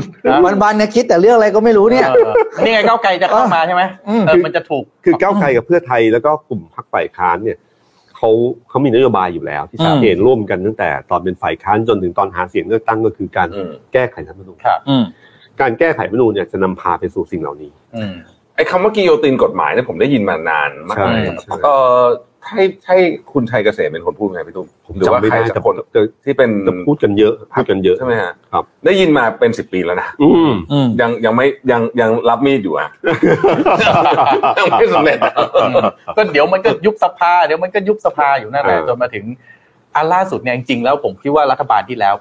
[SPEAKER 3] วันวันๆเนี่ยคิดแต่เรื่องอะไรก็ไม่รู้เนี่ย
[SPEAKER 1] ออนี่ไงก้าวไกลจะเข้ามาใช่ไหม
[SPEAKER 3] อืม
[SPEAKER 1] เออมันจะถูก
[SPEAKER 5] คือก้าวไกลกับเพื่อไทยแล้วก็กลุ่มพรรคฝ่ายค้านเนี่ยเขาเขามีนโยบายอยู่แล้ว ที่ชัดเจนร่วมกันตั้งแต่ตอนเป็นฝ่ายค้านจนถึงตอนหาเสียงเลือกตั้งก็คือการ
[SPEAKER 4] อืม
[SPEAKER 5] แก้ไขรัฐธรรมนูญ
[SPEAKER 1] ครับ
[SPEAKER 3] อืม
[SPEAKER 5] การแก้ไขรัฐธรรมนูญเนี่ยจะนำพาไปสู่สิ่งเหล่านี้
[SPEAKER 1] อืม
[SPEAKER 4] ไอ้คำว่ากิโยตินกฎหมายเนี่ยผมได้ยินมานานมาก
[SPEAKER 5] ใช่
[SPEAKER 1] ใช่
[SPEAKER 4] เออใช่ใช่คุณชัยเกษมเป็นคนพูดไงพี่ตุ้ม
[SPEAKER 5] ผม
[SPEAKER 4] หรือ
[SPEAKER 5] จำ
[SPEAKER 4] ว่า
[SPEAKER 5] ไม่
[SPEAKER 4] ใคร
[SPEAKER 5] ได้
[SPEAKER 4] สัก
[SPEAKER 5] แต่
[SPEAKER 4] คน
[SPEAKER 5] แต่
[SPEAKER 4] ที่เป็น
[SPEAKER 5] แต่พูดกันเยอะพูดกันเยอะ
[SPEAKER 4] ใช่ไหมฮะ
[SPEAKER 5] ครับ
[SPEAKER 4] ได้ยินมาเป็นสิบปีแล้วนะ
[SPEAKER 5] อืม
[SPEAKER 3] อืม
[SPEAKER 4] ยังยังไม่ยังยังรับมีดอยู่อ่ะ ยังไม่สำเร็จอะ
[SPEAKER 1] ก็เดี๋ยวมันก็ยุบสภา เดี๋ยวมันก็ยุบสภาอยู่นั่นแหละ
[SPEAKER 5] เออ
[SPEAKER 1] จนมาถึงอันล่าสุดเนี่ยจริงๆแล้วผมคิดว่ารัฐบาลที่แล้ว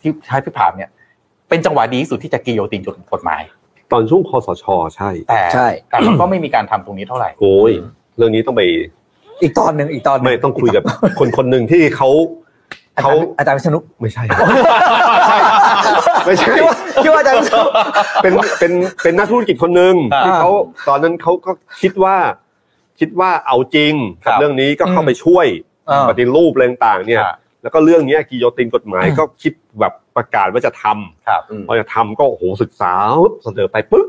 [SPEAKER 1] ที่ใช้พิพามเนี่ย เป็นจังหวะดีที่สุดที่จะกิโยตินจดกฎหมาย
[SPEAKER 5] ตอนช่วงคอสชใช่
[SPEAKER 1] แต่
[SPEAKER 3] ใช่
[SPEAKER 1] แต่มันก็ไม่มีการทำตรงนี้เท่าไหร่
[SPEAKER 5] โอ้ยเรื่องนี้ต้องไป
[SPEAKER 3] อีกตอนหนึ่งอีกตอนหนึ่
[SPEAKER 5] ไม่ต้องคุยกับ คนคนหนึ่งที่เขา
[SPEAKER 3] อาจา
[SPEAKER 5] เขา
[SPEAKER 3] รย์อาจารย์วิษณุ
[SPEAKER 5] ไม่ใช่ ไม่ใช่
[SPEAKER 3] คิดว่าคิดว่าอาจารย์วิษณุ
[SPEAKER 5] เป็นเป็นเป็นนักธุรกิจคนหนึ่ง
[SPEAKER 1] อ่า
[SPEAKER 5] ที่เขาตอนนั้นเขาก็คิดว่า คิดว่าเอาจริง
[SPEAKER 1] ครั
[SPEAKER 5] กับบ เรื่องนี้ก็เข้า
[SPEAKER 3] อืม
[SPEAKER 5] ไปช่วย
[SPEAKER 3] อ่า
[SPEAKER 5] ปฏิรูปอะไรต่างๆเนี่ย
[SPEAKER 1] ครับ
[SPEAKER 5] แล้วก็เรื่องเนี้ยกิโยตินกฎหมายก็คิดแบบประกาศว่าจะทำ
[SPEAKER 1] ครับ
[SPEAKER 5] พอจะทำก็โอ้โหศึกษาปุ๊บเสนอไปปุ๊บ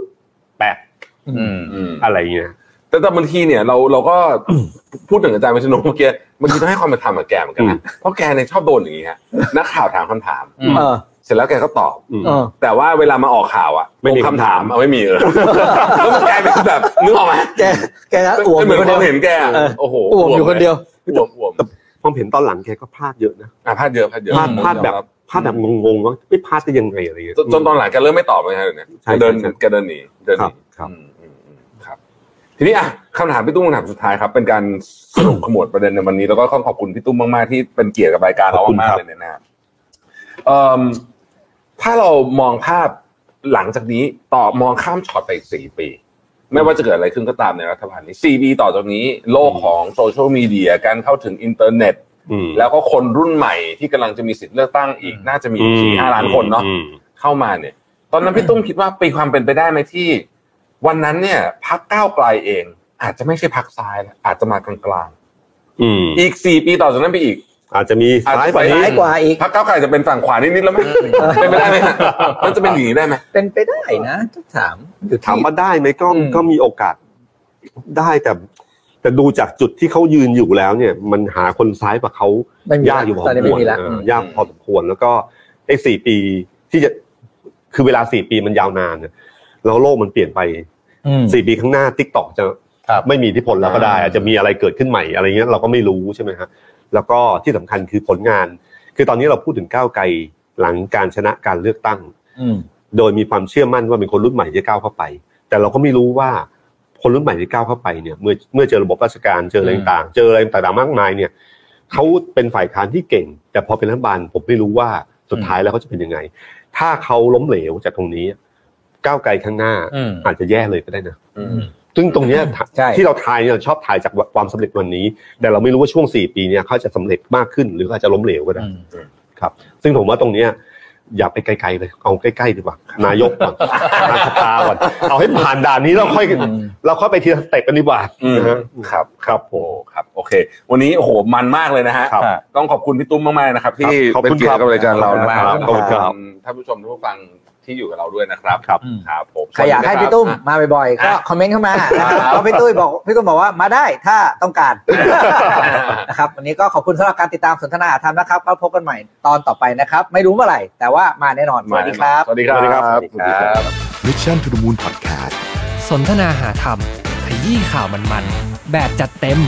[SPEAKER 5] แปะ
[SPEAKER 1] อืม
[SPEAKER 4] อืม
[SPEAKER 5] อะไรเงี้ย
[SPEAKER 4] แต่แต่บางทีเนี่ยเราเราก็ พูดถึงอาจารย์วิชโนเมื่อกี้บางทีต้องให้ความเป็นธรรมกับแกเหมือนกัน
[SPEAKER 5] อื
[SPEAKER 4] นะ
[SPEAKER 5] ม
[SPEAKER 4] เพราะแกเนี่ยชอบโดนอย่างนี้ฮะนักข่าวถามคำถาม
[SPEAKER 1] อืม
[SPEAKER 3] เออ
[SPEAKER 4] เสร็จแล้วแกก็ตอบ
[SPEAKER 5] อืม
[SPEAKER 3] เออ
[SPEAKER 4] แต่ว่าเวลามาออกข่าวอ่ะ
[SPEAKER 5] ไม่มี
[SPEAKER 4] ลงคำถามเอาไม่มีเออ แล้วมันกลายเป็นแบบนึกออกไหม
[SPEAKER 3] แกแกนะอ้วมอ
[SPEAKER 4] เหมือยู่ น
[SPEAKER 3] คนเดียวว
[SPEAKER 4] คามเห็นแกอะ
[SPEAKER 3] เออ
[SPEAKER 4] โอ้โห
[SPEAKER 3] อ้วมอยู่คนเดียว
[SPEAKER 4] อ้วมอ้วม
[SPEAKER 5] ความเห็นตอนหลังแกก็พลาดเยอะนะ
[SPEAKER 4] อ่ะพลาดเยอะพลาดเยอะ
[SPEAKER 5] พลาด
[SPEAKER 1] อืม
[SPEAKER 5] พลาดแบบพลาดแบบงงๆว่าไม่พลาดได้ยังไงอะไรเงี้ย
[SPEAKER 4] จนจนตอนหลังแกเริ่มไม่ตอบเลยฮะเดี๋ยวนี้
[SPEAKER 5] ใช่
[SPEAKER 4] แกเดิน
[SPEAKER 5] ใช่
[SPEAKER 4] แกเดินหนีเดินหนี
[SPEAKER 5] ครับครับ
[SPEAKER 4] อืมอืมอืมครับ ทีนี้อ่ะคำถามพี่ตุ้มคำถามสุดท้ายครับ เป็นการ สรุป ขมวดประเด็นในวันนี้แล้วก็ต้องขอบคุณพี่ตุ้มมากๆที่เป็นเกียรติกับรายการเรามากๆเลยเนี่ยนะฮะเอิ่มถ้าเรามองภาพหลังจากนี้ต่อมองข้ามช็อตไปอีกสี่ปี ไม่ว่าจะเกิดอะไรขึ้นก็ตามในรัฐบาลนี้สี่ปีต่อจากนี้ โลกของโซเชียลมีเดียการเข้าถึงอินเทอร์เน็ต
[SPEAKER 5] อืม
[SPEAKER 4] แล้วก็คนรุ่นใหม่ที่กำลังจะมีสิทธิ์เลือกตั้งอีก น่าจะมีสี่ห้าล้านคนเนาะ
[SPEAKER 5] อืม
[SPEAKER 4] เข้ามาเนี่ย ตอนนั้นพี่ตุ้มคิดว่าปีความเป็นไปได้ไหมที่ วันนั้นเนี่ยพักก้าวไกลเอง อาจจะไม่ใช่พักซ้ายแล้วอาจจะมากลาง
[SPEAKER 5] อืม
[SPEAKER 4] ๆอีกสี่ปีต่อจากนั้นไปอีก
[SPEAKER 5] อาจจะมี
[SPEAKER 4] อาจจะ
[SPEAKER 5] ซ้ายกว่านี้
[SPEAKER 4] ซ้
[SPEAKER 3] ร้ายกว่าอีก
[SPEAKER 4] พักก้าวไกลจะเป็นฝั่งขวานิดๆ แล้วไหมเป็นไปได้ไหมมันจะเป็นอย่างนี้ได้ไหม
[SPEAKER 3] เป็นไปได้นะถ้าถามอยู่ที่
[SPEAKER 5] ถามว่าได้ไหมก็
[SPEAKER 4] อืม
[SPEAKER 5] ก็มีโอกาสได้แต่ แต่ดูจากจุดที่เขายืนอยู่แล้วเนี่ย มันหาคนซ้ายกว่าเขา
[SPEAKER 3] ไม่มี
[SPEAKER 5] ยากอยู่พอ
[SPEAKER 3] ต
[SPEAKER 5] ส
[SPEAKER 3] อนนี้
[SPEAKER 5] ม
[SPEAKER 3] ไม่
[SPEAKER 5] ควร
[SPEAKER 3] มีละ
[SPEAKER 5] เออยากพอสมควรแล้วก็ไอ้สี่ปีที่จะคือเวลาสี่ปีมันยาวนานเนี่ยแล้วโลกมันเปลี่ยนไป
[SPEAKER 3] ม
[SPEAKER 5] สี่ปีข้างหน้าทิกตอกจะ
[SPEAKER 1] ครับ
[SPEAKER 5] ไม่มีอิที่ผลแล้วก็ได้ อาจจะมีอะไรเกิดขึ้นใหม่อะไรเงี้ยเราก็ไม่รู้ใช่ไหมฮะแล้วก็ที่สำคัญคือผลงาน คือตอนนี้เราพูดถึงก้าวไกลหลังการชนะการเลือกตั้ง
[SPEAKER 3] อืม
[SPEAKER 5] โดยมีความเชื่อมั่นว่าเป็นคนรุ่นใหม่ที่ก้าวเข้าไป แต่เราก็ไม่รู้ว่าคนรุ่นใหม่ที่ก้าวเข้าไปเนี่ย เมื่อเมื่อเจอระบบราชการเจออะไรต่างๆเจออะไรต่างๆมากมายเนี่ยเขาเป็นฝ่ายค้านที่เก่ง แต่พอเป็นรัฐบาลผมไม่รู้ว่าสุดท้ายแล้วเขาจะเป็นยังไง ถ้าเขาล้มเหลวจากตรงนี้ ก้าวไกลข้างหน้า
[SPEAKER 1] อืม
[SPEAKER 5] อาจจะแย่เลยก็ได้นะ
[SPEAKER 4] อืม
[SPEAKER 5] ซึ่งตรงเนี้ย
[SPEAKER 3] ใช่
[SPEAKER 5] ที่เราทายเนี่ยเราชอบถ่ายจากความสำเร็จวันนี้ แต่เราไม่รู้ว่าช่วงสี่ปีเนี่ยเขาจะสำเร็จมากขึ้น หรือเขาอาจจะล้มเหลวก็ได้ ครับซึ่งผมว่าตรงเนี้ยอย่าไปไกลๆเลยเอาใกล้ๆดีกว่านายก ก่อน นายกสภาก่อนเอาให้ผ่านด่านนี้แล้วค่อยเราค่อยไปทีละสเต็ปกันดีกว่า
[SPEAKER 4] อืม
[SPEAKER 5] นะฮะครับครับผ
[SPEAKER 4] โอ้
[SPEAKER 5] ม
[SPEAKER 4] ครับ โอเค วันนี้โอ้โหมันมากเลยนะฮะ
[SPEAKER 5] ครับ
[SPEAKER 4] ต้องขอบคุณพี่ตุ้มมากๆนะครับ ที่
[SPEAKER 5] ครับขอบ
[SPEAKER 4] เป็น
[SPEAKER 5] คุณ
[SPEAKER 4] เกียรติกับรายการเรานะค
[SPEAKER 5] ครั
[SPEAKER 4] รับบ
[SPEAKER 5] ขอบคุณครับ
[SPEAKER 4] ท่านผู้ชมทุกฟังที่อยู่กับเราด้วยนะครับ
[SPEAKER 5] ครับ
[SPEAKER 4] ครับผม
[SPEAKER 3] ใครอยากให้พี่ตุ้มมาบ่อยๆ ก็
[SPEAKER 4] อ่ะ
[SPEAKER 3] คอมเมนต์เข้ามานะครับ
[SPEAKER 4] ครับ
[SPEAKER 3] เพราะพี่ตุ้ยบอกพี่ตุ้มบอกว่ามาได้ถ้าต้องการ นะครับวันนี้ก็ขอบคุณสำหรับการติดตามสนทนาหาธรรมนะครับแล้วพบกันใหม่ตอนต่อไปนะครับ ไม่รู้เมื่อไหร่ แต่ว่ามาแน่นอนสวัสดีครับ
[SPEAKER 4] สวัสดีครับ
[SPEAKER 5] สวัสดีครับ
[SPEAKER 6] Mission to the Moon Podcast
[SPEAKER 2] สนทนาหาธรรมขยี้ข่าวมันๆ แบบจัดเต็ม